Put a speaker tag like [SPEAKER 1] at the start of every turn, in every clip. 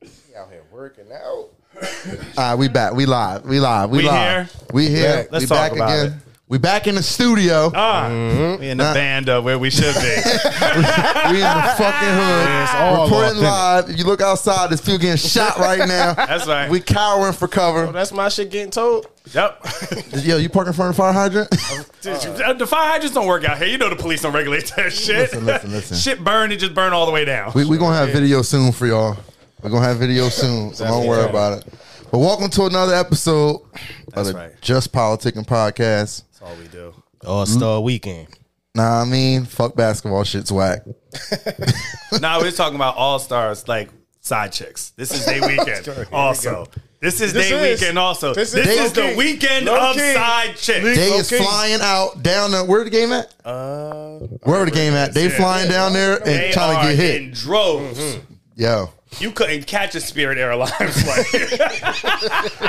[SPEAKER 1] He out here working out.
[SPEAKER 2] Ah, we back. We live. We live. We,
[SPEAKER 3] We
[SPEAKER 2] live.
[SPEAKER 3] here?
[SPEAKER 2] We here.
[SPEAKER 3] Back. Let's
[SPEAKER 2] we
[SPEAKER 3] talk
[SPEAKER 2] back
[SPEAKER 3] about
[SPEAKER 2] again. We back in the studio.
[SPEAKER 3] Ah,
[SPEAKER 2] Mm-hmm.
[SPEAKER 3] we in the band of where we should be.
[SPEAKER 2] we in the fucking
[SPEAKER 4] It's
[SPEAKER 2] hood.
[SPEAKER 4] all
[SPEAKER 2] Reporting
[SPEAKER 4] authentic.
[SPEAKER 2] live. If you look outside, there's people getting shot right now.
[SPEAKER 3] That's right.
[SPEAKER 2] We cowering for cover.
[SPEAKER 1] That's my shit getting told.
[SPEAKER 3] yep.
[SPEAKER 2] Yo, you parking in front of fire hydrant?
[SPEAKER 3] Dude, you- uh, the fire hydrants don't work out here. You know the police don't regulate that shit.
[SPEAKER 2] Listen, listen, listen.
[SPEAKER 3] shit burn, it just burn all the way down.
[SPEAKER 2] we we gonna have video soon for y'all. We're gonna have video soon, so don't worry about it. But welcome to another episode of the
[SPEAKER 3] right.
[SPEAKER 2] Just Politicking Podcast.
[SPEAKER 1] That's all we do.
[SPEAKER 4] All Star Weekend.
[SPEAKER 2] Nah, I mean, fuck basketball, shit's whack.
[SPEAKER 3] now we're talking about all stars, like side chicks. This is day weekend. also, this is
[SPEAKER 1] This
[SPEAKER 3] day
[SPEAKER 1] is-
[SPEAKER 3] weekend. Also,
[SPEAKER 1] this
[SPEAKER 3] this
[SPEAKER 1] is
[SPEAKER 3] is,
[SPEAKER 1] low
[SPEAKER 3] the
[SPEAKER 1] key.
[SPEAKER 3] weekend
[SPEAKER 1] Low
[SPEAKER 3] of
[SPEAKER 1] key.
[SPEAKER 3] side chicks.
[SPEAKER 2] Day is
[SPEAKER 1] Okay.
[SPEAKER 2] flying out down the where the game at?
[SPEAKER 1] Uh,
[SPEAKER 2] Where the game at? They flying down there and
[SPEAKER 3] They
[SPEAKER 2] trying
[SPEAKER 3] are
[SPEAKER 2] to get hit. Mm-hmm.
[SPEAKER 3] in droves.
[SPEAKER 2] Yo,
[SPEAKER 3] You couldn't catch a Spirit Airlines flight.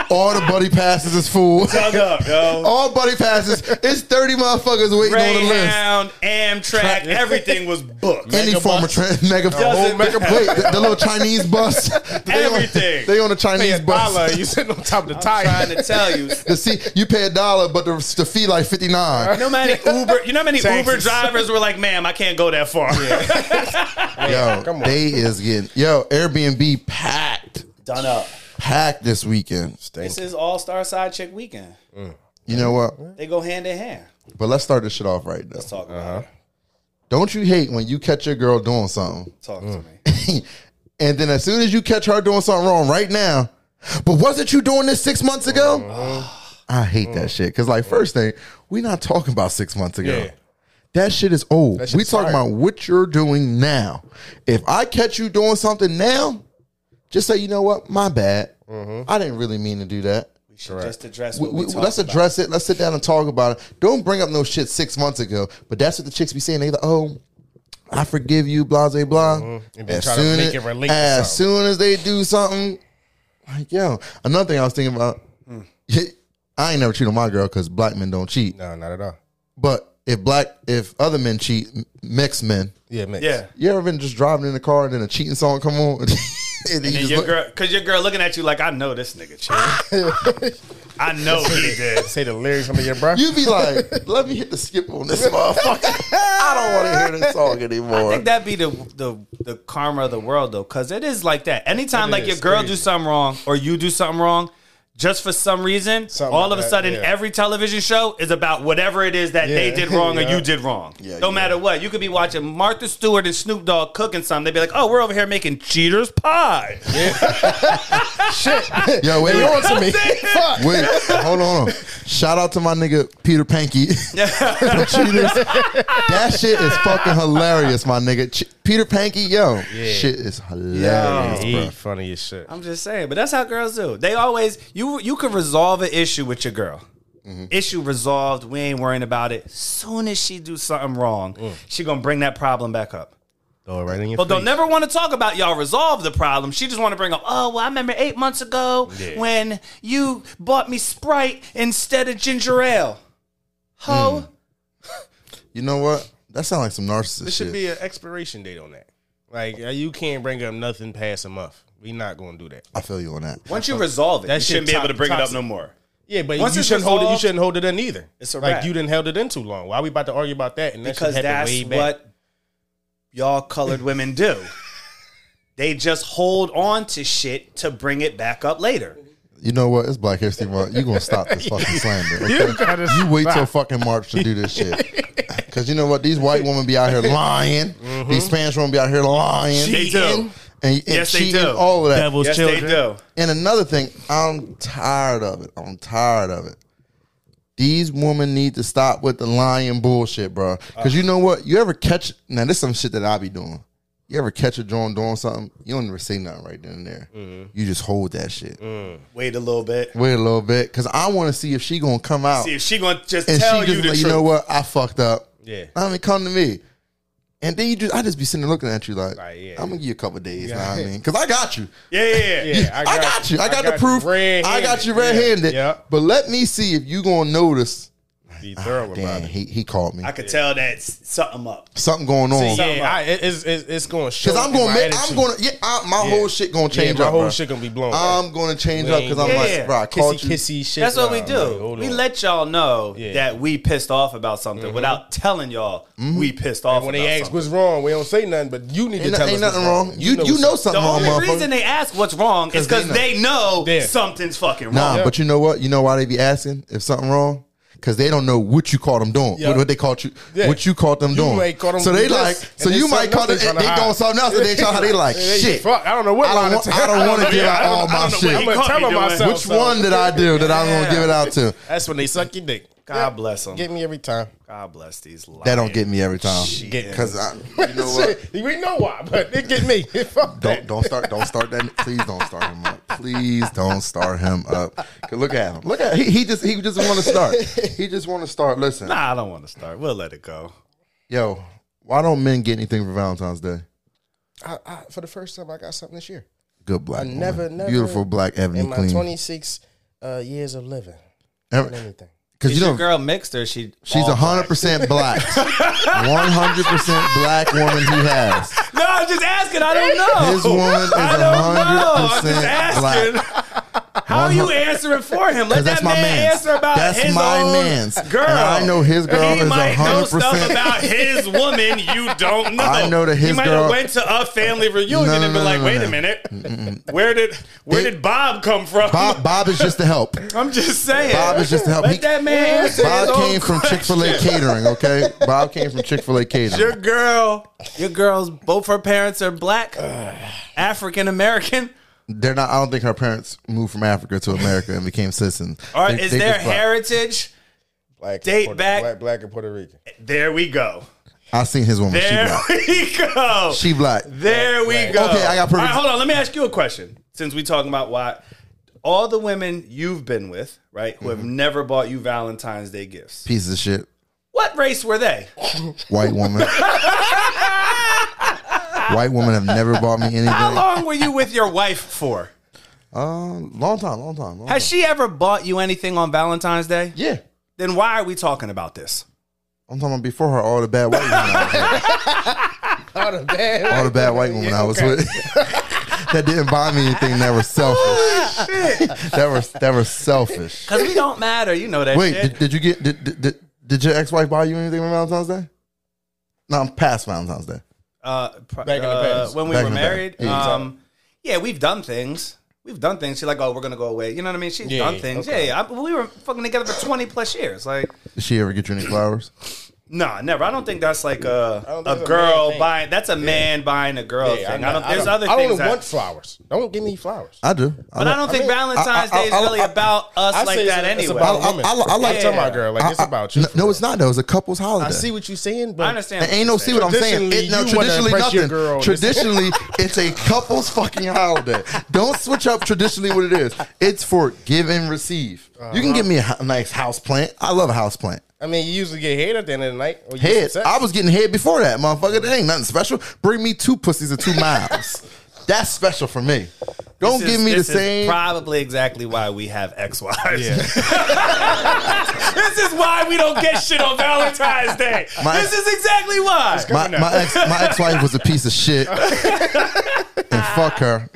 [SPEAKER 2] all the buddy passes is full.
[SPEAKER 3] Dug up, yo.
[SPEAKER 2] All buddy passes. It's thirty motherfuckers waiting on the list.
[SPEAKER 3] Greyhound, Amtrak, everything was booked.
[SPEAKER 2] Any
[SPEAKER 4] Mega
[SPEAKER 2] form of
[SPEAKER 4] bus.
[SPEAKER 2] tra- mega
[SPEAKER 3] Doesn't
[SPEAKER 2] mega wait, the, the little Chinese bus. They on-
[SPEAKER 3] Everything.
[SPEAKER 2] they on the Chinese bus.
[SPEAKER 1] Bala, you sitting on top of the
[SPEAKER 3] trying
[SPEAKER 1] tire.
[SPEAKER 3] to tell you.
[SPEAKER 2] The see, you pay a dollar, but the, the fee like fifty nine.
[SPEAKER 3] No many Uber, you know how many Uber
[SPEAKER 1] Taxes.
[SPEAKER 3] drivers were like, "Ma'am, I can't go that far."
[SPEAKER 2] Yo, they is getting yo Airbnb packed,
[SPEAKER 3] Done up.
[SPEAKER 2] packed this weekend.
[SPEAKER 1] Thank
[SPEAKER 3] This is All Star Side Chick Weekend.
[SPEAKER 2] You know what?
[SPEAKER 3] They go hand in hand.
[SPEAKER 2] But let's start this shit off right now.
[SPEAKER 3] Talk
[SPEAKER 1] Uh-huh.
[SPEAKER 3] about it.
[SPEAKER 2] Don't you hate when you catch your girl doing something?
[SPEAKER 3] Talk
[SPEAKER 1] Mm.
[SPEAKER 3] to me.
[SPEAKER 2] and then as soon as you catch her doing something wrong right now, but wasn't you doing this six months ago? I hate that shit. Cause like first thing, we not talking about six months ago.
[SPEAKER 1] Yeah.
[SPEAKER 2] That shit is old.
[SPEAKER 1] shit's
[SPEAKER 2] We talking
[SPEAKER 1] tired.
[SPEAKER 2] about what you're doing now. If I catch you doing something now, just say, you know what, my bad. I didn't really mean to do that.
[SPEAKER 3] We should just address
[SPEAKER 2] We-
[SPEAKER 3] what
[SPEAKER 2] we-
[SPEAKER 3] we, talked
[SPEAKER 2] let's address it. Let's sit down and talk about it. Don't bring up no shit six months ago. But that's what the chicks be saying. They like, oh, I forgive you, blah, blah, blah.
[SPEAKER 1] Mm-hmm. And then
[SPEAKER 2] As,
[SPEAKER 1] try to
[SPEAKER 2] soon
[SPEAKER 1] make
[SPEAKER 2] as,
[SPEAKER 1] it relate to
[SPEAKER 2] as
[SPEAKER 1] something.
[SPEAKER 2] soon as they do something, like, yo. Another thing I was thinking about,
[SPEAKER 1] Hmm.
[SPEAKER 2] I ain't never cheated on my girl because black men don't cheat.
[SPEAKER 1] No, not at all.
[SPEAKER 2] But if black, if other men cheat, m- mixed men,
[SPEAKER 1] Yeah, mix.
[SPEAKER 3] Yeah.
[SPEAKER 2] you ever been just driving in the car and then a cheating song come on? and you
[SPEAKER 3] And
[SPEAKER 2] just
[SPEAKER 3] your
[SPEAKER 2] look-
[SPEAKER 3] girl, cause your girl looking at you like, I know this nigga cheated. I know he did.
[SPEAKER 1] Say the lyrics under your breath.
[SPEAKER 2] You be like, let me hit the skip on this motherfucker. I don't want to hear this song anymore.
[SPEAKER 3] I think that be the the the karma of the world though, because it is like that. Anytime like your
[SPEAKER 1] is
[SPEAKER 3] girl
[SPEAKER 1] crazy.
[SPEAKER 3] do something wrong or you do something wrong, just for some reason,
[SPEAKER 1] Something
[SPEAKER 3] all
[SPEAKER 1] like
[SPEAKER 3] of a
[SPEAKER 1] that,
[SPEAKER 3] sudden
[SPEAKER 1] yeah.
[SPEAKER 3] every television show is about whatever it is that they
[SPEAKER 1] Yeah.
[SPEAKER 3] did wrong
[SPEAKER 1] Yeah.
[SPEAKER 3] or you did wrong.
[SPEAKER 2] Yeah,
[SPEAKER 3] no
[SPEAKER 2] yeah.
[SPEAKER 3] matter what, you could be watching Martha Stewart and Snoop Dogg cooking something. They'd be like, "Oh, we're over here making cheaters pie."
[SPEAKER 1] Shit.
[SPEAKER 2] Yo, wait,
[SPEAKER 1] They on
[SPEAKER 2] wait,
[SPEAKER 1] to me. Fuck.
[SPEAKER 2] wait, hold on. Shout out to my nigga Peter Pankey. from Cheaters. That shit is fucking hilarious, my nigga. Ch- Peter Pankey, yo, shit is hilarious,
[SPEAKER 1] He
[SPEAKER 2] bro.
[SPEAKER 1] funny as shit.
[SPEAKER 3] I'm just saying, but that's how girls do. They always you you can resolve an issue with your girl.
[SPEAKER 1] Mm-hmm.
[SPEAKER 3] Issue resolved. We ain't worrying about it. Soon as she do something wrong,
[SPEAKER 1] Mm.
[SPEAKER 3] she gonna bring that problem back up.
[SPEAKER 1] Throw it right in your
[SPEAKER 3] But
[SPEAKER 1] face.
[SPEAKER 3] they'll never want to talk about y'all resolve the problem. She just want to bring up, oh well, I remember eight months ago
[SPEAKER 1] Yeah.
[SPEAKER 3] when you bought me Sprite instead of ginger ale. Ho,
[SPEAKER 2] You know what? That sounds like some narcissist
[SPEAKER 1] This
[SPEAKER 2] shit.
[SPEAKER 1] should be an expiration date on that. Like uh, you can't bring up nothing past a month. We not gonna do that.
[SPEAKER 2] I feel you on that.
[SPEAKER 3] once you resolve it,
[SPEAKER 1] That
[SPEAKER 3] you shouldn't
[SPEAKER 1] shit
[SPEAKER 3] Hmm. be able
[SPEAKER 1] top-
[SPEAKER 3] to bring it up
[SPEAKER 1] toxic.
[SPEAKER 3] no more.
[SPEAKER 1] Yeah, but
[SPEAKER 3] Once
[SPEAKER 1] you
[SPEAKER 3] it's
[SPEAKER 1] shouldn't hold it. You
[SPEAKER 3] resolved,
[SPEAKER 1] shouldn't hold it in either.
[SPEAKER 3] it's a
[SPEAKER 1] like
[SPEAKER 3] wrap.
[SPEAKER 1] you didn't held it in too long. Why we about to argue about that? And that
[SPEAKER 3] because
[SPEAKER 1] shit happened way
[SPEAKER 3] that's
[SPEAKER 1] back.
[SPEAKER 3] what y'all colored women do. They just hold on to shit to bring it back up later.
[SPEAKER 2] You know what? It's Black History Month. You gonna stop this fucking slander? Okay? You, wait till fucking March to do this shit. Cause you know what? These white women be out here lying.
[SPEAKER 1] Mm-hmm.
[SPEAKER 2] These Spanish women be out here lying.
[SPEAKER 3] They do.
[SPEAKER 2] And, and
[SPEAKER 3] Yes, they
[SPEAKER 2] cheating.
[SPEAKER 3] do.
[SPEAKER 2] All of that.
[SPEAKER 4] Devil's
[SPEAKER 3] Yes,
[SPEAKER 4] children.
[SPEAKER 3] they do.
[SPEAKER 2] And another thing, I'm tired of it. I'm tired of it. These women need to stop with the lying bullshit, bro. Because you know what? You ever catch now? This is some shit that I be doing. You ever catch a drone doing something? You don't ever say nothing right then and there.
[SPEAKER 3] Mm-hmm.
[SPEAKER 2] You just hold that shit.
[SPEAKER 3] Mm. Wait a little bit.
[SPEAKER 2] Wait a little bit, because I want to see if she gonna come out
[SPEAKER 3] See if she gonna just
[SPEAKER 2] and
[SPEAKER 3] tell
[SPEAKER 2] she
[SPEAKER 3] you
[SPEAKER 2] just
[SPEAKER 3] the
[SPEAKER 2] like,
[SPEAKER 3] truth.
[SPEAKER 2] you know what? I fucked up.
[SPEAKER 1] Yeah.
[SPEAKER 2] I mean, come to me. And then you just, I just be sitting there looking at you like,
[SPEAKER 1] Like, yeah.
[SPEAKER 2] I'm gonna give you a couple of days. Know what I mean, because I got you.
[SPEAKER 3] yeah, yeah, yeah.
[SPEAKER 1] Yeah,
[SPEAKER 2] I got, you. I got, the
[SPEAKER 1] you
[SPEAKER 2] proof. I got
[SPEAKER 1] red-handed.
[SPEAKER 2] you red handed.
[SPEAKER 1] Yeah.
[SPEAKER 2] But let me see if you gonna notice.
[SPEAKER 1] be thorough about
[SPEAKER 2] Damn,
[SPEAKER 1] it.
[SPEAKER 2] he, he called me.
[SPEAKER 3] I could tell that s- something up.
[SPEAKER 2] Something going on.
[SPEAKER 3] something
[SPEAKER 1] Yeah,
[SPEAKER 3] about
[SPEAKER 1] I, it- it's, it's it's going to show.
[SPEAKER 2] Oh. Cause I'm
[SPEAKER 1] in my
[SPEAKER 2] gonna make, I'm
[SPEAKER 1] attitude.
[SPEAKER 2] gonna, yeah, I, my whole shit gonna change
[SPEAKER 1] my
[SPEAKER 2] up.
[SPEAKER 1] whole
[SPEAKER 2] bro.
[SPEAKER 1] shit gonna be blown.
[SPEAKER 2] I'm gonna change up because I'm
[SPEAKER 3] Yeah.
[SPEAKER 2] like, bro, I
[SPEAKER 1] kissy
[SPEAKER 2] called you.
[SPEAKER 1] kissy shit.
[SPEAKER 3] That's what
[SPEAKER 1] Nah,
[SPEAKER 3] we
[SPEAKER 1] like,
[SPEAKER 3] do.
[SPEAKER 1] hold
[SPEAKER 3] we
[SPEAKER 1] on.
[SPEAKER 3] let y'all know
[SPEAKER 1] Yeah. Mm-hmm.
[SPEAKER 3] that we pissed off about something without telling y'all
[SPEAKER 2] Mm-hmm.
[SPEAKER 3] we pissed off.
[SPEAKER 1] when
[SPEAKER 3] about
[SPEAKER 1] they ask
[SPEAKER 3] something.
[SPEAKER 1] what's wrong, we don't say nothing. But you need
[SPEAKER 2] Ain't,
[SPEAKER 1] to tell
[SPEAKER 2] ain't
[SPEAKER 1] us
[SPEAKER 2] nothing
[SPEAKER 1] what's
[SPEAKER 2] wrong. You you
[SPEAKER 1] what's
[SPEAKER 2] know
[SPEAKER 1] wrong.
[SPEAKER 2] something
[SPEAKER 3] the
[SPEAKER 2] wrong,
[SPEAKER 3] only
[SPEAKER 2] motherfucker.
[SPEAKER 3] reason they ask what's wrong is because
[SPEAKER 2] they
[SPEAKER 3] they know,
[SPEAKER 1] Yeah.
[SPEAKER 3] something's fucking
[SPEAKER 2] Nah,
[SPEAKER 3] wrong.
[SPEAKER 2] but you know what? You know why they be asking if something wrong? Because they don't know what you caught them doing.
[SPEAKER 1] Yeah.
[SPEAKER 2] What, what they caught you?
[SPEAKER 1] Yeah.
[SPEAKER 2] What you caught them
[SPEAKER 1] You
[SPEAKER 2] doing?
[SPEAKER 1] might caught 'em
[SPEAKER 2] so they
[SPEAKER 1] with
[SPEAKER 2] like.
[SPEAKER 1] this,
[SPEAKER 2] So
[SPEAKER 1] and
[SPEAKER 2] you
[SPEAKER 1] they something
[SPEAKER 2] might caught them.
[SPEAKER 1] else they
[SPEAKER 2] They,
[SPEAKER 1] tryna
[SPEAKER 2] they doing
[SPEAKER 1] hide.
[SPEAKER 2] something else, and they try. They like
[SPEAKER 1] Hey,
[SPEAKER 2] shit.
[SPEAKER 1] Fuck, I don't know what
[SPEAKER 2] I
[SPEAKER 1] line
[SPEAKER 2] don't,
[SPEAKER 1] to
[SPEAKER 2] want-
[SPEAKER 1] take.
[SPEAKER 2] I don't want to give out all my
[SPEAKER 1] I'm
[SPEAKER 2] shit.
[SPEAKER 1] gonna
[SPEAKER 3] caught
[SPEAKER 1] tell
[SPEAKER 3] me
[SPEAKER 1] them
[SPEAKER 3] doing.
[SPEAKER 1] myself.
[SPEAKER 2] Which one did I do that I'm gonna give it out to?
[SPEAKER 1] That's when they suck your dick.
[SPEAKER 3] God bless them.
[SPEAKER 1] Get me every time.
[SPEAKER 3] God bless these. Liars.
[SPEAKER 2] That don't get me every time.
[SPEAKER 1] Get me.
[SPEAKER 2] Because you know what?
[SPEAKER 1] Shit, we know why, but it get me. Fuck
[SPEAKER 2] Don't
[SPEAKER 1] that.
[SPEAKER 2] don't start don't start that. Please don't start him up. Please don't start him up. 'Cause Look at him. Look at he, he just he just want to start. He just want to start. Listen,
[SPEAKER 3] Nah, I don't want to start. We'll let it go.
[SPEAKER 2] yo, why don't men get anything for Valentine's Day?
[SPEAKER 1] I, I, for the first time, I got something this year.
[SPEAKER 2] Good black,
[SPEAKER 1] I
[SPEAKER 2] woman.
[SPEAKER 1] never, never
[SPEAKER 2] beautiful black ebony
[SPEAKER 1] In my
[SPEAKER 2] queen.
[SPEAKER 1] 26 uh, years of living, anything.
[SPEAKER 2] Because
[SPEAKER 3] Is
[SPEAKER 2] you
[SPEAKER 3] your
[SPEAKER 2] know
[SPEAKER 3] girl mixed or she?
[SPEAKER 2] she's
[SPEAKER 3] all
[SPEAKER 2] hundred percent black, one hundred percent black woman he has.
[SPEAKER 3] black? No, I'm just asking. I don't know.
[SPEAKER 2] This woman is
[SPEAKER 3] I don't know. I'm
[SPEAKER 2] 100%
[SPEAKER 3] just asking. How are you answering for him? Let
[SPEAKER 2] Because
[SPEAKER 3] that
[SPEAKER 2] that's my
[SPEAKER 3] man
[SPEAKER 2] man's.
[SPEAKER 3] answer about
[SPEAKER 2] that's
[SPEAKER 3] his
[SPEAKER 2] my
[SPEAKER 3] own
[SPEAKER 2] man's.
[SPEAKER 3] girl.
[SPEAKER 2] And I know his girl
[SPEAKER 3] he
[SPEAKER 2] is
[SPEAKER 3] might know
[SPEAKER 2] hundred
[SPEAKER 3] stuff
[SPEAKER 2] percent.
[SPEAKER 3] about his woman you don't know.
[SPEAKER 2] I know that
[SPEAKER 3] he
[SPEAKER 2] his
[SPEAKER 3] might
[SPEAKER 2] girl-
[SPEAKER 3] have went to a family
[SPEAKER 2] No,
[SPEAKER 3] reunion
[SPEAKER 2] no,
[SPEAKER 3] and been
[SPEAKER 2] no,
[SPEAKER 3] like,
[SPEAKER 2] no,
[SPEAKER 3] "Wait
[SPEAKER 2] no.
[SPEAKER 3] a minute, where did where
[SPEAKER 2] They-
[SPEAKER 3] did Bob come from?"
[SPEAKER 2] Bob, Bob is just to help.
[SPEAKER 3] I'm just saying.
[SPEAKER 2] Bob is just to help.
[SPEAKER 3] Let
[SPEAKER 2] He-
[SPEAKER 3] that man answer his
[SPEAKER 2] Bob
[SPEAKER 3] own
[SPEAKER 2] came from Chick Fil A catering. Okay, Bob came from Chick Fil A catering.
[SPEAKER 3] Your girl, your girls, both her parents are black, African American.
[SPEAKER 2] They're not. I don't think her parents moved from Africa to America and became citizens.
[SPEAKER 3] All right,
[SPEAKER 2] They-
[SPEAKER 3] is
[SPEAKER 2] they
[SPEAKER 3] their
[SPEAKER 2] just black.
[SPEAKER 3] heritage?
[SPEAKER 1] Black and
[SPEAKER 3] Date
[SPEAKER 1] Puerto-
[SPEAKER 3] back-
[SPEAKER 1] Black, black and Puerto Rican.
[SPEAKER 3] There we go.
[SPEAKER 2] I seen his woman. She
[SPEAKER 3] There
[SPEAKER 2] black.
[SPEAKER 3] we go.
[SPEAKER 2] She black.
[SPEAKER 3] There we
[SPEAKER 1] Right.
[SPEAKER 3] go.
[SPEAKER 2] Okay, I got perfect-
[SPEAKER 3] All right, hold on. Let me ask you a question. Since we talking about why all the women you've been with, right, who
[SPEAKER 2] Mm-hmm.
[SPEAKER 3] have never bought you Valentine's Day gifts,
[SPEAKER 2] Piece of shit.
[SPEAKER 3] what race were they?
[SPEAKER 2] White woman. White women have never bought me anything.
[SPEAKER 3] How
[SPEAKER 2] Uh,
[SPEAKER 3] long were you with your wife for?
[SPEAKER 2] Um, long time, long time. Long time.
[SPEAKER 3] Has she ever bought you anything on Valentine's Day?
[SPEAKER 2] Yeah.
[SPEAKER 3] Then why are we talking about this?
[SPEAKER 2] I'm talking about before her, all the bad white women. I had.
[SPEAKER 1] All the bad,
[SPEAKER 2] all the bad white women I was with that didn't buy me anything that were selfish. that were that were selfish.
[SPEAKER 3] Because we don't matter. You know that
[SPEAKER 2] Wait,
[SPEAKER 3] shit.
[SPEAKER 2] did, did you get did, did, did, did your ex wife buy you anything on Valentine's Day? No, I'm past Valentine's Day.
[SPEAKER 3] uh, pro-
[SPEAKER 1] Back in the
[SPEAKER 3] uh,
[SPEAKER 1] past.
[SPEAKER 3] when we
[SPEAKER 2] Back
[SPEAKER 3] were
[SPEAKER 2] in the past.
[SPEAKER 3] married.
[SPEAKER 2] Yeah.
[SPEAKER 3] Um, yeah, we've done things. We've done things. She's like, oh, we're gonna go away. You know what I mean? She's
[SPEAKER 1] Yeah,
[SPEAKER 3] done things.
[SPEAKER 1] okay.
[SPEAKER 3] Yeah, yeah. I, we were fucking together for twenty plus years. Like,
[SPEAKER 2] Did she ever get you any flowers?
[SPEAKER 3] nah, never. I don't think that's like a
[SPEAKER 1] don't think it's a
[SPEAKER 3] a
[SPEAKER 1] man
[SPEAKER 3] girl
[SPEAKER 1] thing.
[SPEAKER 3] buying. That's a man buying a girl
[SPEAKER 1] Yeah,
[SPEAKER 3] thing.
[SPEAKER 1] I'm
[SPEAKER 3] I don't.
[SPEAKER 1] not-
[SPEAKER 3] There's other
[SPEAKER 1] I don't
[SPEAKER 3] things.
[SPEAKER 1] want
[SPEAKER 3] that,
[SPEAKER 1] flowers. Don't give me flowers.
[SPEAKER 2] I do.
[SPEAKER 3] but I don't think
[SPEAKER 1] mean,
[SPEAKER 3] Valentine's
[SPEAKER 2] I- I-
[SPEAKER 3] Day is
[SPEAKER 2] I-
[SPEAKER 3] really
[SPEAKER 2] I-
[SPEAKER 3] about us
[SPEAKER 1] I
[SPEAKER 3] like
[SPEAKER 1] say
[SPEAKER 3] that
[SPEAKER 1] it's- it's
[SPEAKER 3] anyway.
[SPEAKER 1] about
[SPEAKER 2] I- I-
[SPEAKER 1] women.
[SPEAKER 2] I like-
[SPEAKER 1] I'm talking about girl. Like it's
[SPEAKER 2] I- I-
[SPEAKER 1] about you.
[SPEAKER 2] No, no, it's not though. It's a couple's holiday.
[SPEAKER 1] I see what you're saying, but
[SPEAKER 3] I understand.
[SPEAKER 2] And ain't no
[SPEAKER 3] what
[SPEAKER 2] see
[SPEAKER 3] you're
[SPEAKER 2] what I'm saying.
[SPEAKER 1] Traditionally,
[SPEAKER 2] It, no,
[SPEAKER 1] you wanna
[SPEAKER 2] traditionally
[SPEAKER 1] impress your
[SPEAKER 2] nothing.
[SPEAKER 1] girl.
[SPEAKER 2] Traditionally, it's a couple's fucking holiday. Don't switch up traditionally what it is. It's for give and receive. You can give me a ho- nice house plant. I love a house plant.
[SPEAKER 1] I mean, you usually get head at the end of the night. Or you
[SPEAKER 2] Head.
[SPEAKER 1] success.
[SPEAKER 2] I was getting head before that, motherfucker. That ain't nothing special. Bring me two pussies and two miles. That's special for me. Don't
[SPEAKER 3] This
[SPEAKER 2] give
[SPEAKER 3] is-
[SPEAKER 2] me the
[SPEAKER 3] this is
[SPEAKER 2] same.
[SPEAKER 3] Probably exactly why we have ex-wives.
[SPEAKER 1] Yeah.
[SPEAKER 3] this is why we don't get shit on Valentine's Day.
[SPEAKER 2] My-
[SPEAKER 3] this is exactly why.
[SPEAKER 2] my, my ex my ex wife was a piece of shit, and fuck her.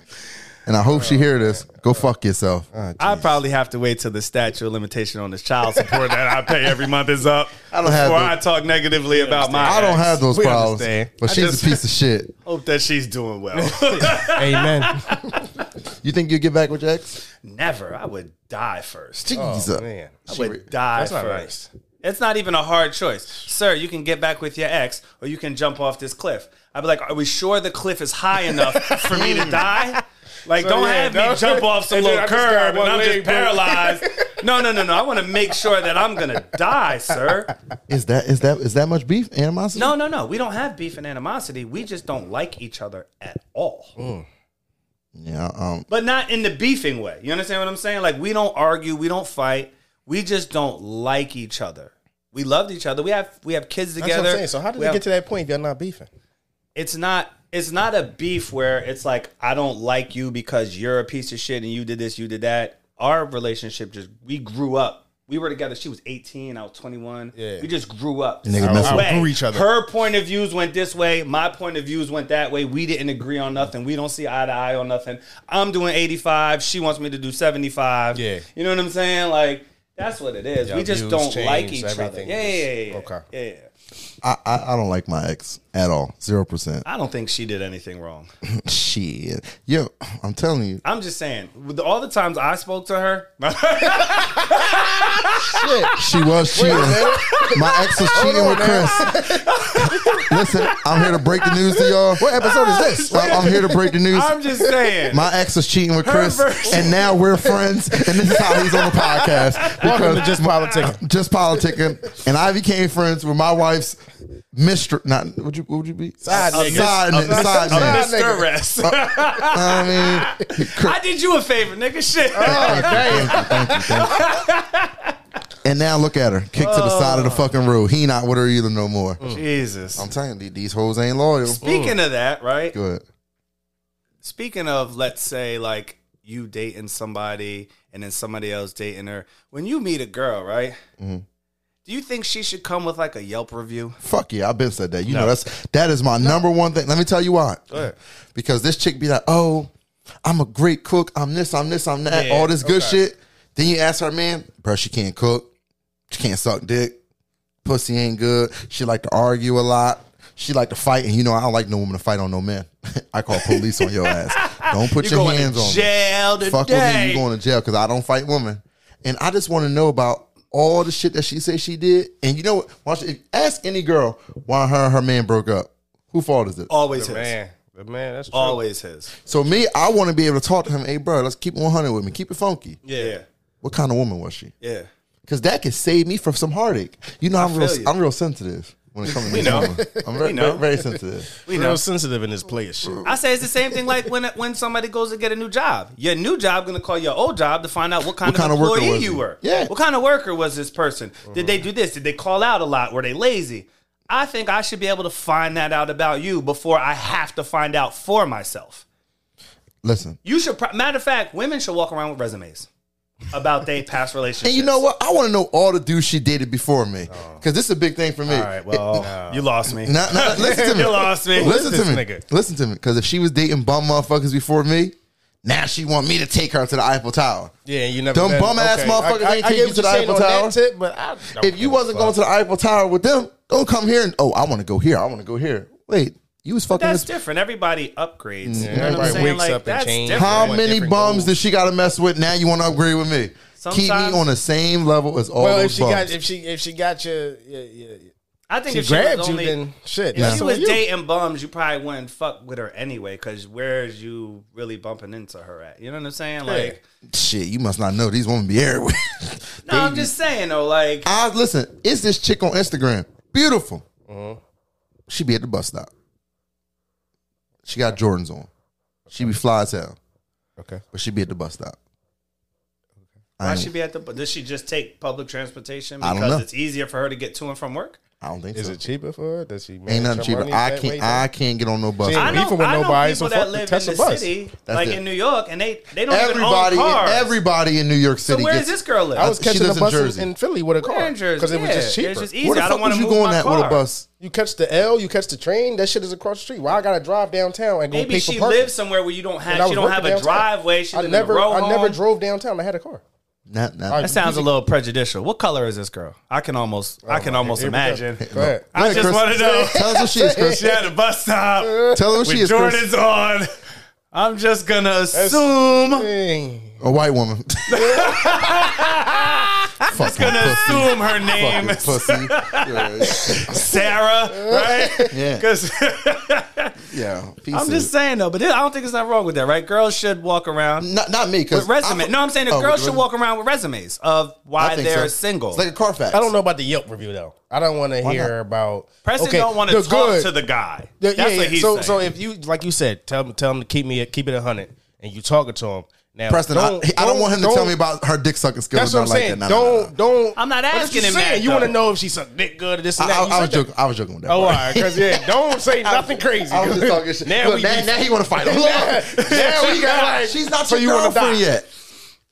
[SPEAKER 2] And I hope she hear this. Go fuck yourself.
[SPEAKER 3] I probably have to wait till the statute of limitation on this child support that I pay every month is up I
[SPEAKER 2] don't have
[SPEAKER 3] before
[SPEAKER 2] the-
[SPEAKER 3] I talk negatively about my.
[SPEAKER 2] I don't
[SPEAKER 3] ex.
[SPEAKER 2] have those
[SPEAKER 1] We
[SPEAKER 2] problems,
[SPEAKER 1] understand.
[SPEAKER 2] but
[SPEAKER 3] I
[SPEAKER 2] she's
[SPEAKER 3] just-
[SPEAKER 2] a piece of shit.
[SPEAKER 3] Hope that she's doing well.
[SPEAKER 1] Amen.
[SPEAKER 2] You think you'll get back with your ex?
[SPEAKER 3] Never. I would die first.
[SPEAKER 2] Jesus.
[SPEAKER 1] Oh, man.
[SPEAKER 3] I would die
[SPEAKER 1] That's not
[SPEAKER 3] first. It's not even a hard choice, sir. You can get back with your ex, or you can jump off this cliff. I'd be like, "Are we sure the cliff is high enough for me to die?" Like,
[SPEAKER 1] So,
[SPEAKER 3] don't
[SPEAKER 1] yeah,
[SPEAKER 3] have me
[SPEAKER 1] don't-
[SPEAKER 3] jump off some
[SPEAKER 1] and then I
[SPEAKER 3] little
[SPEAKER 1] just got
[SPEAKER 3] curb, and
[SPEAKER 1] one
[SPEAKER 3] I'm
[SPEAKER 1] leg
[SPEAKER 3] just
[SPEAKER 1] broke.
[SPEAKER 3] paralyzed. no, no, no, no. I want to make sure that I'm gonna die, sir.
[SPEAKER 2] Is that is that is that much beef animosity?
[SPEAKER 3] No, no, no. We don't have beef and animosity. We just don't like each other at all.
[SPEAKER 2] Yeah. Um.
[SPEAKER 3] But not in the beefing way. You understand what I'm saying? Like we don't argue, we don't fight. We just don't like each other. We loved each other. We have we have kids
[SPEAKER 1] That's
[SPEAKER 3] together.
[SPEAKER 1] what I'm saying. So how did
[SPEAKER 3] We
[SPEAKER 1] it
[SPEAKER 3] have-
[SPEAKER 1] get to that point if y'all not beefing?
[SPEAKER 3] It's not it's not a beef where it's like I don't like you because you're a piece of shit and you did this, you did that. Our relationship just we grew up we were together. She was 18, I was 21.
[SPEAKER 1] Yeah.
[SPEAKER 3] We just grew up.
[SPEAKER 2] Nigga,
[SPEAKER 3] our
[SPEAKER 2] mess
[SPEAKER 1] with-
[SPEAKER 3] way.
[SPEAKER 1] Grew each other.
[SPEAKER 3] Her point of views went this way. My point of views went that way. We didn't agree on nothing. We don't see eye to eye on nothing. I'm doing 85. She wants me to do 75.
[SPEAKER 1] Yeah.
[SPEAKER 3] You know what I'm saying? Like, that's what it is.
[SPEAKER 1] Y'all
[SPEAKER 3] we just
[SPEAKER 1] views
[SPEAKER 3] don't
[SPEAKER 1] change,
[SPEAKER 3] like each other.
[SPEAKER 1] everything
[SPEAKER 3] Yeah,
[SPEAKER 1] is-
[SPEAKER 3] yeah, yeah, yeah.
[SPEAKER 1] okay.
[SPEAKER 3] Yeah, yeah.
[SPEAKER 2] I, I, I don't like my ex at all. Zero percent.
[SPEAKER 3] I don't think she did anything wrong.
[SPEAKER 2] Shit. Yo, I'm telling you.
[SPEAKER 3] I'm just saying, with all the times I spoke to her,
[SPEAKER 2] She was cheating. My ex was cheating with Chris. Listen, I'm here to break the news to y'all. What episode is this? I'm, I'm here to break the news.
[SPEAKER 3] I'm just saying.
[SPEAKER 2] My ex was cheating with Chris,
[SPEAKER 3] version.
[SPEAKER 2] and now we're friends, and this is how he's on the podcast.
[SPEAKER 1] Welcome to
[SPEAKER 2] Because
[SPEAKER 1] Just Politicking.
[SPEAKER 2] just politicking, and I became friends with my wife's mistress. Not what you what would you be
[SPEAKER 1] Side nigga.
[SPEAKER 2] side,
[SPEAKER 1] A
[SPEAKER 2] ni-
[SPEAKER 1] mis-
[SPEAKER 2] side
[SPEAKER 1] a
[SPEAKER 2] man.
[SPEAKER 1] mis-
[SPEAKER 3] Mr.
[SPEAKER 1] nigga.
[SPEAKER 3] Rest.
[SPEAKER 2] I mean, Chris,
[SPEAKER 3] I did you a favor, nigga. Shit.
[SPEAKER 2] thank you, thank you, thank you. and now look at her, kicked to the
[SPEAKER 1] Oh.
[SPEAKER 2] side of the fucking road. He not with her either no more.
[SPEAKER 3] Jesus.
[SPEAKER 2] I'm telling you, these hoes ain't loyal.
[SPEAKER 3] Speaking of that, right?
[SPEAKER 2] Good.
[SPEAKER 3] Speaking of, let's say, like, you dating somebody and then somebody else dating her. When you meet a girl, right?
[SPEAKER 2] Mm-hmm.
[SPEAKER 3] Do you think she should come with like a Yelp review?
[SPEAKER 2] Fuck yeah, I've been said that. You know, that's that is my number one thing. Let me tell you why. Because this chick be like, oh, I'm a great cook. I'm this, I'm this, I'm that,
[SPEAKER 3] Yeah,
[SPEAKER 2] all this good shit. Then you ask her, man, bro, she can't cook. She can't suck dick. Pussy ain't good. She like to argue a lot. She like to fight, and you know I don't like no woman to fight on no man. I call police on your ass. Don't put
[SPEAKER 3] You're
[SPEAKER 2] your
[SPEAKER 3] going
[SPEAKER 2] hands
[SPEAKER 3] to
[SPEAKER 2] on me
[SPEAKER 3] jail today.
[SPEAKER 2] fuck with me, you going to jail because I don't fight women. And I just want to know about all the shit that she said she did. And you know what? Watch, if, ask any girl why her and her man broke up. Who fault is it?
[SPEAKER 3] Always his.
[SPEAKER 1] Man, but man, that's true.
[SPEAKER 3] Always his.
[SPEAKER 2] So me, I want to be able to talk to him. Hey, bro, let's keep it 100 with me. Keep it funky.
[SPEAKER 3] Yeah.
[SPEAKER 2] What kind of woman was she?
[SPEAKER 3] Yeah.
[SPEAKER 2] Because that could save me from some heartache. You know, I'm real.
[SPEAKER 3] feel you.
[SPEAKER 2] I'm real sensitive when it comes to these
[SPEAKER 3] know.
[SPEAKER 2] women. I'm very,
[SPEAKER 3] know.
[SPEAKER 2] very, very sensitive.
[SPEAKER 1] We real sensitive in this player shit.
[SPEAKER 3] I say it's the same thing like when when somebody goes to get a new job. Your new job gonna call your old job to find out what kind,
[SPEAKER 2] What kind
[SPEAKER 3] of
[SPEAKER 2] of worker
[SPEAKER 3] employee
[SPEAKER 2] was
[SPEAKER 3] you
[SPEAKER 2] he?
[SPEAKER 3] were.
[SPEAKER 2] Yeah.
[SPEAKER 3] What kind of worker was this person? Did they do this? Did they call out a lot? Were they lazy? I think I should be able to find that out about you before I have to find out for myself.
[SPEAKER 2] Listen.
[SPEAKER 3] You should pro- matter of fact, women should walk around with resumes about their past relationships.
[SPEAKER 2] And you know what? I want to know all the dudes she dated before me. Because this is a big thing for me.
[SPEAKER 3] Oh. All right, well, you lost me.
[SPEAKER 2] Nah, nah, listen to me.
[SPEAKER 3] you lost me.
[SPEAKER 2] Listen
[SPEAKER 1] This
[SPEAKER 2] to me.
[SPEAKER 1] nigga.
[SPEAKER 2] Listen to me. Because if she was dating bum motherfuckers before me, now she want me to take her to the Eiffel Tower.
[SPEAKER 1] Yeah, and you never.
[SPEAKER 2] Them
[SPEAKER 1] met-
[SPEAKER 2] bum-ass motherfuckers ain't take
[SPEAKER 1] get
[SPEAKER 2] you
[SPEAKER 1] what
[SPEAKER 2] to the
[SPEAKER 1] you're saying
[SPEAKER 2] Eiffel
[SPEAKER 1] on that
[SPEAKER 2] Tower.
[SPEAKER 1] tip, but I don't
[SPEAKER 2] if you
[SPEAKER 1] give a
[SPEAKER 2] wasn't
[SPEAKER 1] fuck.
[SPEAKER 2] going to the Eiffel Tower with them, don't come here and oh, I want to go here. I want to go here. Wait, you was fucking
[SPEAKER 3] That's
[SPEAKER 2] this.
[SPEAKER 3] different. Everybody upgrades. You know what
[SPEAKER 1] everybody
[SPEAKER 3] I'm saying?
[SPEAKER 1] wakes
[SPEAKER 3] Like,
[SPEAKER 1] up and
[SPEAKER 3] that's
[SPEAKER 1] changes.
[SPEAKER 3] different.
[SPEAKER 2] How
[SPEAKER 1] What
[SPEAKER 2] many
[SPEAKER 1] different
[SPEAKER 2] bums
[SPEAKER 1] goals?
[SPEAKER 2] did she got to mess with? Now you want to upgrade with me? Keep
[SPEAKER 3] Sometimes-
[SPEAKER 2] me on the same level as all
[SPEAKER 1] well, if
[SPEAKER 2] those
[SPEAKER 1] she
[SPEAKER 2] bums.
[SPEAKER 1] got if she if she got your, your, your
[SPEAKER 3] I think
[SPEAKER 1] she
[SPEAKER 3] if she was
[SPEAKER 1] grabbed you,
[SPEAKER 3] only-
[SPEAKER 1] then shit.
[SPEAKER 3] If
[SPEAKER 1] that's
[SPEAKER 3] she
[SPEAKER 1] on
[SPEAKER 3] was
[SPEAKER 1] you.
[SPEAKER 3] dating bums, you probably wouldn't fuck with her anyway. Because where's you really bumping into her at? You know what I'm saying? Like,
[SPEAKER 2] Shit, you must not know these women be everywhere.
[SPEAKER 3] no, I'm just saying though. Like,
[SPEAKER 2] I listen. Is this chick on Instagram beautiful? She be at the bus stop. She got Jordans on. She be fly as hell,
[SPEAKER 1] okay.
[SPEAKER 2] but she be at the bus stop. I,
[SPEAKER 3] why
[SPEAKER 2] ain't-
[SPEAKER 3] should be at the? Does she just take public transportation
[SPEAKER 2] I don't
[SPEAKER 3] because
[SPEAKER 2] know.
[SPEAKER 3] it's easier for her to get to and from work?
[SPEAKER 2] I don't think
[SPEAKER 1] Is
[SPEAKER 2] so.
[SPEAKER 1] it cheaper for her? Does she
[SPEAKER 2] Ain't nothing cheaper. I can't. I can't get on no bus.
[SPEAKER 1] She ain't
[SPEAKER 3] I know,
[SPEAKER 1] beefing with
[SPEAKER 3] I know
[SPEAKER 1] nobody, so
[SPEAKER 3] people that
[SPEAKER 1] fuck-
[SPEAKER 3] live in
[SPEAKER 1] touch
[SPEAKER 3] the,
[SPEAKER 1] the bus.
[SPEAKER 3] city,
[SPEAKER 2] That's
[SPEAKER 3] like
[SPEAKER 2] it.
[SPEAKER 3] in New York, and they they don't
[SPEAKER 2] Everybody,
[SPEAKER 3] even own
[SPEAKER 2] in,
[SPEAKER 3] cars.
[SPEAKER 2] everybody in New York
[SPEAKER 3] so
[SPEAKER 2] City.
[SPEAKER 3] where does
[SPEAKER 2] gets,
[SPEAKER 3] this girl live?
[SPEAKER 1] I was
[SPEAKER 2] She
[SPEAKER 1] catching
[SPEAKER 2] lives
[SPEAKER 1] a
[SPEAKER 2] in
[SPEAKER 1] bus
[SPEAKER 2] Jersey.
[SPEAKER 1] in, in Philly with a
[SPEAKER 3] We're
[SPEAKER 1] car
[SPEAKER 3] in Jersey,
[SPEAKER 1] because it was
[SPEAKER 3] yeah.
[SPEAKER 1] just cheaper.
[SPEAKER 3] It's just e-
[SPEAKER 2] Where the
[SPEAKER 3] easy. I
[SPEAKER 2] fuck
[SPEAKER 3] don't want
[SPEAKER 2] was
[SPEAKER 3] to
[SPEAKER 2] you
[SPEAKER 3] move
[SPEAKER 2] going
[SPEAKER 3] my
[SPEAKER 2] at
[SPEAKER 3] car.
[SPEAKER 2] with a bus?
[SPEAKER 1] You catch the L, you catch the train. That shit is across the street. Why I gotta drive downtown and go
[SPEAKER 3] Maybe
[SPEAKER 1] pay
[SPEAKER 3] she
[SPEAKER 1] for parking?
[SPEAKER 3] lives somewhere where you don't
[SPEAKER 1] And I
[SPEAKER 3] have. She
[SPEAKER 1] was
[SPEAKER 3] don't
[SPEAKER 1] working
[SPEAKER 3] have a
[SPEAKER 1] downtown.
[SPEAKER 3] driveway. She
[SPEAKER 1] I
[SPEAKER 3] lives in a
[SPEAKER 1] never,
[SPEAKER 3] row
[SPEAKER 1] I never
[SPEAKER 3] home.
[SPEAKER 1] drove downtown. I had a car.
[SPEAKER 2] Not, not,
[SPEAKER 1] All
[SPEAKER 3] That sounds a little prejudicial. What color is this girl? I can almost, I can almost
[SPEAKER 1] Here we go.
[SPEAKER 3] imagine.
[SPEAKER 1] Go ahead.
[SPEAKER 3] I just
[SPEAKER 2] Chris.
[SPEAKER 3] want to know.
[SPEAKER 2] Tell us what she is, Chris.
[SPEAKER 3] She had a bus stop
[SPEAKER 2] Tell us what she is,
[SPEAKER 3] with
[SPEAKER 2] Chris.
[SPEAKER 3] Jordans on. I'm just gonna assume.
[SPEAKER 1] Dang.
[SPEAKER 2] A white woman.
[SPEAKER 3] Just gonna assume her name is
[SPEAKER 2] pussy. Yeah,
[SPEAKER 3] Sarah, right?
[SPEAKER 2] Yeah.
[SPEAKER 3] Because
[SPEAKER 2] yeah. piece
[SPEAKER 3] I'm
[SPEAKER 2] of-
[SPEAKER 3] just saying though, but I don't think it's not wrong with that, right? Girls should walk around.
[SPEAKER 2] not, not me. Cause
[SPEAKER 3] With resume.
[SPEAKER 2] Mm, I'm-
[SPEAKER 3] no, I'm saying the
[SPEAKER 2] Oh,
[SPEAKER 3] girls
[SPEAKER 2] with
[SPEAKER 3] should
[SPEAKER 2] resume.
[SPEAKER 3] walk around with resumes of
[SPEAKER 2] I
[SPEAKER 3] why
[SPEAKER 2] think
[SPEAKER 3] they're
[SPEAKER 2] so.
[SPEAKER 3] single.
[SPEAKER 2] It's like a Carfax.
[SPEAKER 1] I don't know about the Yelp review though. I don't want to hear about.
[SPEAKER 3] Preston
[SPEAKER 1] okay,
[SPEAKER 3] don't want to
[SPEAKER 1] the
[SPEAKER 3] talk
[SPEAKER 1] good.
[SPEAKER 3] to the guy.
[SPEAKER 1] The-
[SPEAKER 3] That's
[SPEAKER 1] yeah,
[SPEAKER 3] what
[SPEAKER 1] yeah.
[SPEAKER 3] he's
[SPEAKER 1] so,
[SPEAKER 3] saying.
[SPEAKER 1] so if you like you said, tell him, tell him to keep me, keep it a hundred, and you talking to him now.
[SPEAKER 2] Preston, I, I don't want him to tell me about her dick sucking skills.
[SPEAKER 1] That's what I'm
[SPEAKER 2] or
[SPEAKER 1] saying.
[SPEAKER 2] nothing Like that. No, no, no, no.
[SPEAKER 1] don't, don't.
[SPEAKER 3] I'm not
[SPEAKER 1] But that's
[SPEAKER 3] asking
[SPEAKER 1] what
[SPEAKER 3] him
[SPEAKER 1] you're
[SPEAKER 3] that,
[SPEAKER 1] saying. You want
[SPEAKER 3] though.
[SPEAKER 1] to know if she sucked dick good, or this and that.
[SPEAKER 2] I,
[SPEAKER 1] You
[SPEAKER 2] I, I was
[SPEAKER 1] said that.
[SPEAKER 2] joking. I was joking with that.
[SPEAKER 1] Oh, all
[SPEAKER 2] part.
[SPEAKER 1] right, because yeah, don't say nothing crazy.
[SPEAKER 2] I was just talking shit.
[SPEAKER 1] Now
[SPEAKER 2] Look,
[SPEAKER 1] we
[SPEAKER 2] now,
[SPEAKER 1] be-
[SPEAKER 2] now he want to fight him. Look, now we got like,
[SPEAKER 1] She's not
[SPEAKER 2] so
[SPEAKER 1] your
[SPEAKER 2] you want to
[SPEAKER 1] girlfriend
[SPEAKER 2] free yet?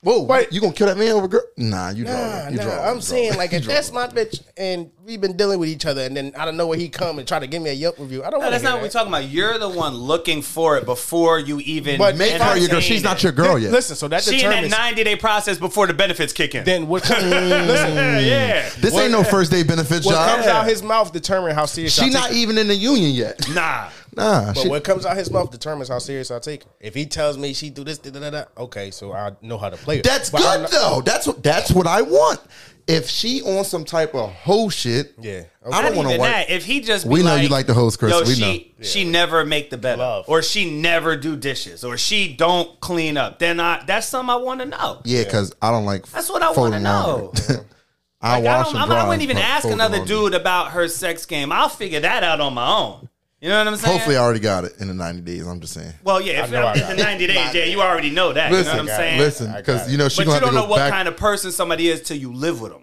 [SPEAKER 2] Whoa, you gonna kill that man over girl? Nah, you draw.
[SPEAKER 1] Nah,
[SPEAKER 2] it. You
[SPEAKER 1] nah.
[SPEAKER 2] draw. it. You draw
[SPEAKER 1] I'm
[SPEAKER 2] it.
[SPEAKER 1] saying like
[SPEAKER 2] You
[SPEAKER 1] if
[SPEAKER 2] draw
[SPEAKER 1] that's
[SPEAKER 2] it.
[SPEAKER 1] my bitch and we've been dealing with each other, and then out of nowhere he come and try to give me a Yelp review. I don't.
[SPEAKER 3] No,
[SPEAKER 1] want
[SPEAKER 3] that's not
[SPEAKER 1] that.
[SPEAKER 3] what we're talking about. You're the one looking for it before you even
[SPEAKER 1] But
[SPEAKER 2] make her your girl. She's not your girl yet.
[SPEAKER 1] Listen, so that
[SPEAKER 3] She in that
[SPEAKER 1] determines
[SPEAKER 3] 90 day process before the benefits kick in.
[SPEAKER 1] then what. comes- listen,
[SPEAKER 3] yeah, yeah.
[SPEAKER 2] this ain't no first day benefit
[SPEAKER 1] what comes
[SPEAKER 2] job.
[SPEAKER 1] out his mouth determines how serious. I
[SPEAKER 2] She
[SPEAKER 1] take
[SPEAKER 2] not even in the union yet.
[SPEAKER 3] Nah.
[SPEAKER 2] Nah,
[SPEAKER 1] But
[SPEAKER 2] she,
[SPEAKER 1] what comes out his mouth determines how serious I take it. If he tells me she do this, da, da, da, da, okay, so I know how to play it.
[SPEAKER 2] that's
[SPEAKER 1] But I'm
[SPEAKER 2] good
[SPEAKER 1] not-
[SPEAKER 2] though. That's what that's what I want. If she on some type of hoe shit,
[SPEAKER 1] Yeah,
[SPEAKER 2] I
[SPEAKER 1] okay.
[SPEAKER 2] don't
[SPEAKER 3] Not
[SPEAKER 2] want to
[SPEAKER 3] even
[SPEAKER 2] work.
[SPEAKER 3] that. If he just be
[SPEAKER 2] We know you like the host, Chris.
[SPEAKER 3] Yo,
[SPEAKER 2] We
[SPEAKER 3] she,
[SPEAKER 2] know.
[SPEAKER 3] She never make the bed,
[SPEAKER 1] Love.
[SPEAKER 3] up, or she never do dishes, or she don't clean up. Then I that's something I want to know.
[SPEAKER 2] Yeah, because I don't like.
[SPEAKER 3] That's what I
[SPEAKER 2] folding
[SPEAKER 3] wanna
[SPEAKER 2] laundry. I
[SPEAKER 3] Like, I,
[SPEAKER 2] wash
[SPEAKER 3] don't,
[SPEAKER 2] and
[SPEAKER 3] I'm, I
[SPEAKER 2] dry,
[SPEAKER 3] wouldn't even
[SPEAKER 2] but
[SPEAKER 3] ask
[SPEAKER 2] fold
[SPEAKER 3] another
[SPEAKER 2] laundry.
[SPEAKER 3] dude about her sex game. I'll figure that out on my own. You know what I'm saying?
[SPEAKER 2] Hopefully, I already got it in the ninety days. I'm just saying.
[SPEAKER 3] well, yeah, if
[SPEAKER 1] I know I
[SPEAKER 3] it's
[SPEAKER 1] got
[SPEAKER 3] the
[SPEAKER 1] it.
[SPEAKER 3] 90 days, yeah, you already know that.
[SPEAKER 2] Listen,
[SPEAKER 3] you know what I'm saying?
[SPEAKER 2] listen,
[SPEAKER 1] I got
[SPEAKER 2] because
[SPEAKER 1] it.
[SPEAKER 2] you know she
[SPEAKER 3] but
[SPEAKER 2] gonna
[SPEAKER 3] you
[SPEAKER 2] have
[SPEAKER 3] don't
[SPEAKER 2] to
[SPEAKER 3] know
[SPEAKER 2] go
[SPEAKER 3] what
[SPEAKER 2] back.
[SPEAKER 3] kind of person somebody is till you live with them.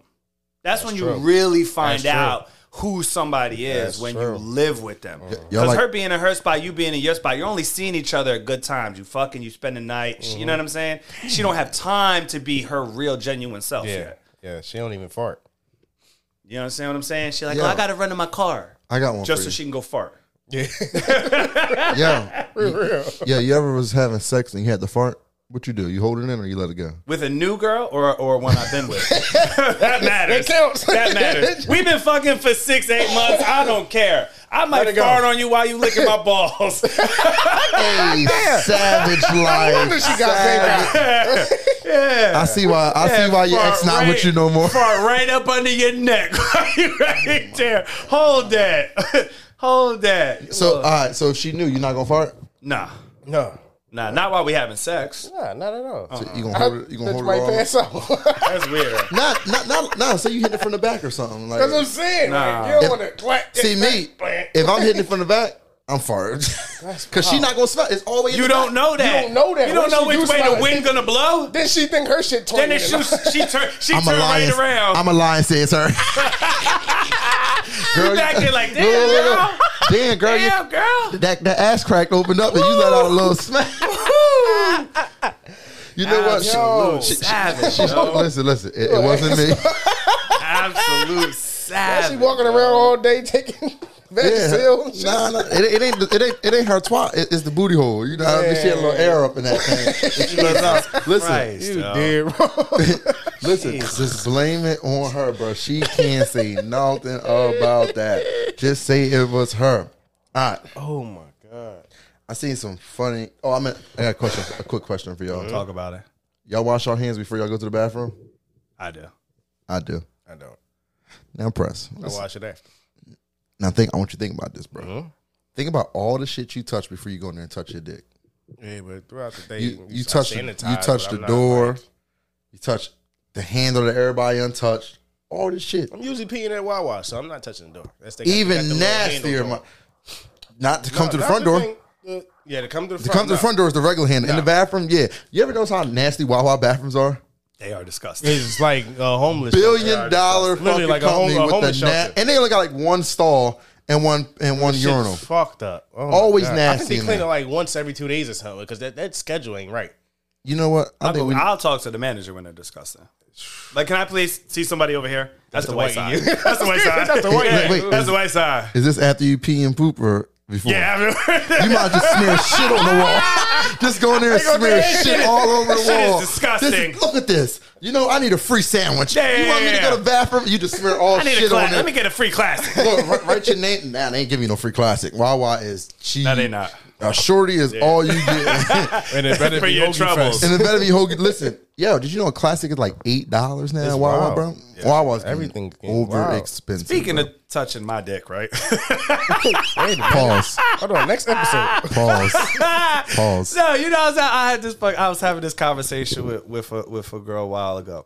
[SPEAKER 3] That's, when you
[SPEAKER 1] true.
[SPEAKER 3] really find
[SPEAKER 1] That's true.
[SPEAKER 3] out who somebody is
[SPEAKER 1] That's
[SPEAKER 3] when
[SPEAKER 1] true.
[SPEAKER 3] you live with them. Because
[SPEAKER 2] y'all like-
[SPEAKER 3] her being in her spot, you being in your spot, you're only seeing each other at good times. You fucking, you spend the night. She-
[SPEAKER 2] Mm-hmm.
[SPEAKER 3] You know what I'm saying? She don't have time to be her real, genuine self.
[SPEAKER 1] Yeah,
[SPEAKER 3] yet.
[SPEAKER 1] yeah. She don't even fart.
[SPEAKER 3] You know what I'm saying? What I'm saying? She like,
[SPEAKER 2] Yeah.
[SPEAKER 3] well, I got to run to my car
[SPEAKER 2] I got one.
[SPEAKER 3] just
[SPEAKER 2] for
[SPEAKER 3] so
[SPEAKER 2] you.
[SPEAKER 3] she can go fart.
[SPEAKER 1] Yeah,
[SPEAKER 2] Yeah, yeah. You ever was having sex and you had to fart? What you do? You hold it in or you let it go?
[SPEAKER 3] With a new girl or or one I've been with. that matters.
[SPEAKER 1] That counts.
[SPEAKER 3] That matters. We've been fucking for six, eight months. I don't care. I might
[SPEAKER 1] it go.
[SPEAKER 3] fart on you while you licking my balls.
[SPEAKER 2] Hey, savage life.
[SPEAKER 1] she got baby.
[SPEAKER 2] I see why. I see why your ex not with you no more.
[SPEAKER 3] Fart right up under your neck. you right there. Hold that. Hold that.
[SPEAKER 2] So, all right. So if she knew, you're not gonna fart.
[SPEAKER 3] Nah.
[SPEAKER 1] No,
[SPEAKER 3] Nah, not while we having sex.
[SPEAKER 1] nah, not at all.
[SPEAKER 2] You gonna hold it? Oh. You
[SPEAKER 1] That's
[SPEAKER 2] gonna hold
[SPEAKER 1] right
[SPEAKER 2] it all?
[SPEAKER 1] pants off.
[SPEAKER 3] That's weird.
[SPEAKER 2] Not, not, not, no. Say you hit it from the back or something. Like,
[SPEAKER 1] That's what I'm saying. Like,
[SPEAKER 3] Nah.
[SPEAKER 1] you don't want to clap.
[SPEAKER 2] see me. If I'm hitting it from the back, I'm farting. Cause she not gonna smell. It's always
[SPEAKER 3] You don't know that.
[SPEAKER 1] don't know that.
[SPEAKER 3] You don't
[SPEAKER 1] Once
[SPEAKER 3] know
[SPEAKER 1] you do
[SPEAKER 3] which way
[SPEAKER 1] smell
[SPEAKER 3] the
[SPEAKER 1] it,
[SPEAKER 3] wind
[SPEAKER 1] then-
[SPEAKER 3] gonna blow.
[SPEAKER 1] then she think her shit.
[SPEAKER 3] Then
[SPEAKER 1] twenty
[SPEAKER 3] it shoots.
[SPEAKER 1] minutes.
[SPEAKER 3] She turn. She
[SPEAKER 2] I'm a
[SPEAKER 3] turned
[SPEAKER 2] lion.
[SPEAKER 3] right around.
[SPEAKER 2] I'm a lion, says her.
[SPEAKER 3] You back there like, damn,
[SPEAKER 2] Look, look,
[SPEAKER 3] girl.
[SPEAKER 2] look. Damn, girl, you-
[SPEAKER 3] Damn, girl.
[SPEAKER 2] that that ass crack opened up and you let out a little smack. you know what?
[SPEAKER 1] Yo.
[SPEAKER 2] She- she-
[SPEAKER 3] Savage.
[SPEAKER 2] she-
[SPEAKER 3] yo.
[SPEAKER 2] listen, listen. It, it wasn't me.
[SPEAKER 3] Absolute
[SPEAKER 1] She
[SPEAKER 3] savage.
[SPEAKER 1] walking around all day taking Vagisil.
[SPEAKER 2] Yeah. Nah, nah. It, it ain't it ain't it ain't her twat. It, it's the booty hole. You know, what I mean? she had a little air up in that thing. She let it out. Listen, uh,
[SPEAKER 3] Christ,
[SPEAKER 1] You
[SPEAKER 3] yo.
[SPEAKER 1] did wrong.
[SPEAKER 2] listen. Just blame it on her, bro. She can't say nothing about that. Just say it was her. All right.
[SPEAKER 1] oh my god.
[SPEAKER 2] I seen some funny. Oh, I mean, I got a question. A quick question for y'all.
[SPEAKER 3] Talk about it.
[SPEAKER 2] Y'all wash your hands before y'all go to the bathroom.
[SPEAKER 3] I do.
[SPEAKER 2] I do.
[SPEAKER 1] I don't.
[SPEAKER 2] Now press.
[SPEAKER 1] I watch it after.
[SPEAKER 2] Now think. I want you to think about this, bro.
[SPEAKER 3] Mm-hmm.
[SPEAKER 2] Think about all the shit you touch before you go in there and touch your dick.
[SPEAKER 1] Yeah, but throughout the day,
[SPEAKER 2] You you
[SPEAKER 1] I
[SPEAKER 2] touch the, you
[SPEAKER 1] sanitize,
[SPEAKER 2] touch
[SPEAKER 1] but
[SPEAKER 2] the
[SPEAKER 1] I'm not,
[SPEAKER 2] door.
[SPEAKER 1] like-
[SPEAKER 2] you touch the handle that everybody untouched. All this shit.
[SPEAKER 1] I'm usually peeing at Wawa, so I'm not touching the door. That's they got- got the
[SPEAKER 2] Even
[SPEAKER 1] little
[SPEAKER 2] nastier.
[SPEAKER 1] handle
[SPEAKER 2] My,
[SPEAKER 1] door.
[SPEAKER 2] not to come
[SPEAKER 1] No,
[SPEAKER 2] to the
[SPEAKER 1] that's
[SPEAKER 2] front door.
[SPEAKER 1] thing, the- yeah, to come to the
[SPEAKER 2] to
[SPEAKER 1] front.
[SPEAKER 2] come to the
[SPEAKER 1] no.
[SPEAKER 2] front door is the regular handle. In the bathroom, yeah. You ever notice how nasty Wawa bathrooms
[SPEAKER 1] Oh,
[SPEAKER 2] are?
[SPEAKER 3] They are disgusting.
[SPEAKER 1] It's like a homeless.
[SPEAKER 2] billion dollar
[SPEAKER 1] Literally
[SPEAKER 2] fucking
[SPEAKER 1] like a home-
[SPEAKER 2] company
[SPEAKER 1] a
[SPEAKER 2] with
[SPEAKER 1] homeless
[SPEAKER 2] the na-
[SPEAKER 1] shelter.
[SPEAKER 2] and they only got like one stall and one and one
[SPEAKER 1] Shit's
[SPEAKER 2] urinal.
[SPEAKER 1] Fucked up. Oh my
[SPEAKER 2] Always
[SPEAKER 1] God. I
[SPEAKER 2] nasty
[SPEAKER 1] think they
[SPEAKER 2] in
[SPEAKER 1] clean it
[SPEAKER 2] there.
[SPEAKER 1] like once every two days or something because that, that schedule ain't right.
[SPEAKER 2] You know what? I
[SPEAKER 3] I'll,
[SPEAKER 2] think we,
[SPEAKER 3] I'll talk to the manager when they're disgusting. Like, can I please see somebody over here? That's, the,
[SPEAKER 1] the
[SPEAKER 3] white
[SPEAKER 1] white
[SPEAKER 3] side.
[SPEAKER 1] you.
[SPEAKER 3] That's the white side.
[SPEAKER 1] That's the white
[SPEAKER 3] Yeah,
[SPEAKER 2] you. Wait,
[SPEAKER 3] that's
[SPEAKER 2] is-
[SPEAKER 3] the white side.
[SPEAKER 2] is this after you pee and poop or before?
[SPEAKER 3] Yeah, I
[SPEAKER 2] You
[SPEAKER 3] mean,
[SPEAKER 2] might just smear shit on the wall. Just go in there and
[SPEAKER 3] They gonna
[SPEAKER 2] smear
[SPEAKER 3] do that
[SPEAKER 2] shit
[SPEAKER 3] shit.
[SPEAKER 2] all over the
[SPEAKER 3] That shit is
[SPEAKER 2] wall.
[SPEAKER 3] disgusting.
[SPEAKER 2] This is- look at this. You know, I need a free sandwich. You want me to
[SPEAKER 3] Yeah.
[SPEAKER 2] go to the bathroom? You just smear all
[SPEAKER 3] I need a
[SPEAKER 2] shit
[SPEAKER 3] class.
[SPEAKER 2] on
[SPEAKER 3] Let me
[SPEAKER 2] there.
[SPEAKER 3] get a free class.
[SPEAKER 2] Look, write, write your name. Nah, they ain't giving you no free classic. Wawa is cheap.
[SPEAKER 3] No, they not.
[SPEAKER 2] A shorty is all you get.
[SPEAKER 1] And it better
[SPEAKER 3] For your troubles.
[SPEAKER 2] And it better be hoagie. Listen, yo, did you know a classic is like eight dollars now? at Wawa,
[SPEAKER 1] wild.
[SPEAKER 2] bro. Wawa's
[SPEAKER 1] Everything
[SPEAKER 2] everything
[SPEAKER 1] getting
[SPEAKER 2] over
[SPEAKER 1] wild.
[SPEAKER 2] expensive.
[SPEAKER 3] Speaking of touching my dick, right?
[SPEAKER 2] pause,
[SPEAKER 1] Hold on, next episode.
[SPEAKER 2] pause, pause.
[SPEAKER 3] No, you know, I was, I had this. fuck- I was having this conversation with with a, with a girl a while ago.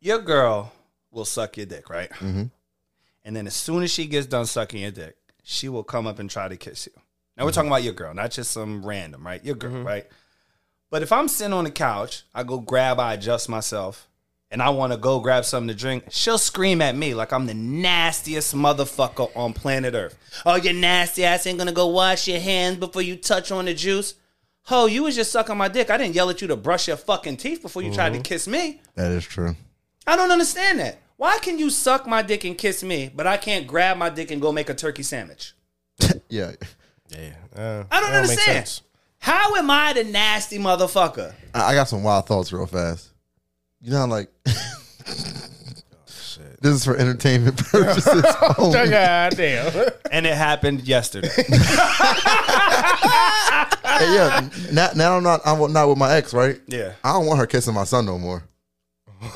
[SPEAKER 3] Your girl will suck your dick, right? And then as soon as she gets done sucking your dick, she will come up and try to kiss you. Now we're talking about your girl, not just some random, right? Your girl, right? But if I'm sitting on the couch, I go grab, I adjust myself, and I want to go grab something to drink, she'll scream at me like I'm the nastiest motherfucker on planet Earth. Oh, you nasty ass ain't gonna go wash your hands before you touch on the juice. Ho, you was just sucking my dick. I didn't yell at you to brush your fucking teeth before you tried to kiss me.
[SPEAKER 2] That is true.
[SPEAKER 3] I don't understand that. Why can you suck my dick and kiss me, but I can't grab my dick and go make a turkey sandwich?
[SPEAKER 2] Yeah.
[SPEAKER 1] Yeah. Uh,
[SPEAKER 3] I don't
[SPEAKER 1] that make
[SPEAKER 3] understand.
[SPEAKER 1] sense.
[SPEAKER 3] How am I the nasty motherfucker?
[SPEAKER 2] I, I got some wild thoughts real fast. You know, how, like, this is for entertainment purposes. only.
[SPEAKER 1] God damn.
[SPEAKER 3] And it happened yesterday.
[SPEAKER 2] Hey, yeah, now, now I'm not I'm not with my ex, right?
[SPEAKER 3] Yeah.
[SPEAKER 2] I don't want her kissing my son no more.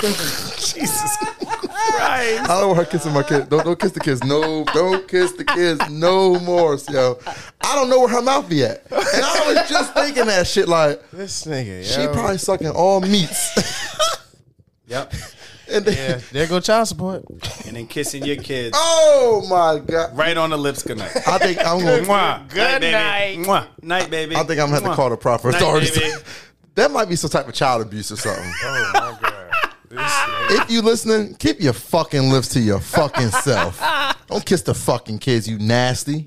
[SPEAKER 1] Jesus.
[SPEAKER 3] right.
[SPEAKER 2] I don't want her kissing my kid. Don't don't kiss the kids. No, don't kiss the kids no more, yo. I don't know where her mouth be at, and I was just thinking that shit. Like
[SPEAKER 1] This nigga.
[SPEAKER 2] she probably sucking all meats,
[SPEAKER 3] Yep.
[SPEAKER 2] and then,
[SPEAKER 1] Yeah, there go child support.
[SPEAKER 3] And then kissing your kids
[SPEAKER 2] oh my god,
[SPEAKER 3] right on the lips. Good night.
[SPEAKER 2] I think I'm gonna.
[SPEAKER 3] Mwah.
[SPEAKER 1] Good
[SPEAKER 3] baby. Mwah. Night, baby.
[SPEAKER 2] I think I'm gonna have to
[SPEAKER 3] Mwah.
[SPEAKER 2] call the proper
[SPEAKER 3] Night,
[SPEAKER 2] authorities.
[SPEAKER 3] baby.
[SPEAKER 2] that might be some type of child abuse or something.
[SPEAKER 1] Oh my god. This nigga.
[SPEAKER 2] if you listening, keep your fucking lips to your fucking self. Don't kiss the fucking kids, you nasty.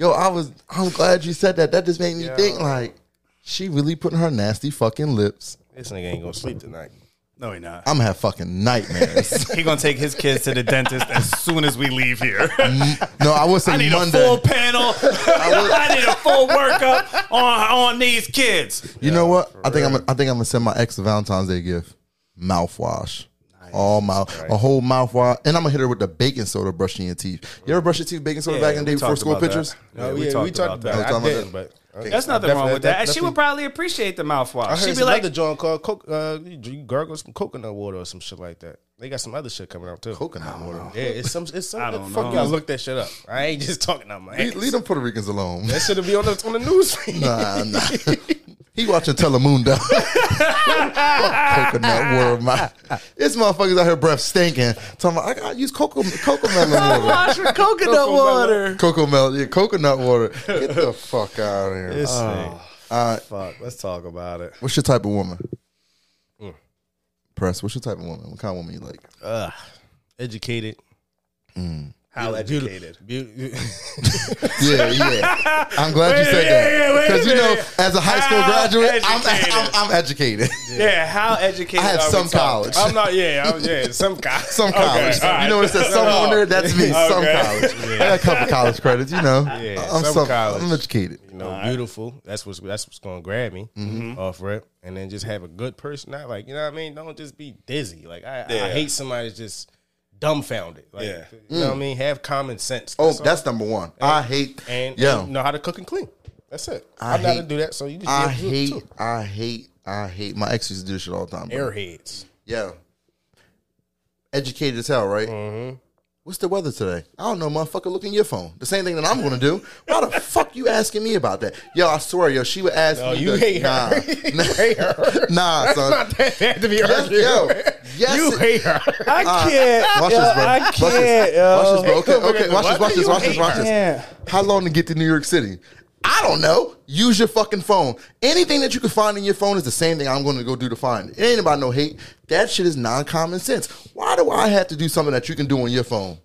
[SPEAKER 2] Yo, I was I'm glad you said that. That just made me think like she really putting her nasty fucking lips.
[SPEAKER 1] This nigga ain't gonna sleep tonight.
[SPEAKER 3] No, he not.
[SPEAKER 2] I'm gonna have fucking nightmares.
[SPEAKER 3] He gonna take his kids to the dentist as soon as we leave here.
[SPEAKER 2] no, I will
[SPEAKER 3] I
[SPEAKER 2] say
[SPEAKER 3] need
[SPEAKER 2] Monday.
[SPEAKER 3] a full panel. I need a full workup on on these kids.
[SPEAKER 2] you know what? I think I'm gonna- I think I'm gonna send my ex a Valentine's Day gift. Mouthwash. All mouth, a whole mouthwash, and I'm gonna hit her with the baking soda brushing your teeth. You ever brush your teeth with baking soda back in the day
[SPEAKER 3] we
[SPEAKER 2] before
[SPEAKER 3] talked
[SPEAKER 2] school
[SPEAKER 3] about that.
[SPEAKER 2] pictures?
[SPEAKER 1] Oh, yeah, we talked about,
[SPEAKER 2] that.
[SPEAKER 1] it. I
[SPEAKER 2] Talking about
[SPEAKER 1] didn't, but
[SPEAKER 3] That's nothing wrong with that. And she would probably appreciate the
[SPEAKER 1] I
[SPEAKER 3] mouthwash.
[SPEAKER 1] heard
[SPEAKER 3] She'd be
[SPEAKER 1] some
[SPEAKER 3] like,
[SPEAKER 1] other John called Coke, uh, you you gargle some coconut water or some shit like that. They got some other shit coming out too.
[SPEAKER 2] Coconut water.
[SPEAKER 1] Yeah, it's some. It's some.
[SPEAKER 3] I
[SPEAKER 1] I
[SPEAKER 3] don't
[SPEAKER 1] fuck
[SPEAKER 3] know.
[SPEAKER 1] y'all look that shit up. I ain't just talking out my ass.
[SPEAKER 2] Leave, leave them Puerto Ricans alone.
[SPEAKER 1] That should be on the on the news feed.
[SPEAKER 2] Nah, nah. He watching Telemundo. Fuck coconut water, my. This motherfuckers out here breath stinking. Talking about, I gotta use cocoa, cocoa melon water.
[SPEAKER 3] wash with coconut water.
[SPEAKER 2] Cocoa melon, yeah, coconut water. Get the fuck out of here.
[SPEAKER 1] This thing.
[SPEAKER 2] Uh,
[SPEAKER 1] Fuck. Let's talk about it.
[SPEAKER 2] what's your type of woman? Press, what's your type of woman? What kind of woman you like?
[SPEAKER 1] Ugh. Educated.
[SPEAKER 2] Mm.
[SPEAKER 3] How educated.
[SPEAKER 1] Beautiful.
[SPEAKER 2] Yeah, yeah. I'm glad you said that.
[SPEAKER 3] yeah, yeah, wait a
[SPEAKER 2] Because, you know,
[SPEAKER 3] minute.
[SPEAKER 2] as a high school
[SPEAKER 3] How
[SPEAKER 2] graduate, I'm,
[SPEAKER 3] educated.
[SPEAKER 2] I'm, I'm educated.
[SPEAKER 3] Yeah, how educated.
[SPEAKER 2] I have
[SPEAKER 3] are we
[SPEAKER 2] some
[SPEAKER 3] talking?
[SPEAKER 2] college.
[SPEAKER 3] I'm not. Yeah, I'm, yeah, some college.
[SPEAKER 2] Some college. You know what it says? Some
[SPEAKER 1] Oh,
[SPEAKER 2] on there. That's me. Some
[SPEAKER 3] Okay.
[SPEAKER 2] college. I got a couple college credits. You know,
[SPEAKER 1] Yeah,
[SPEAKER 2] I'm
[SPEAKER 1] some
[SPEAKER 2] some-
[SPEAKER 1] college.
[SPEAKER 2] I'm educated.
[SPEAKER 1] you know, beautiful. That's what's that's what's gonna grab me
[SPEAKER 3] Mm-hmm.
[SPEAKER 1] off rip, and then just have a good person. Not like you know what I mean. Don't just be dizzy. Like I,
[SPEAKER 3] Yeah.
[SPEAKER 1] I hate somebody that's just dumbfounded. Like
[SPEAKER 3] Yeah.
[SPEAKER 1] you know what I mean. Have common sense.
[SPEAKER 2] Oh,
[SPEAKER 1] all.
[SPEAKER 2] that's number one. I hate.
[SPEAKER 1] and,
[SPEAKER 2] yeah,
[SPEAKER 1] and know how to cook and clean. That's it.
[SPEAKER 2] I
[SPEAKER 1] I am not to
[SPEAKER 2] hate-
[SPEAKER 1] do that. So you just
[SPEAKER 2] I
[SPEAKER 1] give it to-
[SPEAKER 2] hate.
[SPEAKER 1] to
[SPEAKER 2] I hate. I hate. My ex used to do this shit all the time. bro.
[SPEAKER 1] airheads.
[SPEAKER 2] Yeah. Educated as hell, right? Mm-hmm. What's the weather today? I don't know, motherfucker. Look in your phone. The same thing that I'm gonna do. Why the fuck you asking me about that? Yo, I swear, yo, she would ask
[SPEAKER 1] No,
[SPEAKER 2] me.
[SPEAKER 1] you
[SPEAKER 2] the-
[SPEAKER 1] hate her.
[SPEAKER 2] nah, Nah,
[SPEAKER 1] you hate her.
[SPEAKER 2] nah, son.
[SPEAKER 1] Not that had to be
[SPEAKER 2] Yes,
[SPEAKER 1] argued.
[SPEAKER 2] yo, yes,
[SPEAKER 1] you
[SPEAKER 2] it-
[SPEAKER 1] hate her.
[SPEAKER 3] I can't.
[SPEAKER 2] Watch
[SPEAKER 3] yo,
[SPEAKER 2] this, bro.
[SPEAKER 3] I
[SPEAKER 2] Watch
[SPEAKER 3] can't.
[SPEAKER 2] this.
[SPEAKER 3] yo.
[SPEAKER 2] Watch this, bro. Okay,
[SPEAKER 1] Look at
[SPEAKER 2] okay.
[SPEAKER 1] the-
[SPEAKER 2] Watch
[SPEAKER 1] why
[SPEAKER 2] this. Watch
[SPEAKER 1] do
[SPEAKER 2] this.
[SPEAKER 1] you
[SPEAKER 2] Watch this.
[SPEAKER 1] hate
[SPEAKER 2] Watch
[SPEAKER 1] her?
[SPEAKER 2] this.
[SPEAKER 3] Yeah.
[SPEAKER 2] How long to get to New York City? I don't know. Use your fucking phone. Anything that you can find in your phone is the same thing I'm going to go do to find. It ain't about no hate. That shit is non common sense. Why do I have to do something that you can do on your phone?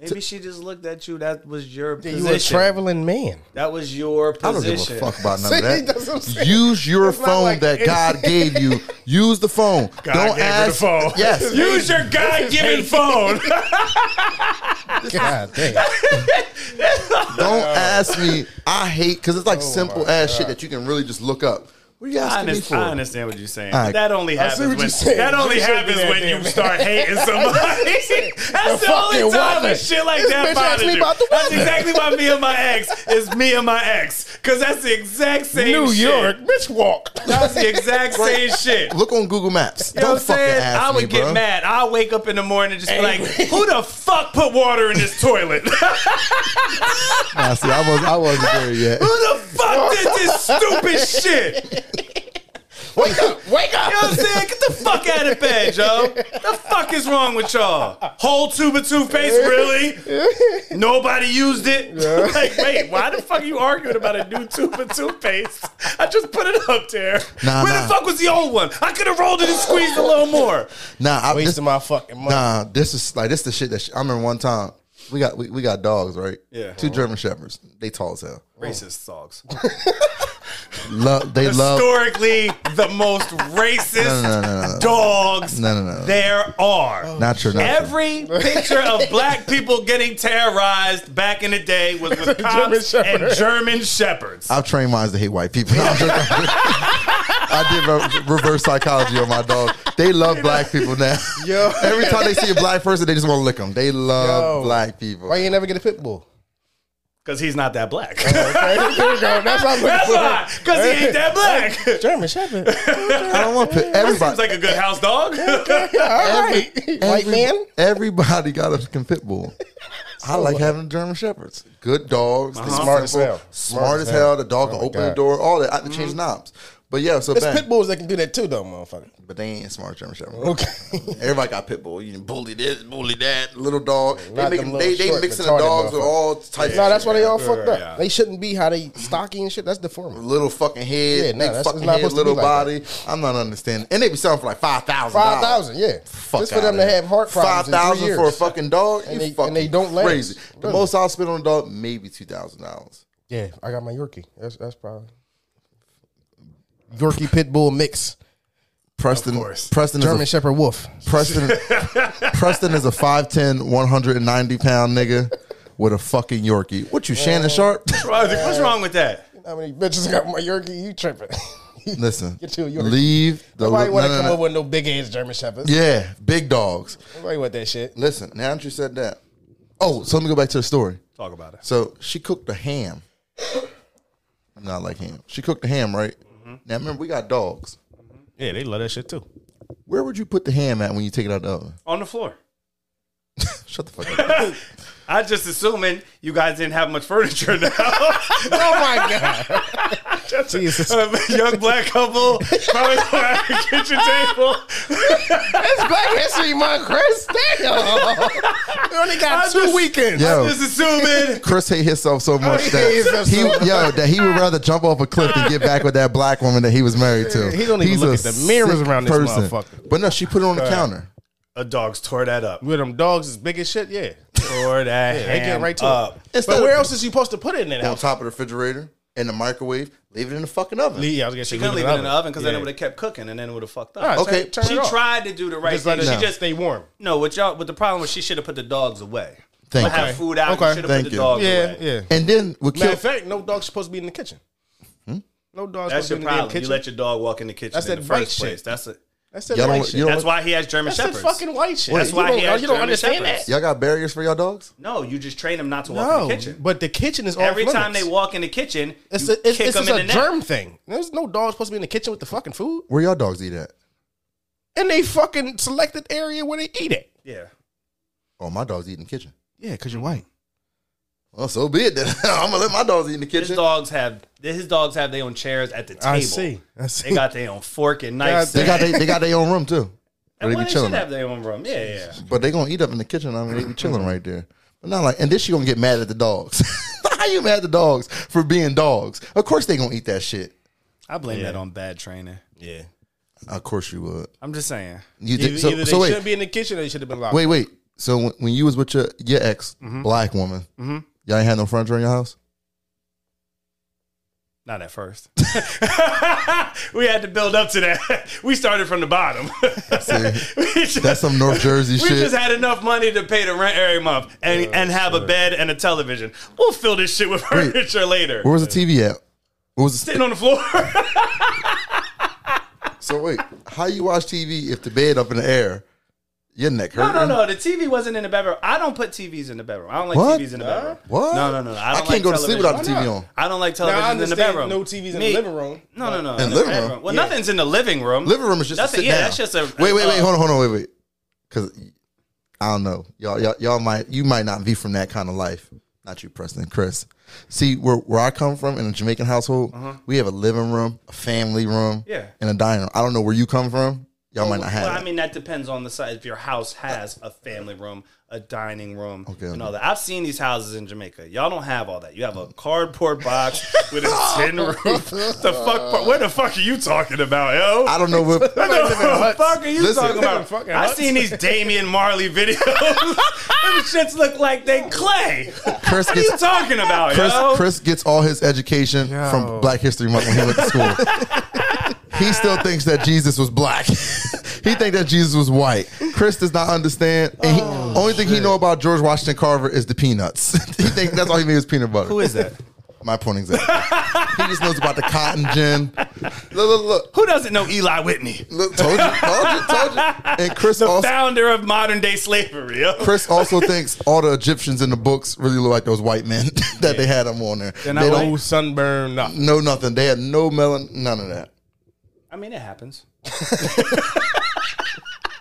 [SPEAKER 3] Maybe she just looked at you. That was your
[SPEAKER 1] You a
[SPEAKER 3] position.
[SPEAKER 1] traveling man.
[SPEAKER 3] that was your
[SPEAKER 2] I don't
[SPEAKER 3] position.
[SPEAKER 2] give a fuck about none
[SPEAKER 1] See,
[SPEAKER 2] of
[SPEAKER 1] that's what I'm
[SPEAKER 2] that.
[SPEAKER 1] saying.
[SPEAKER 2] Use your
[SPEAKER 1] It's not
[SPEAKER 2] phone
[SPEAKER 1] like
[SPEAKER 2] that
[SPEAKER 1] it's-
[SPEAKER 2] God gave you. Use the phone. don't
[SPEAKER 1] gave her the
[SPEAKER 2] ask.
[SPEAKER 1] phone.
[SPEAKER 2] Yes.
[SPEAKER 3] Use your God-given phone.
[SPEAKER 1] God damn.
[SPEAKER 2] Don't ask me. I hate because it's
[SPEAKER 1] Oh
[SPEAKER 2] like simple ass shit that you can really just look up. What are you
[SPEAKER 3] I
[SPEAKER 2] asking me for?
[SPEAKER 3] understand, I understand what you're saying.
[SPEAKER 2] All right.
[SPEAKER 3] That only
[SPEAKER 1] I see what
[SPEAKER 3] happens when
[SPEAKER 1] you're saying.
[SPEAKER 3] that only
[SPEAKER 1] You shouldn't
[SPEAKER 3] happens
[SPEAKER 1] be that
[SPEAKER 3] when
[SPEAKER 1] damn
[SPEAKER 3] you start hating somebody. That's the, only
[SPEAKER 1] fucking
[SPEAKER 3] time
[SPEAKER 1] weather.
[SPEAKER 3] that shit like
[SPEAKER 1] This
[SPEAKER 3] that
[SPEAKER 1] bitch asked
[SPEAKER 3] bothers
[SPEAKER 1] me
[SPEAKER 3] you.
[SPEAKER 1] about the
[SPEAKER 3] That's
[SPEAKER 1] weather.
[SPEAKER 3] exactly why me and my ex is me and my ex because that's the exact same.
[SPEAKER 1] New
[SPEAKER 3] shit.
[SPEAKER 1] York, bitch walk.
[SPEAKER 3] That's the exact same shit.
[SPEAKER 2] Look on Google Maps.
[SPEAKER 3] You know
[SPEAKER 2] Don't
[SPEAKER 3] what I'm
[SPEAKER 2] fucking
[SPEAKER 3] saying?
[SPEAKER 2] ask
[SPEAKER 3] I would
[SPEAKER 2] me,
[SPEAKER 3] get
[SPEAKER 2] bro.
[SPEAKER 3] mad. I'll wake up in the morning and just be like, who the fuck put water in this toilet? who
[SPEAKER 2] Nah, see, I was I wasn't there yet.
[SPEAKER 3] the fuck did this stupid shit?
[SPEAKER 1] Wake up, wake up.
[SPEAKER 3] You know what I'm saying? Get the fuck out of bed, yo. The fuck is wrong with y'all? Whole tube of toothpaste, really? Nobody used it. like, wait, why the fuck are you arguing about a new tube of toothpaste? I just put it up there.
[SPEAKER 2] Nah,
[SPEAKER 3] Where
[SPEAKER 2] nah.
[SPEAKER 3] the fuck was the old one? I could have rolled it and squeezed a little more.
[SPEAKER 2] Nah, I, this,
[SPEAKER 1] Wasting my fucking money.
[SPEAKER 2] nah, this is like this the shit that she, I remember one time. We got we, we got dogs, right?
[SPEAKER 3] Yeah.
[SPEAKER 2] Two German shepherds. They tall as hell.
[SPEAKER 3] Racist dogs.
[SPEAKER 2] Love they love
[SPEAKER 3] Historically, the most racist dogs
[SPEAKER 2] No, no, Oh. no.
[SPEAKER 3] there are.
[SPEAKER 2] not your not true.
[SPEAKER 3] Every picture of black people getting terrorized back in the day was with cops
[SPEAKER 1] Shepherd.
[SPEAKER 3] and German shepherds.
[SPEAKER 2] I've trained mine to hate white people. I'm joking. I did re- reverse psychology on my dog. They love black people now.
[SPEAKER 1] Yo.
[SPEAKER 2] Every time they see a black person, they just want to lick them. They love
[SPEAKER 1] Yo.
[SPEAKER 2] black people.
[SPEAKER 1] Why you ain't never get a pit bull?
[SPEAKER 3] Because he's not that black.
[SPEAKER 1] Okay, there you go. That's what I'm looking
[SPEAKER 3] That's
[SPEAKER 1] for.
[SPEAKER 3] why. Because he ain't that black.
[SPEAKER 1] German Shepherd.
[SPEAKER 2] I don't want to put
[SPEAKER 3] Seems
[SPEAKER 2] everybody.
[SPEAKER 3] like a good house dog.
[SPEAKER 1] All right. White
[SPEAKER 2] every-
[SPEAKER 1] man.
[SPEAKER 2] Everybody got a fucking pit bull. I like having German shepherds. Good dogs.
[SPEAKER 1] Uh-huh.
[SPEAKER 2] They smart as hell. Smart, as hell. The dog can
[SPEAKER 1] Oh my
[SPEAKER 2] open the
[SPEAKER 1] God.
[SPEAKER 2] door. All that. I can change knobs. But yeah, so
[SPEAKER 1] There's
[SPEAKER 2] bang.
[SPEAKER 1] Mm-hmm. pit bulls that can do that too, though, motherfucker.
[SPEAKER 2] But they ain't smart German shepherd.
[SPEAKER 1] Okay.
[SPEAKER 2] Everybody got pit bull. You can bully this, bully that, little dog. They
[SPEAKER 1] Not
[SPEAKER 2] making,
[SPEAKER 1] them
[SPEAKER 2] they,
[SPEAKER 1] little
[SPEAKER 2] they
[SPEAKER 1] short,
[SPEAKER 2] mixing the
[SPEAKER 1] retarded
[SPEAKER 2] dogs with
[SPEAKER 1] motherfuckers.
[SPEAKER 2] all types.
[SPEAKER 1] No,
[SPEAKER 2] of
[SPEAKER 1] that's why they all
[SPEAKER 3] Yeah.
[SPEAKER 1] fucked up.
[SPEAKER 3] Yeah.
[SPEAKER 1] They shouldn't be how they stocky and shit. That's deformed.
[SPEAKER 2] little fucking head,
[SPEAKER 1] Yeah, no,
[SPEAKER 2] big
[SPEAKER 1] that's-
[SPEAKER 2] fucking
[SPEAKER 1] it's not
[SPEAKER 2] head,
[SPEAKER 1] supposed to
[SPEAKER 2] little
[SPEAKER 1] be like
[SPEAKER 2] body. I'm not understanding. And they be selling for like five thousand.
[SPEAKER 1] Five thousand, yeah.
[SPEAKER 2] Fuck
[SPEAKER 1] Just for them to have heart problems.
[SPEAKER 2] Five thousand for a
[SPEAKER 1] fuck.
[SPEAKER 2] fucking dog, and they, and they don't
[SPEAKER 1] last.
[SPEAKER 2] crazy. The
[SPEAKER 1] Really?
[SPEAKER 2] most I'll spend on a dog, maybe two thousand dollars.
[SPEAKER 1] Yeah, I got my Yorkie. That's that's probably Yorkie pit bull mix.
[SPEAKER 2] Preston,
[SPEAKER 3] course.
[SPEAKER 2] Preston,
[SPEAKER 1] German
[SPEAKER 2] is
[SPEAKER 1] Shepherd Wolf.
[SPEAKER 2] a, Preston, Preston is a 5'10", 190 pound nigga with a fucking Yorkie. What you, Shannon Sharp?
[SPEAKER 3] What's wrong with that?
[SPEAKER 1] How many bitches got my Yorkie? You tripping?
[SPEAKER 2] Listen,
[SPEAKER 1] Get you a Yorkie.
[SPEAKER 2] leave the
[SPEAKER 1] Nobody
[SPEAKER 2] no,
[SPEAKER 1] want to
[SPEAKER 2] no,
[SPEAKER 1] come
[SPEAKER 2] no.
[SPEAKER 1] over with no big ass German Shepherds.
[SPEAKER 2] Yeah, big dogs.
[SPEAKER 1] Nobody want that shit.
[SPEAKER 2] Listen, now that you said that. Oh, so let me go back to the story.
[SPEAKER 3] Talk about it.
[SPEAKER 2] So she cooked the ham. I'm not like ham. She cooked the ham, right? Now remember, we got dogs.
[SPEAKER 1] Yeah, they love that shit too.
[SPEAKER 2] Where would you put the ham at when you take it out the oven?
[SPEAKER 3] On the floor.
[SPEAKER 2] Shut the fuck up.
[SPEAKER 3] I just assuming you guys didn't have much furniture now.
[SPEAKER 1] Oh my god. Jesus.
[SPEAKER 3] A young black couple probably at the kitchen table.
[SPEAKER 1] It's Black History Month, Chris. Damn. We only got
[SPEAKER 3] I
[SPEAKER 1] two
[SPEAKER 3] just-
[SPEAKER 1] weekends.
[SPEAKER 2] Yo.
[SPEAKER 3] Just assuming.
[SPEAKER 2] Chris hate himself so much
[SPEAKER 1] hate
[SPEAKER 2] that
[SPEAKER 1] himself
[SPEAKER 2] he,
[SPEAKER 1] so much.
[SPEAKER 2] yo, that he would rather jump off a cliff than get back with that black woman that he was married to.
[SPEAKER 1] He don't even
[SPEAKER 2] He's
[SPEAKER 1] look
[SPEAKER 2] a
[SPEAKER 1] at the mirrors
[SPEAKER 2] sick
[SPEAKER 1] around this motherfucker.
[SPEAKER 2] But no, she put it on the counter.
[SPEAKER 3] A dog's tore that up.
[SPEAKER 1] With them dogs as big as shit, yeah.
[SPEAKER 3] Tore that
[SPEAKER 1] They get
[SPEAKER 3] ham
[SPEAKER 1] right to
[SPEAKER 3] up.
[SPEAKER 1] it. But where else is you supposed to put it in that
[SPEAKER 2] on
[SPEAKER 1] house?
[SPEAKER 2] top of the refrigerator in the microwave. Leave it in the fucking oven.
[SPEAKER 1] Yeah, I was gonna say
[SPEAKER 3] She couldn't leave it in the oven because then it would have kept cooking and then it would have fucked up.
[SPEAKER 1] All right,
[SPEAKER 2] Okay.
[SPEAKER 1] turn, turn
[SPEAKER 3] She
[SPEAKER 1] it off.
[SPEAKER 3] tried to do the right
[SPEAKER 1] Just let
[SPEAKER 3] thing.
[SPEAKER 1] it
[SPEAKER 3] She
[SPEAKER 2] No.
[SPEAKER 3] just
[SPEAKER 1] stay warm.
[SPEAKER 3] no. What y'all? But the problem was she should have put the dogs away.
[SPEAKER 2] Thank
[SPEAKER 3] But
[SPEAKER 2] you.
[SPEAKER 3] Have food out.
[SPEAKER 1] Okay.
[SPEAKER 3] Should have
[SPEAKER 2] Thank
[SPEAKER 3] put the
[SPEAKER 2] you.
[SPEAKER 3] dogs
[SPEAKER 1] Yeah,
[SPEAKER 3] away.
[SPEAKER 1] yeah.
[SPEAKER 2] And then what
[SPEAKER 1] Matter
[SPEAKER 2] killed
[SPEAKER 1] of fact, no dog's supposed to be in the kitchen. No dog's
[SPEAKER 3] That's your
[SPEAKER 1] supposed to be in the damn
[SPEAKER 3] problem. You
[SPEAKER 1] kitchen.
[SPEAKER 3] let your dog walk in the kitchen.
[SPEAKER 1] That's
[SPEAKER 3] in
[SPEAKER 1] that
[SPEAKER 3] the
[SPEAKER 1] white
[SPEAKER 3] first
[SPEAKER 1] shit.
[SPEAKER 3] place. That's a,
[SPEAKER 1] That's that
[SPEAKER 2] Y'all don't-
[SPEAKER 1] white shit.
[SPEAKER 2] you don't-
[SPEAKER 1] That's,
[SPEAKER 3] That's why he has German
[SPEAKER 1] that
[SPEAKER 3] shepherds.
[SPEAKER 1] fucking white shit.
[SPEAKER 3] That's
[SPEAKER 1] You
[SPEAKER 3] why
[SPEAKER 1] don't-
[SPEAKER 3] he has
[SPEAKER 1] You don't
[SPEAKER 3] German
[SPEAKER 1] understand
[SPEAKER 3] shepherds.
[SPEAKER 1] that?
[SPEAKER 2] y'all got barriers for y'all dogs?
[SPEAKER 3] no, you just train them not to walk
[SPEAKER 1] No,
[SPEAKER 3] in the kitchen.
[SPEAKER 1] but the kitchen is
[SPEAKER 3] Every
[SPEAKER 1] off
[SPEAKER 3] time they
[SPEAKER 1] limits.
[SPEAKER 3] walk in the kitchen,
[SPEAKER 1] It's
[SPEAKER 3] you
[SPEAKER 1] a, it's,
[SPEAKER 3] kick
[SPEAKER 1] it's,
[SPEAKER 3] them
[SPEAKER 1] it's a
[SPEAKER 3] in the neck.
[SPEAKER 1] germ thing. There's no dog supposed to be in the kitchen with the fucking food.
[SPEAKER 2] Where y'all dogs eat at?
[SPEAKER 1] And they fucking selected area where they eat it.
[SPEAKER 3] Yeah.
[SPEAKER 2] Oh, my dogs eat in the kitchen.
[SPEAKER 1] Yeah, because you're white.
[SPEAKER 2] Well, so be it then. I'm gonna let my dogs eat in the
[SPEAKER 3] His
[SPEAKER 2] kitchen.
[SPEAKER 3] dogs have his dogs have their own chairs at the table.
[SPEAKER 1] I see. I see.
[SPEAKER 3] They got their own fork and knife.
[SPEAKER 2] they got they, they got their own room too. Where
[SPEAKER 3] and
[SPEAKER 2] they be
[SPEAKER 3] well, they
[SPEAKER 2] chilling.
[SPEAKER 3] should
[SPEAKER 2] at.
[SPEAKER 3] have their own room. Yeah, yeah.
[SPEAKER 2] But they gonna eat up in the kitchen. I mean, they be chilling right there. But not like, and then she gonna get mad at the dogs. How you mad at the dogs for being dogs? Of course they gonna eat that shit.
[SPEAKER 3] I blame that on bad training.
[SPEAKER 1] Yeah.
[SPEAKER 2] Of course you would.
[SPEAKER 3] I'm just saying.
[SPEAKER 2] You
[SPEAKER 1] Either,
[SPEAKER 2] think so?
[SPEAKER 1] either they
[SPEAKER 2] So wait,
[SPEAKER 1] shouldn't be in the kitchen or they should have been locked.
[SPEAKER 2] wait, wait. So when, when you was with your your ex black woman, y'all ain't had no furniture in your house.
[SPEAKER 3] Not at first. we had to build up to that. We started from the bottom. we just,
[SPEAKER 2] That's some North Jersey
[SPEAKER 3] we
[SPEAKER 2] shit.
[SPEAKER 3] just had enough money to pay the rent every month and, and have a bed and a television. We'll fill this shit with furniture later.
[SPEAKER 2] Where was the TV at? What was the,
[SPEAKER 3] Sitting on the floor.
[SPEAKER 2] so wait? How you watch TV if the bed up in the air? Your neck
[SPEAKER 3] No,
[SPEAKER 2] hurt.
[SPEAKER 3] no, no. The TV wasn't in the bedroom. I don't put TVs in the bedroom. I don't like
[SPEAKER 2] What?
[SPEAKER 3] TVs in the bedroom.
[SPEAKER 2] What?
[SPEAKER 3] No, no, no. I, don't
[SPEAKER 2] can't
[SPEAKER 3] like
[SPEAKER 2] go to sleep
[SPEAKER 3] television.
[SPEAKER 2] without a
[SPEAKER 1] Why
[SPEAKER 2] TV
[SPEAKER 1] not?
[SPEAKER 2] on.
[SPEAKER 3] I don't like
[SPEAKER 1] Now, I
[SPEAKER 3] television in the
[SPEAKER 1] understand
[SPEAKER 3] bedroom.
[SPEAKER 1] no TVs in
[SPEAKER 3] Me-
[SPEAKER 1] the living room.
[SPEAKER 3] No, no, no.
[SPEAKER 2] In the living room?
[SPEAKER 3] Well,
[SPEAKER 1] Yeah.
[SPEAKER 3] nothing's in the living room.
[SPEAKER 2] Living room is just
[SPEAKER 3] Nothing-
[SPEAKER 2] a sit
[SPEAKER 3] yeah,
[SPEAKER 2] down.
[SPEAKER 3] that's just a-
[SPEAKER 2] wait, wait, wait.
[SPEAKER 3] uh,
[SPEAKER 2] Hold on, hold on, wait, wait. Because I don't know, y'all, y'all, y'all might you might not be from that kind of life. Not you, Preston, Chris. See, where where I come from in a Jamaican household, we have a living room, a family room,
[SPEAKER 3] Uh-huh. Yeah. Oh,
[SPEAKER 2] and a dining room. I don't know where you come from. Y'all might not have.
[SPEAKER 3] Well, I
[SPEAKER 2] it.
[SPEAKER 3] mean, that depends on the size. If your house has a family room, a dining room, and all that. I've seen these houses in Jamaica. Y'all don't have all that. You have a cardboard box with a tin roof. The fuck? Part, where the fuck are you talking about, yo?
[SPEAKER 2] I don't know what.
[SPEAKER 3] the fuck are you
[SPEAKER 2] Listen.
[SPEAKER 3] talking about?
[SPEAKER 1] Fucking
[SPEAKER 3] I
[SPEAKER 1] huts.
[SPEAKER 3] seen these Damian Marley videos. Them shits look like they clay.
[SPEAKER 2] Chris
[SPEAKER 3] What are you
[SPEAKER 2] gets
[SPEAKER 3] talking about,
[SPEAKER 2] Chris,
[SPEAKER 3] yo?
[SPEAKER 2] Chris gets all his education from Black History Month when he went to school. he still thinks that Jesus was black. he think that Jesus was white. Chris does not understand. And he,
[SPEAKER 3] Oh,
[SPEAKER 2] only thing he know about George Washington Carver is the peanuts. he think that's all he made was peanut butter.
[SPEAKER 3] Who is that?
[SPEAKER 2] My point exactly. he just knows about the cotton gin. Look, look, look.
[SPEAKER 3] Who doesn't know Eli Whitney?
[SPEAKER 2] look told you, told you, told you. And Chris also.
[SPEAKER 3] Founder of modern day slavery. Yo.
[SPEAKER 2] Chris also thinks all the Egyptians in the books really look like those white men that they had them on there. They
[SPEAKER 3] not
[SPEAKER 2] don't
[SPEAKER 1] No sunburn, nothing.
[SPEAKER 2] No, nothing. They had no melon, none of that.
[SPEAKER 3] I mean, it happens.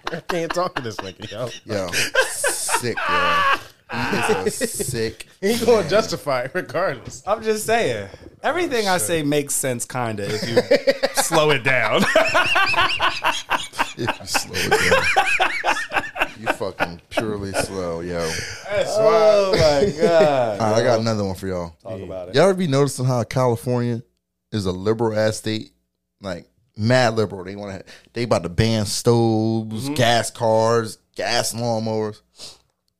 [SPEAKER 1] I can't talk to this nigga, yo.
[SPEAKER 2] Yo, sick, yo. He is a sick.
[SPEAKER 1] He going to justify it regardless.
[SPEAKER 3] I'm just saying. Everything I say makes sense, kinda, if you slow it down.
[SPEAKER 2] If you slow it down, you fucking purely slow, yo.
[SPEAKER 1] That's why.
[SPEAKER 3] my god!
[SPEAKER 2] All right, I got another one for y'all.
[SPEAKER 3] Talk about it.
[SPEAKER 2] Y'all ever be noticing how California is a liberal ass state? Like mad liberal. They want to. They about to ban stoves, gas cars, gas lawnmowers.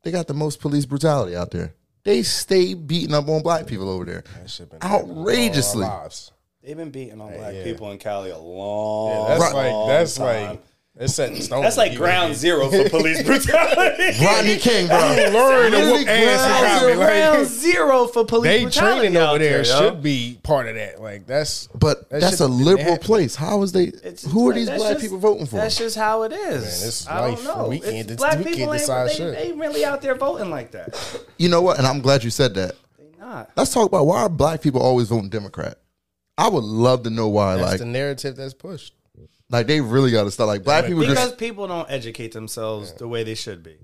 [SPEAKER 2] They got the most police brutality out there. They stay beating up on black people over there.
[SPEAKER 1] That shit been
[SPEAKER 2] Outrageously.
[SPEAKER 1] all our lives.
[SPEAKER 3] They've been beating on black
[SPEAKER 1] yeah.
[SPEAKER 3] people in Cali a long,
[SPEAKER 1] Yeah, that's
[SPEAKER 3] long
[SPEAKER 1] like, that's
[SPEAKER 3] time.
[SPEAKER 1] like, it's set in stone.
[SPEAKER 3] that's like
[SPEAKER 1] You
[SPEAKER 3] ground zero for police brutality.
[SPEAKER 2] Rodney King, bro.
[SPEAKER 1] learn to
[SPEAKER 2] Really
[SPEAKER 1] whoop ass in
[SPEAKER 2] ground
[SPEAKER 1] Cali.
[SPEAKER 3] ground
[SPEAKER 1] Like,
[SPEAKER 3] zero for police
[SPEAKER 1] they
[SPEAKER 3] brutality.
[SPEAKER 1] training
[SPEAKER 3] out
[SPEAKER 1] over there
[SPEAKER 3] yo.
[SPEAKER 1] should be part of that. Like, that's.
[SPEAKER 2] But
[SPEAKER 1] That
[SPEAKER 2] that's
[SPEAKER 1] shit
[SPEAKER 2] a
[SPEAKER 1] didn't
[SPEAKER 2] liberal
[SPEAKER 1] happen.
[SPEAKER 2] place. How is they?
[SPEAKER 3] It's just
[SPEAKER 2] Who are
[SPEAKER 3] like-
[SPEAKER 2] these
[SPEAKER 3] that's
[SPEAKER 2] black
[SPEAKER 3] just-
[SPEAKER 2] people voting for?
[SPEAKER 3] That's just how it is.
[SPEAKER 1] this is
[SPEAKER 3] I don't
[SPEAKER 1] life.
[SPEAKER 3] know.
[SPEAKER 1] We
[SPEAKER 3] It's-
[SPEAKER 1] can't de-
[SPEAKER 3] black
[SPEAKER 1] we
[SPEAKER 3] people
[SPEAKER 1] can't
[SPEAKER 3] ain't,
[SPEAKER 1] decide
[SPEAKER 3] they,
[SPEAKER 1] shit.
[SPEAKER 3] they really out there voting like that.
[SPEAKER 2] you know what? And I'm glad you said that.
[SPEAKER 3] They not.
[SPEAKER 2] Let's talk about why are black people always voting Democrat. I would love to know why.
[SPEAKER 1] That's
[SPEAKER 2] like,
[SPEAKER 1] the narrative that's pushed.
[SPEAKER 2] like they really got to start. Like, black people
[SPEAKER 3] Because
[SPEAKER 2] just.
[SPEAKER 3] people don't educate themselves the way they should be.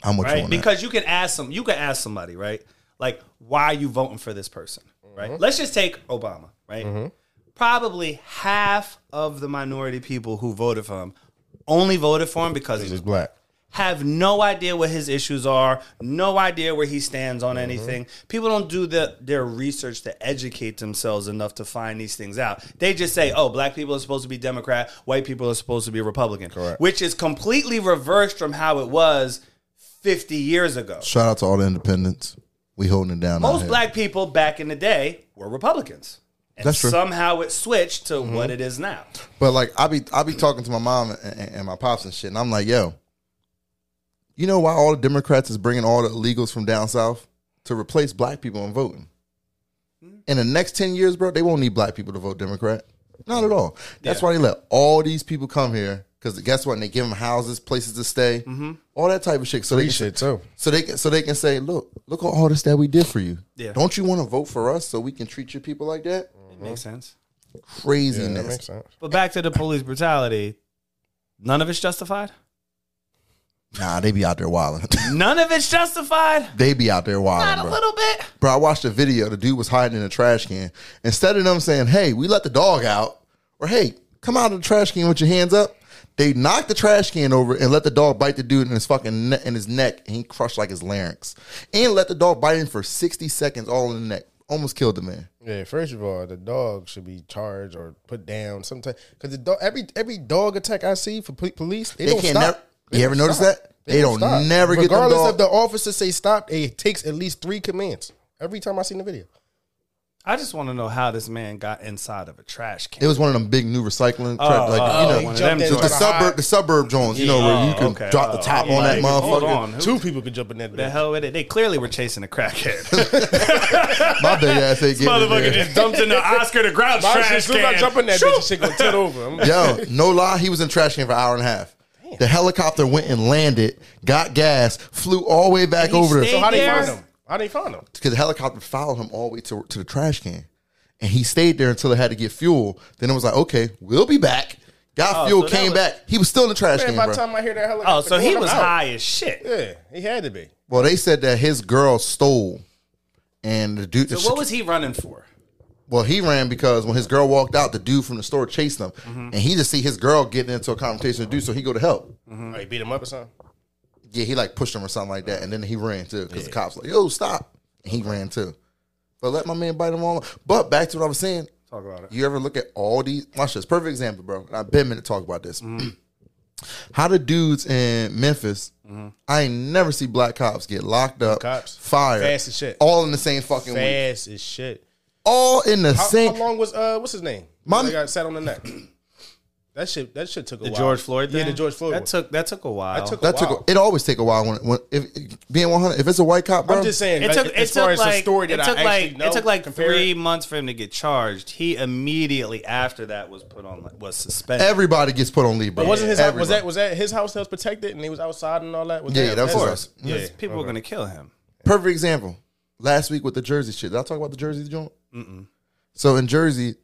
[SPEAKER 2] How much
[SPEAKER 3] right?
[SPEAKER 2] on that?
[SPEAKER 3] Because you can ask some, you can ask somebody, right? Like, why are you voting for this person, right? Let's just take Obama, right? Probably half of the minority people who voted for him only voted for him because he's
[SPEAKER 1] It's black.
[SPEAKER 3] have no idea what his issues are, no idea where he stands on anything. People don't do the, their research to educate themselves enough to find these things out. They just say, oh, black people are supposed to be Democrat, white people are supposed to be Republican, which is completely reversed from how it was 50 years ago.
[SPEAKER 2] Shout out to all the independents. We holding it down. out
[SPEAKER 3] Most
[SPEAKER 2] here.
[SPEAKER 3] black people back in the day were Republicans. And
[SPEAKER 2] That's true.
[SPEAKER 3] somehow it switched to what it is now.
[SPEAKER 2] But like, I be I be talking to my mom and, and, and my pops and shit, and I'm like, yo, you know why all the Democrats is bringing all the illegals from down south to replace black people in voting?
[SPEAKER 1] Hmm?
[SPEAKER 2] In the next ten years, bro, they won't need black people to vote Democrat. Not at all. That's why they let all these people come here because guess what? And they give them houses, places to stay, all that type of shit. So they
[SPEAKER 1] Mm-hmm. Free shit, too.
[SPEAKER 2] So they can so they can say, look, look at all this that we did for you.
[SPEAKER 3] Yeah.
[SPEAKER 2] Don't you want to vote for us so we can treat your people like that?
[SPEAKER 3] Makes sense.
[SPEAKER 1] That
[SPEAKER 2] Craziness.
[SPEAKER 1] makes sense.
[SPEAKER 3] But back to the police brutality, none of it's justified.
[SPEAKER 2] nah, they be out there wilding.
[SPEAKER 3] None of it's justified.
[SPEAKER 2] They be out there
[SPEAKER 3] Not
[SPEAKER 2] wilding,
[SPEAKER 3] a
[SPEAKER 2] bro.
[SPEAKER 3] little bit.
[SPEAKER 2] Bro, I watched a video. The dude was hiding in a trash can. Instead of them saying, "Hey, we let the dog out," or "Hey, come out of the trash can with your hands up," they knocked the trash can over and let the dog bite the dude in his fucking ne- in his neck, and he crushed like his larynx, and let the dog bite him for sixty seconds, all in the neck, almost killed the man.
[SPEAKER 1] Yeah, first of all, the dog should be charged or put down sometime because the dog every every dog attack I see for pol- police they,
[SPEAKER 2] They
[SPEAKER 1] don't
[SPEAKER 2] can't
[SPEAKER 1] stop.
[SPEAKER 2] never- you ever notice that? They don't
[SPEAKER 1] stop.
[SPEAKER 2] never get them
[SPEAKER 1] regardless
[SPEAKER 2] dog-
[SPEAKER 1] of the officer say stop. It takes at least three commands every time I seen the video.
[SPEAKER 3] I just want to know how this man got inside of a trash can.
[SPEAKER 2] It was one of them big new recycling, tra- like
[SPEAKER 3] oh,
[SPEAKER 2] you know,
[SPEAKER 3] one of
[SPEAKER 1] he jumped
[SPEAKER 3] them
[SPEAKER 1] in
[SPEAKER 2] the, the
[SPEAKER 3] joints.
[SPEAKER 1] front of
[SPEAKER 2] suburb, the suburb Jones, you know, where you
[SPEAKER 3] Oh,
[SPEAKER 2] can
[SPEAKER 3] okay.
[SPEAKER 2] drop the
[SPEAKER 3] Oh,
[SPEAKER 2] top
[SPEAKER 3] I'm
[SPEAKER 2] on that
[SPEAKER 3] like, hold
[SPEAKER 2] motherfucker.
[SPEAKER 3] on.
[SPEAKER 1] high-
[SPEAKER 3] Who
[SPEAKER 1] Two people could jump in that.
[SPEAKER 3] the
[SPEAKER 1] bitch.
[SPEAKER 3] hell with it? They clearly were chasing a crackhead.
[SPEAKER 2] My big ass ain't getting in
[SPEAKER 3] Motherfucker
[SPEAKER 2] there.
[SPEAKER 3] just dumped in the Oscar the Grouch
[SPEAKER 1] My shit,
[SPEAKER 3] trash
[SPEAKER 1] as soon as I
[SPEAKER 3] can.
[SPEAKER 1] jump in that bitch, shit gonna tilt over. I'm-
[SPEAKER 2] Yo, no lie, he was in trash can for an hour and a half. The helicopter went and landed, got gas, flew all the way back over
[SPEAKER 3] stayed-
[SPEAKER 2] there
[SPEAKER 1] How they
[SPEAKER 3] There.
[SPEAKER 1] find him? How they find him?
[SPEAKER 2] because the helicopter followed him all the way to, to the trash can. And he stayed there until it had to get fuel. Then it was like, okay, we'll be back. Got
[SPEAKER 3] Oh,
[SPEAKER 2] fuel,
[SPEAKER 3] so that
[SPEAKER 2] came
[SPEAKER 3] was-
[SPEAKER 2] back. He was still in the trash
[SPEAKER 1] Man,
[SPEAKER 2] can.
[SPEAKER 1] by
[SPEAKER 2] Bro.
[SPEAKER 1] the time I hear that helicopter,
[SPEAKER 3] Oh, so he
[SPEAKER 1] going,
[SPEAKER 3] was
[SPEAKER 1] I'm out.
[SPEAKER 3] high as shit.
[SPEAKER 1] Yeah, he had to be.
[SPEAKER 2] well, they said that his girl stole, and the dude.
[SPEAKER 3] So what was he running for?
[SPEAKER 2] Well, he ran because when his girl walked out, the dude from the store chased him,
[SPEAKER 3] Mm-hmm.
[SPEAKER 2] and he just see his girl getting into a confrontation with the dude, so he go to help.
[SPEAKER 3] Mm.
[SPEAKER 1] Oh, you beat him up or something?
[SPEAKER 2] Yeah, he like pushed him or something like that, and then he ran too because the cops like, "Yo, stop!" And he ran too. But let my man bite him all. But back to what I was saying.
[SPEAKER 3] Talk about it.
[SPEAKER 2] You ever look at all these? Watch this. Perfect example, bro. I've been meant to talk about this.
[SPEAKER 1] Mm-hmm.
[SPEAKER 2] How the dudes in Memphis? I ain't never see black cops get locked up,
[SPEAKER 1] Mm-hmm. Cops.
[SPEAKER 2] fired,
[SPEAKER 1] Fast as shit.
[SPEAKER 2] all in the same fucking week,
[SPEAKER 1] Fast as shit.
[SPEAKER 2] all in the
[SPEAKER 1] How,
[SPEAKER 2] same.
[SPEAKER 1] how long was uh what's his name?
[SPEAKER 2] My-
[SPEAKER 1] My got sat on the neck. That shit that shit took a
[SPEAKER 3] The
[SPEAKER 1] while.
[SPEAKER 3] George Floyd thing?
[SPEAKER 1] Yeah, the George Floyd.
[SPEAKER 3] That
[SPEAKER 1] one.
[SPEAKER 3] took that took a while.
[SPEAKER 1] That took a
[SPEAKER 2] That
[SPEAKER 1] while.
[SPEAKER 2] took. It always take a while when, when if being one hundred. If it's a white cop, bro,
[SPEAKER 1] I'm just saying.
[SPEAKER 3] It
[SPEAKER 1] like,
[SPEAKER 3] took it
[SPEAKER 1] as far
[SPEAKER 3] took
[SPEAKER 1] as
[SPEAKER 3] like
[SPEAKER 1] the story that
[SPEAKER 3] it took
[SPEAKER 1] I actually
[SPEAKER 3] like
[SPEAKER 1] know,
[SPEAKER 3] it took like
[SPEAKER 1] compare it-
[SPEAKER 3] three months for him to get charged. He immediately after that was put on was suspended.
[SPEAKER 2] everybody gets put on leave, bro.
[SPEAKER 1] But wasn't his house, was
[SPEAKER 2] Everybody.
[SPEAKER 1] that was that his house that was protected and he was outside and all that? Was
[SPEAKER 2] Yeah, yeah, that was his house.
[SPEAKER 1] Yeah,
[SPEAKER 3] Because people were gonna kill him.
[SPEAKER 2] Perfect example. Last week with the Jersey shit. Did I talk about the Jersey joint? Mm-mm. So in Jersey,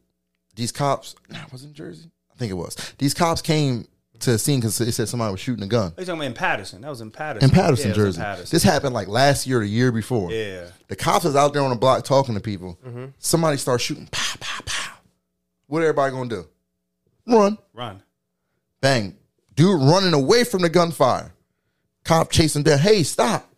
[SPEAKER 2] these cops. Nah, was it in Jersey? I think it was. These cops came to the scene because they said somebody was shooting a gun
[SPEAKER 3] Are you talking about in Patterson? That was in Patterson.
[SPEAKER 2] in Patterson,
[SPEAKER 3] yeah, it was
[SPEAKER 2] Jersey.
[SPEAKER 3] In Patterson.
[SPEAKER 2] This happened like last year, or the year before.
[SPEAKER 3] yeah. Mm-hmm.
[SPEAKER 2] The cops was out there on the block talking to people. Somebody starts shooting. Pow, pow, pow. What everybody gonna do? Run.
[SPEAKER 3] Run.
[SPEAKER 2] Bang. Dude running away from the gunfire. Cop chasing down. Hey, stop.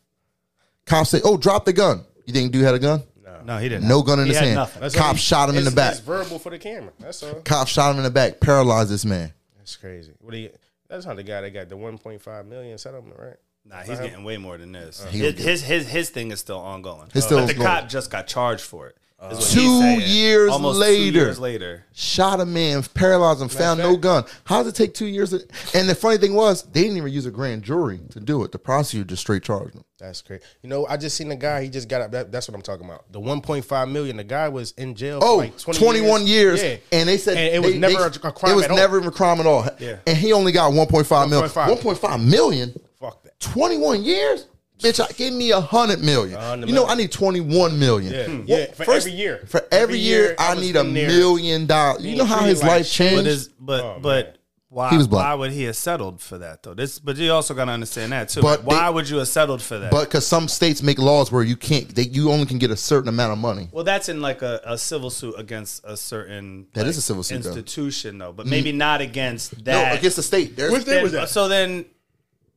[SPEAKER 2] Cop say, Oh, drop the gun. You think dude had a gun?
[SPEAKER 3] No, he didn't.
[SPEAKER 2] No gun in
[SPEAKER 3] He
[SPEAKER 2] his
[SPEAKER 3] had
[SPEAKER 2] hand.
[SPEAKER 3] nothing.
[SPEAKER 1] That's
[SPEAKER 2] Cop
[SPEAKER 1] what he-
[SPEAKER 2] shot him in the
[SPEAKER 1] it's-
[SPEAKER 2] back.
[SPEAKER 1] It's verbal for the camera. That's all.
[SPEAKER 2] Cop shot him in the back, paralyzed this man.
[SPEAKER 1] That's crazy. What do you? That's not the guy that got the 1.5 million settlement, right?
[SPEAKER 3] Nah, he's getting way more than this.
[SPEAKER 2] He gonna
[SPEAKER 3] his, his his his thing is still ongoing.
[SPEAKER 2] It's still
[SPEAKER 3] but the
[SPEAKER 2] ongoing.
[SPEAKER 3] cop just got charged for it. is what he's
[SPEAKER 2] Two
[SPEAKER 3] saying.
[SPEAKER 2] years
[SPEAKER 3] Almost
[SPEAKER 2] later.
[SPEAKER 3] Two years later.
[SPEAKER 2] Shot a man, paralyzed him, found no
[SPEAKER 1] fact.
[SPEAKER 2] gun. How does it take two years? to- and the funny thing was, they didn't even use a grand jury to do it. The prosecutor just straight charged him.
[SPEAKER 1] That's crazy. You know, I just seen a guy. He just got up. That, that's what I'm talking about. The 1.5 million. The guy was in jail.
[SPEAKER 2] Oh,
[SPEAKER 1] for like 20
[SPEAKER 2] 21 years.
[SPEAKER 1] Yeah.
[SPEAKER 2] And they said
[SPEAKER 1] And it was
[SPEAKER 2] they-
[SPEAKER 1] never
[SPEAKER 2] they-
[SPEAKER 1] a- a crime
[SPEAKER 2] It was
[SPEAKER 1] at all.
[SPEAKER 2] never a crime at all.
[SPEAKER 1] Yeah.
[SPEAKER 2] And he only got 1.5 million.
[SPEAKER 1] 1.5.
[SPEAKER 2] 1.5 million?
[SPEAKER 1] Fuck that.
[SPEAKER 2] 21 years? Bitch, I, give me a hundred million.
[SPEAKER 1] hundred
[SPEAKER 2] You know,
[SPEAKER 1] million.
[SPEAKER 2] I need 21 million.
[SPEAKER 1] Yeah. Hmm.
[SPEAKER 2] Well,
[SPEAKER 1] Yeah, for every year.
[SPEAKER 2] For every,
[SPEAKER 1] Every
[SPEAKER 2] year,
[SPEAKER 1] year, I
[SPEAKER 2] I
[SPEAKER 1] was
[SPEAKER 2] need a
[SPEAKER 1] in there.
[SPEAKER 2] million dollars. You know how his
[SPEAKER 1] treated like
[SPEAKER 2] life changed?
[SPEAKER 3] But is but
[SPEAKER 1] Oh,
[SPEAKER 3] but why
[SPEAKER 2] He was black.
[SPEAKER 3] why would he have settled for that though? This but you also gotta understand that too.
[SPEAKER 2] But
[SPEAKER 3] why
[SPEAKER 2] they-
[SPEAKER 3] would you have settled for that?
[SPEAKER 2] But because some states make laws where you can't, they, you only can get a certain amount of money.
[SPEAKER 3] well, that's in like a, a civil suit against a certain
[SPEAKER 2] That
[SPEAKER 3] like,
[SPEAKER 2] is a civil suit, though.
[SPEAKER 3] institution though, but maybe not against that.
[SPEAKER 2] No, against the state. There's
[SPEAKER 1] Which
[SPEAKER 3] Then-
[SPEAKER 1] state was that?
[SPEAKER 3] So then,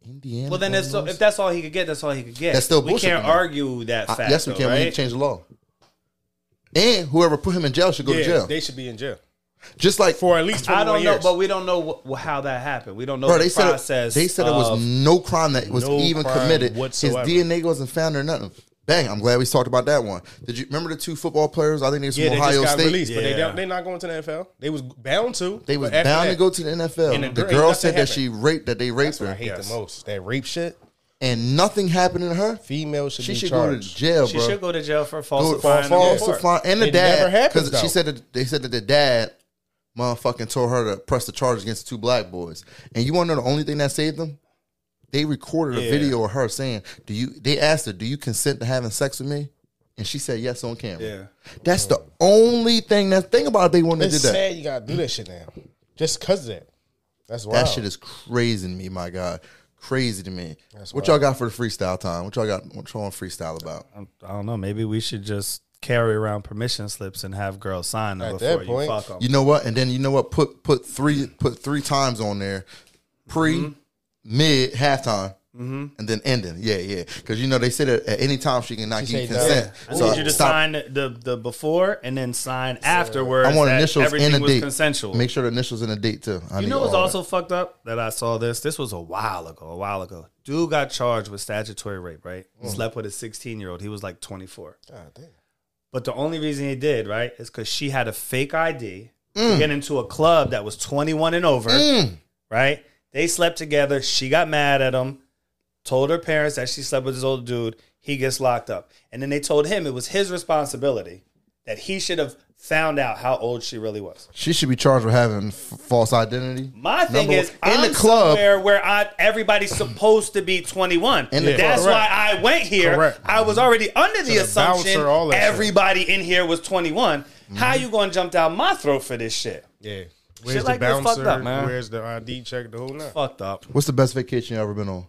[SPEAKER 2] Indiana.
[SPEAKER 3] well, then if, so,
[SPEAKER 2] Illinois.
[SPEAKER 3] if that's all he could get, that's all he could get.
[SPEAKER 2] That's still
[SPEAKER 3] we
[SPEAKER 2] bullshit,
[SPEAKER 3] can't
[SPEAKER 2] though.
[SPEAKER 3] argue that
[SPEAKER 2] I-
[SPEAKER 3] fact.
[SPEAKER 2] yes, we
[SPEAKER 3] though,
[SPEAKER 2] can. We
[SPEAKER 3] Right?
[SPEAKER 2] need to change the law. And whoever put him in jail should go to
[SPEAKER 1] Yeah,
[SPEAKER 2] jail.
[SPEAKER 1] they should be in jail
[SPEAKER 2] Just like
[SPEAKER 1] for at least 21
[SPEAKER 3] I don't know,
[SPEAKER 1] years.
[SPEAKER 3] but we don't know wh- wh- how that happened. We don't know
[SPEAKER 2] bro,
[SPEAKER 3] the
[SPEAKER 2] they said
[SPEAKER 3] process.
[SPEAKER 2] it, they said it was
[SPEAKER 3] of-
[SPEAKER 2] no crime that was
[SPEAKER 1] No
[SPEAKER 2] even
[SPEAKER 1] crime
[SPEAKER 2] committed.
[SPEAKER 1] whatsoever.
[SPEAKER 2] His DNA wasn't found or nothing. Bang! I'm glad we talked about that one. Did you remember the two football players? I think they was
[SPEAKER 1] yeah,
[SPEAKER 2] from
[SPEAKER 1] they
[SPEAKER 2] Ohio
[SPEAKER 1] just got
[SPEAKER 2] State.
[SPEAKER 1] released, but they
[SPEAKER 3] Yeah.
[SPEAKER 1] don't, they're not going to the NFL. They was bound to.
[SPEAKER 2] They was
[SPEAKER 1] but after
[SPEAKER 2] bound
[SPEAKER 1] that,
[SPEAKER 2] to go to the NFL.
[SPEAKER 1] And the
[SPEAKER 2] the
[SPEAKER 1] girl-
[SPEAKER 2] girl
[SPEAKER 1] nothing
[SPEAKER 2] said that
[SPEAKER 1] happened.
[SPEAKER 2] she raped that they raped
[SPEAKER 1] That's what I
[SPEAKER 2] her,
[SPEAKER 1] hate the most. That rape shit.
[SPEAKER 2] and nothing happened to her.
[SPEAKER 1] Female should
[SPEAKER 2] She
[SPEAKER 1] be
[SPEAKER 2] should go
[SPEAKER 1] charged.
[SPEAKER 2] to jail,
[SPEAKER 3] she
[SPEAKER 2] bro.
[SPEAKER 3] should go to jail for
[SPEAKER 2] Go-
[SPEAKER 3] falsifying. the
[SPEAKER 2] false-
[SPEAKER 3] report.
[SPEAKER 2] falsifying- and the
[SPEAKER 1] It
[SPEAKER 2] dad
[SPEAKER 1] never happens,
[SPEAKER 2] she
[SPEAKER 1] though.
[SPEAKER 2] said that they said that the dad motherfucking told her to press the charge against the two black boys. And you want to know the only thing that saved them? They recorded a video of her saying, "Do you?" They asked her, "Do you consent to having sex with me?" And she said yes on camera.
[SPEAKER 3] Yeah.
[SPEAKER 2] That's the only thing. That thing about it, they wanted
[SPEAKER 1] It's
[SPEAKER 2] to do that.
[SPEAKER 1] sad you gotta do that shit now, just cause of that. That's wild.
[SPEAKER 2] That shit is crazy to me, my God. Crazy to me. what y'all got for the freestyle time? What y'all got? What y'all on freestyle about?
[SPEAKER 3] I don't know. Maybe we should just carry around permission slips and have girls sign them
[SPEAKER 1] At
[SPEAKER 3] before
[SPEAKER 1] that
[SPEAKER 3] you
[SPEAKER 1] point-
[SPEAKER 3] fuck them.
[SPEAKER 2] You know what? And then you know what? Put put three put three times on there, pre, mid, halftime, and then ending. Yeah, yeah. Because you know they said that at any time she can not give
[SPEAKER 1] say no.
[SPEAKER 2] consent.
[SPEAKER 3] I
[SPEAKER 2] So
[SPEAKER 3] need you to sign the, the before and then sign afterwards.
[SPEAKER 2] I want
[SPEAKER 3] that
[SPEAKER 2] initials
[SPEAKER 3] Everything
[SPEAKER 2] and a
[SPEAKER 3] was
[SPEAKER 2] date.
[SPEAKER 3] consensual.
[SPEAKER 2] Make sure the initials and the date too. I
[SPEAKER 3] you
[SPEAKER 2] need
[SPEAKER 3] know what's
[SPEAKER 2] all
[SPEAKER 3] also fucked up that I saw this. This was a while ago. A while ago, dude got charged with statutory rape. Right, slept with a sixteen year old. He was like twenty four.
[SPEAKER 1] God damn.
[SPEAKER 3] But the only reason he did, right, is because she had a fake ID to get into a club that was 21 and over, right? They slept together. She got mad at him, told her parents that she slept with this old dude. He gets locked up. And then they told him it was his responsibility that he should have found out how old she really was.
[SPEAKER 2] that. She should be charged with having f- false identity.
[SPEAKER 3] My thing
[SPEAKER 2] Number
[SPEAKER 3] is,
[SPEAKER 2] one. in
[SPEAKER 3] I'm
[SPEAKER 2] the club.
[SPEAKER 3] somewhere where I everybody's supposed to be 21.
[SPEAKER 2] In the
[SPEAKER 3] That's
[SPEAKER 1] club.
[SPEAKER 3] why I went here.
[SPEAKER 1] Correct.
[SPEAKER 3] I was already under the,
[SPEAKER 1] the
[SPEAKER 3] assumption
[SPEAKER 1] bouncer, all that shit.
[SPEAKER 3] everybody in here was 21. How you gonna jump down my throat for this shit?
[SPEAKER 1] Yeah. Where's the
[SPEAKER 3] like this fucked
[SPEAKER 1] bouncer?
[SPEAKER 3] up, man.
[SPEAKER 1] Where's the ID check? The whole nine.
[SPEAKER 3] Fucked up.
[SPEAKER 2] What's the best vacation you ever been on?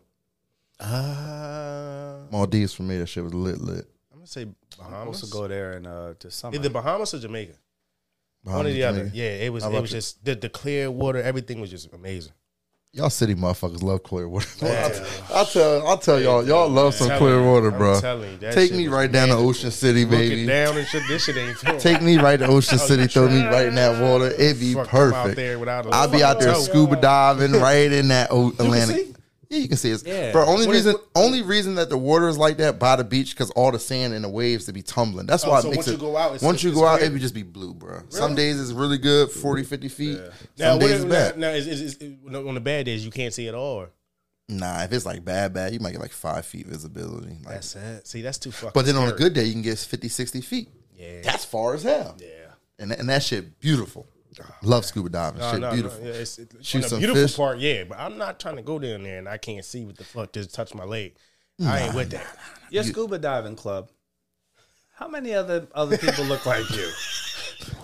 [SPEAKER 1] Uh,
[SPEAKER 2] Maldives for me. That shit was lit lit.
[SPEAKER 1] I'm gonna say
[SPEAKER 3] I'm supposed
[SPEAKER 1] Bahamas.
[SPEAKER 3] to go there in uh, this summer.
[SPEAKER 1] Either Bahamas or Jamaica. One or the
[SPEAKER 2] Bahamas,
[SPEAKER 1] other.
[SPEAKER 2] nigga.
[SPEAKER 1] Yeah, it was. It was just the, the clear water. Everything was just amazing.
[SPEAKER 2] Y'all city motherfuckers love clear water. I'll tell I'll tell y'all y'all love some clear water,
[SPEAKER 1] I'm
[SPEAKER 2] bro.
[SPEAKER 1] telling you, that
[SPEAKER 2] Take
[SPEAKER 1] shit
[SPEAKER 2] me
[SPEAKER 1] was
[SPEAKER 2] right down to Ocean City,
[SPEAKER 1] Looking
[SPEAKER 2] baby.
[SPEAKER 1] down and shit. This shit ain't. fun.
[SPEAKER 2] Take me right to Ocean City, throw me right in that water. It'd be
[SPEAKER 1] Fuck, I'm Out
[SPEAKER 2] perfect.
[SPEAKER 1] there without a
[SPEAKER 2] I'll be out there
[SPEAKER 1] toe.
[SPEAKER 2] scuba diving right in that o- Atlantic.
[SPEAKER 3] see?
[SPEAKER 2] Yeah, you can see it.
[SPEAKER 3] Yeah.
[SPEAKER 2] Bro, only
[SPEAKER 3] What-
[SPEAKER 2] reason
[SPEAKER 3] what-
[SPEAKER 2] only reason that the water is like that by the beach because all the sand and the waves to be tumbling. That's why
[SPEAKER 1] Oh, so
[SPEAKER 2] it makes
[SPEAKER 1] once you
[SPEAKER 2] it-
[SPEAKER 1] go out, it's-
[SPEAKER 2] once you
[SPEAKER 1] it's
[SPEAKER 2] go out,
[SPEAKER 1] weird.
[SPEAKER 2] it would just be blue, bro. Some days it's really good, 40, 50 feet.
[SPEAKER 1] Now,
[SPEAKER 2] Some
[SPEAKER 1] what,
[SPEAKER 2] days it's
[SPEAKER 1] if-
[SPEAKER 2] bad.
[SPEAKER 1] now, now is, is, is, no, on the bad days you can't see at all.
[SPEAKER 2] Nah, if it's like bad, bad, you might get like five feet visibility. Like,
[SPEAKER 1] That's it. See, that's too fucking.
[SPEAKER 2] but then on a
[SPEAKER 1] scary.
[SPEAKER 2] good day, you can get 50, 60 feet.
[SPEAKER 1] Yeah.
[SPEAKER 2] That's far as hell.
[SPEAKER 1] yeah.
[SPEAKER 2] And, and that shit beautiful.
[SPEAKER 3] Oh,
[SPEAKER 2] Love scuba diving.
[SPEAKER 1] No,
[SPEAKER 2] shit
[SPEAKER 1] no,
[SPEAKER 2] beautiful.
[SPEAKER 1] No, yeah, it's, it,
[SPEAKER 2] Shoot
[SPEAKER 1] on the
[SPEAKER 2] some
[SPEAKER 1] beautiful
[SPEAKER 2] fish.
[SPEAKER 1] part, yeah, but I'm not trying to go down there and I can't see what the fuck just touched my leg. I ain't with that.
[SPEAKER 3] Your scuba diving club. How many other other people look like you?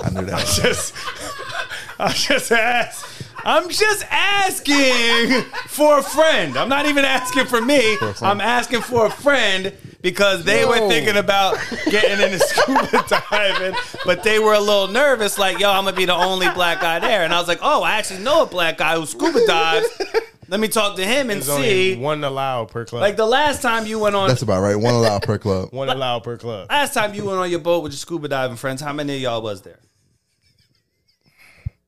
[SPEAKER 2] I knew that.
[SPEAKER 3] just, I'm just ask, I'm just asking for a friend. I'm not even asking for me. I'm asking for a friend because they were thinking about getting into scuba diving, but they were a little nervous. Like, yo, I'm gonna be the only black guy there. And I was like, oh, I actually know a black guy who scuba dives. Let me talk to him and
[SPEAKER 1] There's only
[SPEAKER 3] see.
[SPEAKER 1] one allowed per club.
[SPEAKER 3] Like the last time you went on
[SPEAKER 2] That's about right. One allowed per club.
[SPEAKER 1] one allowed per club.
[SPEAKER 3] Last time you went on your boat with your scuba diving friends, how many of y'all was there?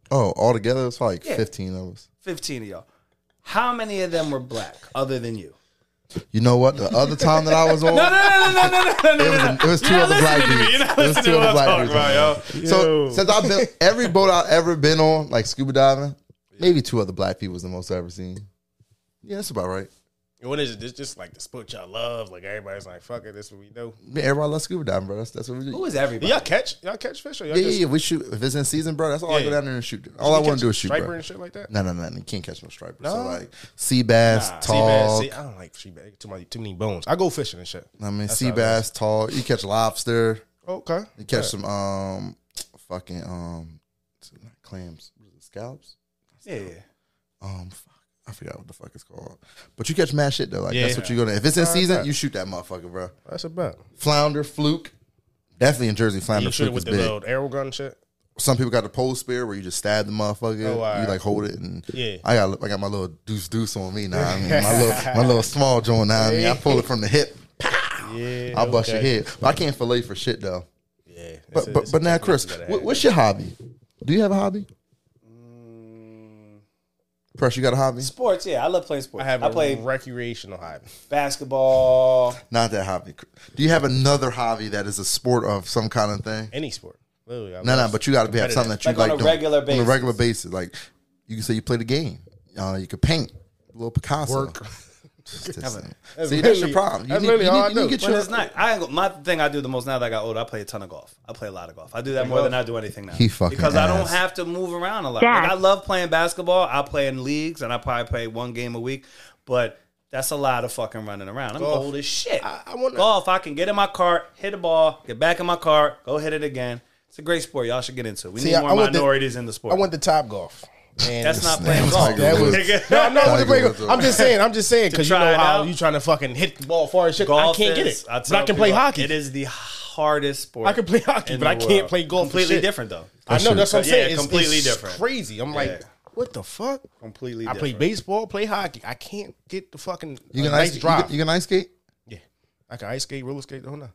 [SPEAKER 2] Oh, altogether, it's probably like
[SPEAKER 3] Yeah.
[SPEAKER 2] 15 of us.
[SPEAKER 3] 15 of y'all. How many of them were black other than you?
[SPEAKER 2] You know what? The other time that I was on,
[SPEAKER 3] No, no, no, no, no, no, no, no.
[SPEAKER 2] it, was, it was two other black dudes.
[SPEAKER 3] You're not
[SPEAKER 2] It was
[SPEAKER 3] listening
[SPEAKER 2] two
[SPEAKER 3] to what
[SPEAKER 2] other
[SPEAKER 3] I'm
[SPEAKER 2] black
[SPEAKER 3] talking
[SPEAKER 2] dudes.
[SPEAKER 3] about,
[SPEAKER 2] So
[SPEAKER 3] yo.
[SPEAKER 1] Yo.
[SPEAKER 2] since I've been every boat I've ever been on, like scuba diving, maybe two other black people is the most I've ever seen. Yeah, that's about right.
[SPEAKER 1] What is it? It's just like the sport y'all love. Like everybody's like, fuck it, that's what we do.
[SPEAKER 2] Yeah, everybody loves scuba diving, bro. That's, that's what we do.
[SPEAKER 3] Who is
[SPEAKER 1] Do
[SPEAKER 3] everybody?
[SPEAKER 1] y'all catch y'all catch fish or y'all
[SPEAKER 2] yeah,
[SPEAKER 1] just
[SPEAKER 2] yeah, yeah, we shoot. If it's in season, bro, that's all I
[SPEAKER 1] Yeah.
[SPEAKER 2] go down there and shoot. All I
[SPEAKER 1] you
[SPEAKER 2] want
[SPEAKER 1] catch
[SPEAKER 2] to do is shoot,
[SPEAKER 1] striper
[SPEAKER 2] bro.
[SPEAKER 1] and shit like that?
[SPEAKER 2] No, no, no, no. You can't catch no stripers. So
[SPEAKER 1] No?
[SPEAKER 2] like sea bass,
[SPEAKER 1] Sea bass,
[SPEAKER 2] tall.
[SPEAKER 1] see, I don't like sea bass. Too many, too many bones. I go fishing and shit.
[SPEAKER 2] I mean,
[SPEAKER 1] That's
[SPEAKER 2] sea
[SPEAKER 1] how it
[SPEAKER 2] bass, tall. You catch lobster.
[SPEAKER 1] Okay.
[SPEAKER 2] You catch some um, fucking um, not clams, what is it, scallops.
[SPEAKER 3] Yeah.
[SPEAKER 2] Um, fuck, I forgot what the fuck it's called. But you catch mad shit though. Like that's
[SPEAKER 1] Yeah.
[SPEAKER 2] what you're gonna. If it's in season, you shoot that motherfucker, bro.
[SPEAKER 1] That's about.
[SPEAKER 2] Flounder, fluke, definitely in Jersey. Flounder,
[SPEAKER 1] You shoot it
[SPEAKER 2] fluke
[SPEAKER 1] with
[SPEAKER 2] is
[SPEAKER 1] the
[SPEAKER 2] big.
[SPEAKER 1] little arrow gun and shit.
[SPEAKER 2] Some people got the pole spear where you just stab the motherfucker.
[SPEAKER 1] Oh, alright.
[SPEAKER 2] You like hold it and
[SPEAKER 1] Yeah.
[SPEAKER 2] I got I got my little deuce deuce on me now. I mean, my little my little small joint now. I mean, I pull it from the hip.
[SPEAKER 1] Yeah.
[SPEAKER 2] I bust
[SPEAKER 1] okay.
[SPEAKER 2] your head. But I can't fillet for shit though.
[SPEAKER 1] Yeah.
[SPEAKER 2] But but, but now, Chris, what, what's your hobby? Do you have a hobby?
[SPEAKER 1] Mm.
[SPEAKER 2] Press, you got a hobby?
[SPEAKER 3] Sports, yeah. I love playing sports.
[SPEAKER 1] I
[SPEAKER 3] I,
[SPEAKER 1] have
[SPEAKER 3] have
[SPEAKER 1] a
[SPEAKER 3] play
[SPEAKER 1] recreational hobby.
[SPEAKER 3] basketball.
[SPEAKER 2] Not that hobby. Do you have another hobby that is a sport of some kind of thing?
[SPEAKER 1] Any sport. Literally. I
[SPEAKER 2] No, no,
[SPEAKER 1] love-
[SPEAKER 2] but you got to have something that you
[SPEAKER 3] Like
[SPEAKER 2] like,
[SPEAKER 3] on a
[SPEAKER 2] doing.
[SPEAKER 3] regular
[SPEAKER 2] On
[SPEAKER 3] basis.
[SPEAKER 2] a regular basis, like you can say you play the game. Uh, you could paint, a little Picasso.
[SPEAKER 1] Work.
[SPEAKER 2] Just- just-
[SPEAKER 1] That's
[SPEAKER 2] See, that's your
[SPEAKER 1] really-
[SPEAKER 2] problem. You
[SPEAKER 1] that's
[SPEAKER 2] need,
[SPEAKER 1] really
[SPEAKER 2] you
[SPEAKER 1] all I
[SPEAKER 2] need, you need to
[SPEAKER 1] do.
[SPEAKER 2] get
[SPEAKER 3] But
[SPEAKER 2] your.
[SPEAKER 3] it's not. I ain't go- my thing I do the most now that I got older. I play a ton of golf. I play a lot of golf. I do that more than I do anything now.
[SPEAKER 2] He fucking
[SPEAKER 3] because I don't
[SPEAKER 2] ass.
[SPEAKER 3] have to move around a lot. Like, I love playing basketball. I play in leagues and I probably play one game a week. But that's a lot of fucking running around. I'm
[SPEAKER 1] Golf.
[SPEAKER 3] old as shit.
[SPEAKER 1] I- I wanna-
[SPEAKER 3] golf. I can get in my cart, hit a ball, get back in my cart, go hit it again. It's a great sport. Y'all should get into. We
[SPEAKER 1] See,
[SPEAKER 3] need
[SPEAKER 1] I-
[SPEAKER 3] more
[SPEAKER 1] I want the-
[SPEAKER 3] minorities in the sport.
[SPEAKER 1] I went to Top Golf. And
[SPEAKER 3] that's not playing golf.
[SPEAKER 2] Tiger Woods.
[SPEAKER 3] Nigga.
[SPEAKER 1] No, no,
[SPEAKER 2] Tiger
[SPEAKER 1] with the break-
[SPEAKER 2] Woods.
[SPEAKER 1] I'm just saying. I'm just saying because you
[SPEAKER 3] try
[SPEAKER 1] know
[SPEAKER 3] it
[SPEAKER 1] how
[SPEAKER 3] out.
[SPEAKER 1] you trying to fucking hit the ball far as shit.
[SPEAKER 3] golf
[SPEAKER 1] I can't get
[SPEAKER 3] is-
[SPEAKER 1] it. but
[SPEAKER 3] tell
[SPEAKER 1] I can play
[SPEAKER 3] people,
[SPEAKER 1] hockey.
[SPEAKER 3] It is the hardest sport.
[SPEAKER 1] I can play hockey,
[SPEAKER 3] in
[SPEAKER 1] but
[SPEAKER 3] the
[SPEAKER 1] I can't
[SPEAKER 3] world.
[SPEAKER 1] play golf for
[SPEAKER 3] Completely
[SPEAKER 1] shit.
[SPEAKER 3] different though.
[SPEAKER 1] I know that's what I'm
[SPEAKER 3] Yeah,
[SPEAKER 1] saying. It's
[SPEAKER 3] completely
[SPEAKER 1] it's
[SPEAKER 3] different.
[SPEAKER 1] Crazy. I'm
[SPEAKER 3] Yeah.
[SPEAKER 1] like, what the fuck?
[SPEAKER 3] Completely.
[SPEAKER 1] I play
[SPEAKER 3] different.
[SPEAKER 1] baseball, play hockey. I can't get the fucking
[SPEAKER 2] You
[SPEAKER 1] a
[SPEAKER 2] can
[SPEAKER 1] nice
[SPEAKER 2] ice.
[SPEAKER 1] drive.
[SPEAKER 2] You can, you can ice skate.
[SPEAKER 1] yeah, I can ice skate, roller skate. Don't know.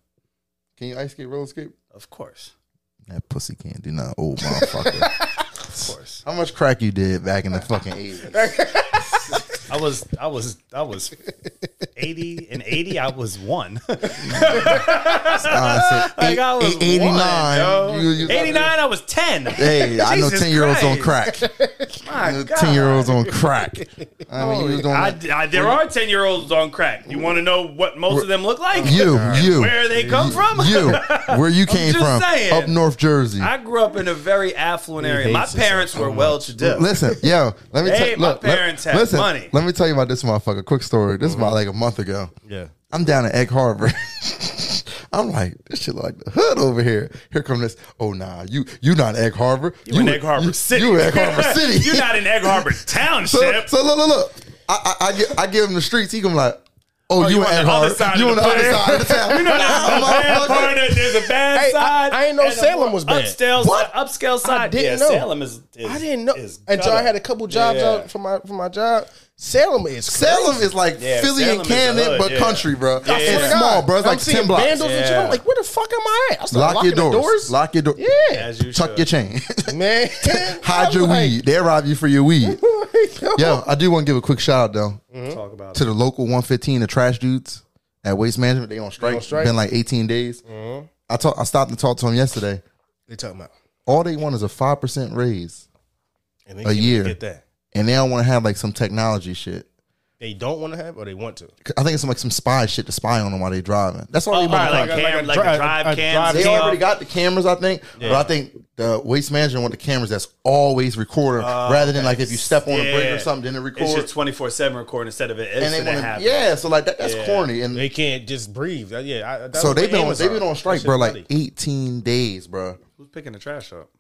[SPEAKER 2] Can you ice skate? Roller skate?
[SPEAKER 3] Of course.
[SPEAKER 2] That pussy can't do nothing. Old motherfucker.
[SPEAKER 3] Of course.
[SPEAKER 2] How much crack you did back in the fucking eighties?
[SPEAKER 3] I was I was I was 80 and 80 I was 1.
[SPEAKER 2] Uh,
[SPEAKER 3] Like, I was
[SPEAKER 2] Eighty
[SPEAKER 3] one, yo.
[SPEAKER 2] nine.
[SPEAKER 3] 89 I was 10.
[SPEAKER 2] Hey, I know
[SPEAKER 3] Jesus
[SPEAKER 2] ten year olds on crack.
[SPEAKER 3] Christ. My God.
[SPEAKER 2] Ten year olds on crack. I mean, you was doing
[SPEAKER 3] I, I, there are 10 year olds on crack. You want to know what most of them look like?
[SPEAKER 2] you, you,
[SPEAKER 3] Where they come from?
[SPEAKER 2] you, where you came
[SPEAKER 3] just
[SPEAKER 2] from,
[SPEAKER 3] saying.
[SPEAKER 2] up North Jersey.
[SPEAKER 3] I grew up in a very affluent area. My
[SPEAKER 1] hates us
[SPEAKER 3] parents were well to do.
[SPEAKER 2] Listen, yo, let me
[SPEAKER 3] Hey,
[SPEAKER 2] tell
[SPEAKER 3] my
[SPEAKER 2] look, let-
[SPEAKER 3] parents had
[SPEAKER 2] listen,
[SPEAKER 3] money.
[SPEAKER 2] Let me tell you about this motherfucker. Quick story. This is about like a month ago.
[SPEAKER 1] Yeah.
[SPEAKER 2] I'm down at Egg Harbor. I'm like, this shit look like the hood over here. Here come this. Oh nah, you you not Egg Harbor. You,
[SPEAKER 3] in Egg Harbor
[SPEAKER 2] you,
[SPEAKER 3] City.
[SPEAKER 2] You in Egg Harbor City.
[SPEAKER 3] You're not in Egg Harbor
[SPEAKER 2] so,
[SPEAKER 3] Township.
[SPEAKER 2] so look, look, look. I, I, I, give, I give him the streets. He gonna be like, Oh, you,
[SPEAKER 1] you
[SPEAKER 2] were
[SPEAKER 1] on
[SPEAKER 2] at
[SPEAKER 1] the other
[SPEAKER 2] heart.
[SPEAKER 1] side of
[SPEAKER 2] You
[SPEAKER 1] the
[SPEAKER 2] on the other
[SPEAKER 1] plane.
[SPEAKER 2] side of the town.
[SPEAKER 3] bad
[SPEAKER 2] Nah,
[SPEAKER 3] part of it, There's a bad
[SPEAKER 1] Hey, I-
[SPEAKER 3] side.
[SPEAKER 1] I didn't know
[SPEAKER 3] and a
[SPEAKER 1] Salem
[SPEAKER 3] more
[SPEAKER 1] was bad.
[SPEAKER 3] Upscale,
[SPEAKER 2] What?
[SPEAKER 3] si- upscale side.
[SPEAKER 1] didn't
[SPEAKER 3] yeah,
[SPEAKER 1] know.
[SPEAKER 3] Salem is, is.
[SPEAKER 1] I didn't know
[SPEAKER 3] is
[SPEAKER 1] until I
[SPEAKER 3] gutter.
[SPEAKER 1] had a couple jobs
[SPEAKER 3] Yeah.
[SPEAKER 1] out for my for my job. Salem is
[SPEAKER 2] Salem is like
[SPEAKER 3] Yeah,
[SPEAKER 2] Philly
[SPEAKER 3] Salem
[SPEAKER 2] and
[SPEAKER 3] is the
[SPEAKER 2] Camden,
[SPEAKER 3] hood,
[SPEAKER 2] but
[SPEAKER 3] yeah.
[SPEAKER 2] country, bro.
[SPEAKER 3] Yeah,
[SPEAKER 2] It's
[SPEAKER 3] yeah.
[SPEAKER 2] small, bro. It's
[SPEAKER 1] I'm
[SPEAKER 2] like
[SPEAKER 1] seeing
[SPEAKER 2] ten blocks.
[SPEAKER 1] Vandals and shit. I'm
[SPEAKER 3] Yeah.
[SPEAKER 1] like, where the fuck am I at? I started
[SPEAKER 2] Lock your
[SPEAKER 1] locking
[SPEAKER 2] doors.
[SPEAKER 1] the doors.
[SPEAKER 2] Lock your door.
[SPEAKER 1] yeah,
[SPEAKER 3] As you
[SPEAKER 2] Tuck
[SPEAKER 3] should.
[SPEAKER 2] your chain.
[SPEAKER 1] man.
[SPEAKER 2] Hide your weed. They rob you for your weed. Yo, I do want to give a quick shout out though
[SPEAKER 3] Talk about
[SPEAKER 2] to the local 115, the trash dudes at Waste Management. They on strike.
[SPEAKER 1] strike.
[SPEAKER 2] Been like 18 days.
[SPEAKER 3] Mm-hmm.
[SPEAKER 2] I talk, I stopped and talked to them yesterday.
[SPEAKER 1] They talking about
[SPEAKER 2] All they want is a five percent raise,
[SPEAKER 1] and they
[SPEAKER 2] A year.
[SPEAKER 1] Get that.
[SPEAKER 2] and they don't want to have like some technology shit.
[SPEAKER 1] They don't want to have or they want to.
[SPEAKER 2] I think it's some like some spy shit to spy on them while they driving. That's all
[SPEAKER 3] Oh,
[SPEAKER 2] they want.
[SPEAKER 3] alright, like
[SPEAKER 1] Like a-
[SPEAKER 3] cam,
[SPEAKER 1] like a
[SPEAKER 3] like a
[SPEAKER 1] dri-
[SPEAKER 3] drive
[SPEAKER 1] a
[SPEAKER 3] cam.
[SPEAKER 1] drive-
[SPEAKER 2] They
[SPEAKER 1] Yeah.
[SPEAKER 2] already got the cameras, I think, but I think the waste management want the cameras that's always recording, rather than like if you step on a brick
[SPEAKER 3] Uh, yeah.
[SPEAKER 2] or something, then it
[SPEAKER 3] It's
[SPEAKER 2] records.
[SPEAKER 3] just twenty four seven recording instead of it
[SPEAKER 2] And they
[SPEAKER 3] instant that
[SPEAKER 2] want to,
[SPEAKER 3] happens.
[SPEAKER 2] yeah. So like that, that's
[SPEAKER 3] Yeah.
[SPEAKER 2] corny. And
[SPEAKER 1] They can't just breathe. That- yeah, I, that
[SPEAKER 2] so
[SPEAKER 1] was
[SPEAKER 2] they've
[SPEAKER 1] with
[SPEAKER 2] been on,
[SPEAKER 1] Amazon.
[SPEAKER 2] they've been on strike,
[SPEAKER 1] That
[SPEAKER 2] bro,
[SPEAKER 1] shit
[SPEAKER 2] like
[SPEAKER 1] funny.
[SPEAKER 2] 18 days, bro.
[SPEAKER 3] Who's picking the trash up?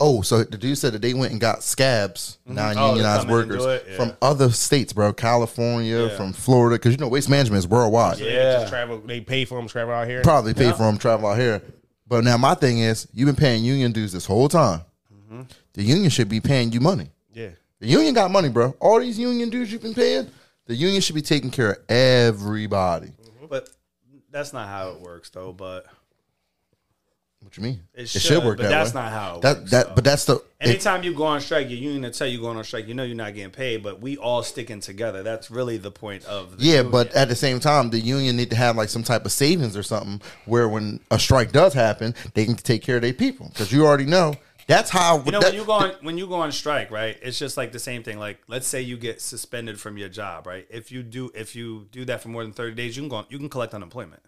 [SPEAKER 2] Oh, so the dude said that they went and got scabs, non-unionized
[SPEAKER 3] Mm-hmm. Oh, come in and do
[SPEAKER 2] workers
[SPEAKER 3] it? Yeah.
[SPEAKER 2] from other states, bro, California,
[SPEAKER 3] Yeah.
[SPEAKER 2] from Florida, because you know waste management is worldwide.
[SPEAKER 1] They can
[SPEAKER 3] Yeah.
[SPEAKER 1] just travel. They pay for them to travel out here.
[SPEAKER 2] Probably pay for them travel out here. But now my thing is, you've been paying union dues this whole time. The union should be paying you money.
[SPEAKER 1] yeah,
[SPEAKER 2] The union got money, bro. All these union dues you've been paying, the union should be taking care of everybody.
[SPEAKER 3] But that's not how it works, though. But
[SPEAKER 2] What you mean?
[SPEAKER 3] it should, work but that's not how it
[SPEAKER 2] that
[SPEAKER 3] works.
[SPEAKER 2] that.
[SPEAKER 3] though.
[SPEAKER 2] But that's the it-
[SPEAKER 3] Anytime you go on strike, your union will tell you going on strike. You know you're not getting paid, but we all sticking together. That's really the point of the
[SPEAKER 2] yeah.
[SPEAKER 3] union.
[SPEAKER 2] But at the same time, the union need to have like some type of savings or something where when a strike does happen, they can take care of their people because you already know that's how.
[SPEAKER 3] you know
[SPEAKER 2] that-
[SPEAKER 3] when you go on when you go on strike, right? It's just like the same thing. Like let's say you get suspended from your job, right? If you do if you do that for more than thirty days, you can go on, you can collect unemployment.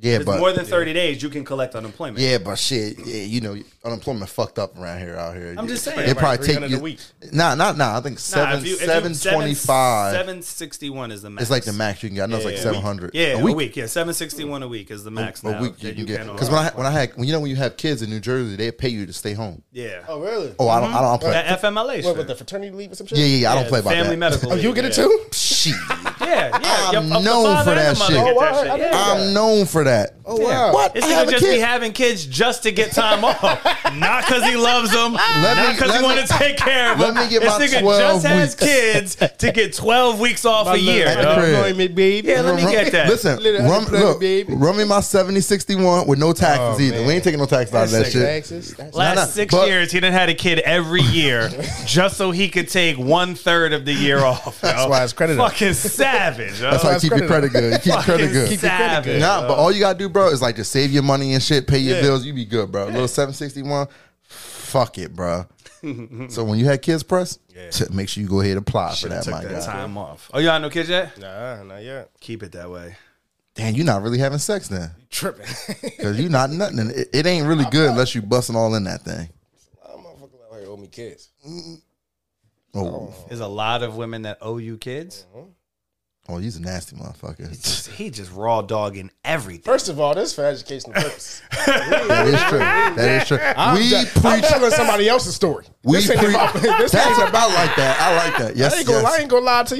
[SPEAKER 2] yeah,
[SPEAKER 3] If it's
[SPEAKER 2] but
[SPEAKER 3] more than thirty days, you can collect unemployment.
[SPEAKER 2] Yeah, but shit, yeah, you know, unemployment fucked up around here. Out here,
[SPEAKER 3] I'm just saying.
[SPEAKER 2] they
[SPEAKER 3] Like
[SPEAKER 2] probably take
[SPEAKER 1] 300 a
[SPEAKER 2] you.
[SPEAKER 1] week.
[SPEAKER 2] Nah, not nah. I think
[SPEAKER 3] Nah,
[SPEAKER 2] seven
[SPEAKER 3] if you- if you-
[SPEAKER 2] seven twenty five.
[SPEAKER 3] Seven sixty one is the max.
[SPEAKER 2] It's like the max you can get. I know it's like
[SPEAKER 3] Yeah.
[SPEAKER 2] seven hundred.
[SPEAKER 3] Yeah, a week. Yeah, seven sixty one a week is the max now.
[SPEAKER 2] A week
[SPEAKER 3] that
[SPEAKER 2] you can get
[SPEAKER 3] on
[SPEAKER 2] because when I when I had when you know when you have kids in New Jersey they pay you to stay home.
[SPEAKER 3] yeah.
[SPEAKER 1] Oh really?
[SPEAKER 2] Oh, I
[SPEAKER 3] Mm-hmm.
[SPEAKER 2] don't I don't play.
[SPEAKER 3] that FMLA shit.
[SPEAKER 1] What with the fraternity leave or some shit?
[SPEAKER 2] yeah, yeah, yeah, I don't play about
[SPEAKER 3] family
[SPEAKER 2] that.
[SPEAKER 3] medical.
[SPEAKER 1] Oh, you
[SPEAKER 3] leave,
[SPEAKER 1] get it
[SPEAKER 3] yeah.
[SPEAKER 1] too?
[SPEAKER 2] Shit,
[SPEAKER 3] Yeah, yeah.
[SPEAKER 2] I'm
[SPEAKER 3] Your- the
[SPEAKER 2] known
[SPEAKER 3] father
[SPEAKER 2] for
[SPEAKER 3] and
[SPEAKER 2] that
[SPEAKER 3] the mother
[SPEAKER 2] shit.
[SPEAKER 1] Oh,
[SPEAKER 3] get
[SPEAKER 1] wow. I
[SPEAKER 3] Yeah.
[SPEAKER 1] didn't-
[SPEAKER 2] I'm known for that.
[SPEAKER 1] Oh wow.
[SPEAKER 2] What?
[SPEAKER 3] This
[SPEAKER 2] I have
[SPEAKER 3] nigga
[SPEAKER 2] a
[SPEAKER 3] just be
[SPEAKER 2] kid.
[SPEAKER 3] having kids just to get time off. Not because he loves them, not
[SPEAKER 2] me-
[SPEAKER 3] because
[SPEAKER 2] let
[SPEAKER 3] he
[SPEAKER 2] me-
[SPEAKER 3] want to take care of
[SPEAKER 2] let
[SPEAKER 3] them.
[SPEAKER 2] me get
[SPEAKER 3] this
[SPEAKER 2] my
[SPEAKER 3] nigga
[SPEAKER 2] 12
[SPEAKER 3] just has
[SPEAKER 2] weeks.
[SPEAKER 3] kids to get 12 weeks off a year.
[SPEAKER 2] at the
[SPEAKER 3] dog.
[SPEAKER 2] crib.
[SPEAKER 1] baby.
[SPEAKER 3] Yeah, let me
[SPEAKER 2] Rum-
[SPEAKER 3] get that.
[SPEAKER 2] Listen,
[SPEAKER 1] Little
[SPEAKER 2] rum,
[SPEAKER 1] unemployed
[SPEAKER 2] look,
[SPEAKER 1] baby.
[SPEAKER 2] run me my 7061 with no
[SPEAKER 3] Oh,
[SPEAKER 2] taxes either. We ain't taking no taxes out of that shit.
[SPEAKER 3] Last
[SPEAKER 2] nah,
[SPEAKER 3] six
[SPEAKER 2] but-
[SPEAKER 3] years, he done had a kid every year just so he could take one third of the year off. That's
[SPEAKER 1] why it's credit up.
[SPEAKER 3] Fucking savage. yo.
[SPEAKER 2] That's
[SPEAKER 1] Oh,
[SPEAKER 2] how you keep your credit good. You keep your
[SPEAKER 3] fucking
[SPEAKER 2] credit good.
[SPEAKER 3] savage.
[SPEAKER 1] good.
[SPEAKER 2] Nah, but all you gotta do, bro, is like just save your money and shit, pay your
[SPEAKER 1] Yeah.
[SPEAKER 2] bills, you be good, bro. A little seven sixty one, fuck it, bro. so when you had kids press, t- make sure you go ahead and apply for that,
[SPEAKER 3] Took
[SPEAKER 2] my
[SPEAKER 3] that
[SPEAKER 2] guy.
[SPEAKER 3] time off. Oh, you all no kids yet?
[SPEAKER 1] Nah, not yet.
[SPEAKER 3] Keep it that way.
[SPEAKER 2] Damn, you're not really having sex then,
[SPEAKER 1] Tripping.
[SPEAKER 2] because you're not nothing. It, it ain't really good unless you busting all in that thing.
[SPEAKER 1] I'm motherfucker like, owe me kids.
[SPEAKER 2] Oh,
[SPEAKER 3] There's a lot of women that owe you kids.
[SPEAKER 2] oh, you's a nasty motherfucker.
[SPEAKER 3] He just raw dogging everything.
[SPEAKER 1] First of all, this is for educational purpose.
[SPEAKER 2] that is true. That is true. we
[SPEAKER 1] I'm
[SPEAKER 2] preach.
[SPEAKER 1] telling somebody else's story.
[SPEAKER 2] We
[SPEAKER 1] this ain't
[SPEAKER 2] preach.
[SPEAKER 1] about. This
[SPEAKER 2] That's about like that. I like that. Yes,
[SPEAKER 1] I ain't gonna lie, I
[SPEAKER 2] yes.
[SPEAKER 1] ain't gonna lie to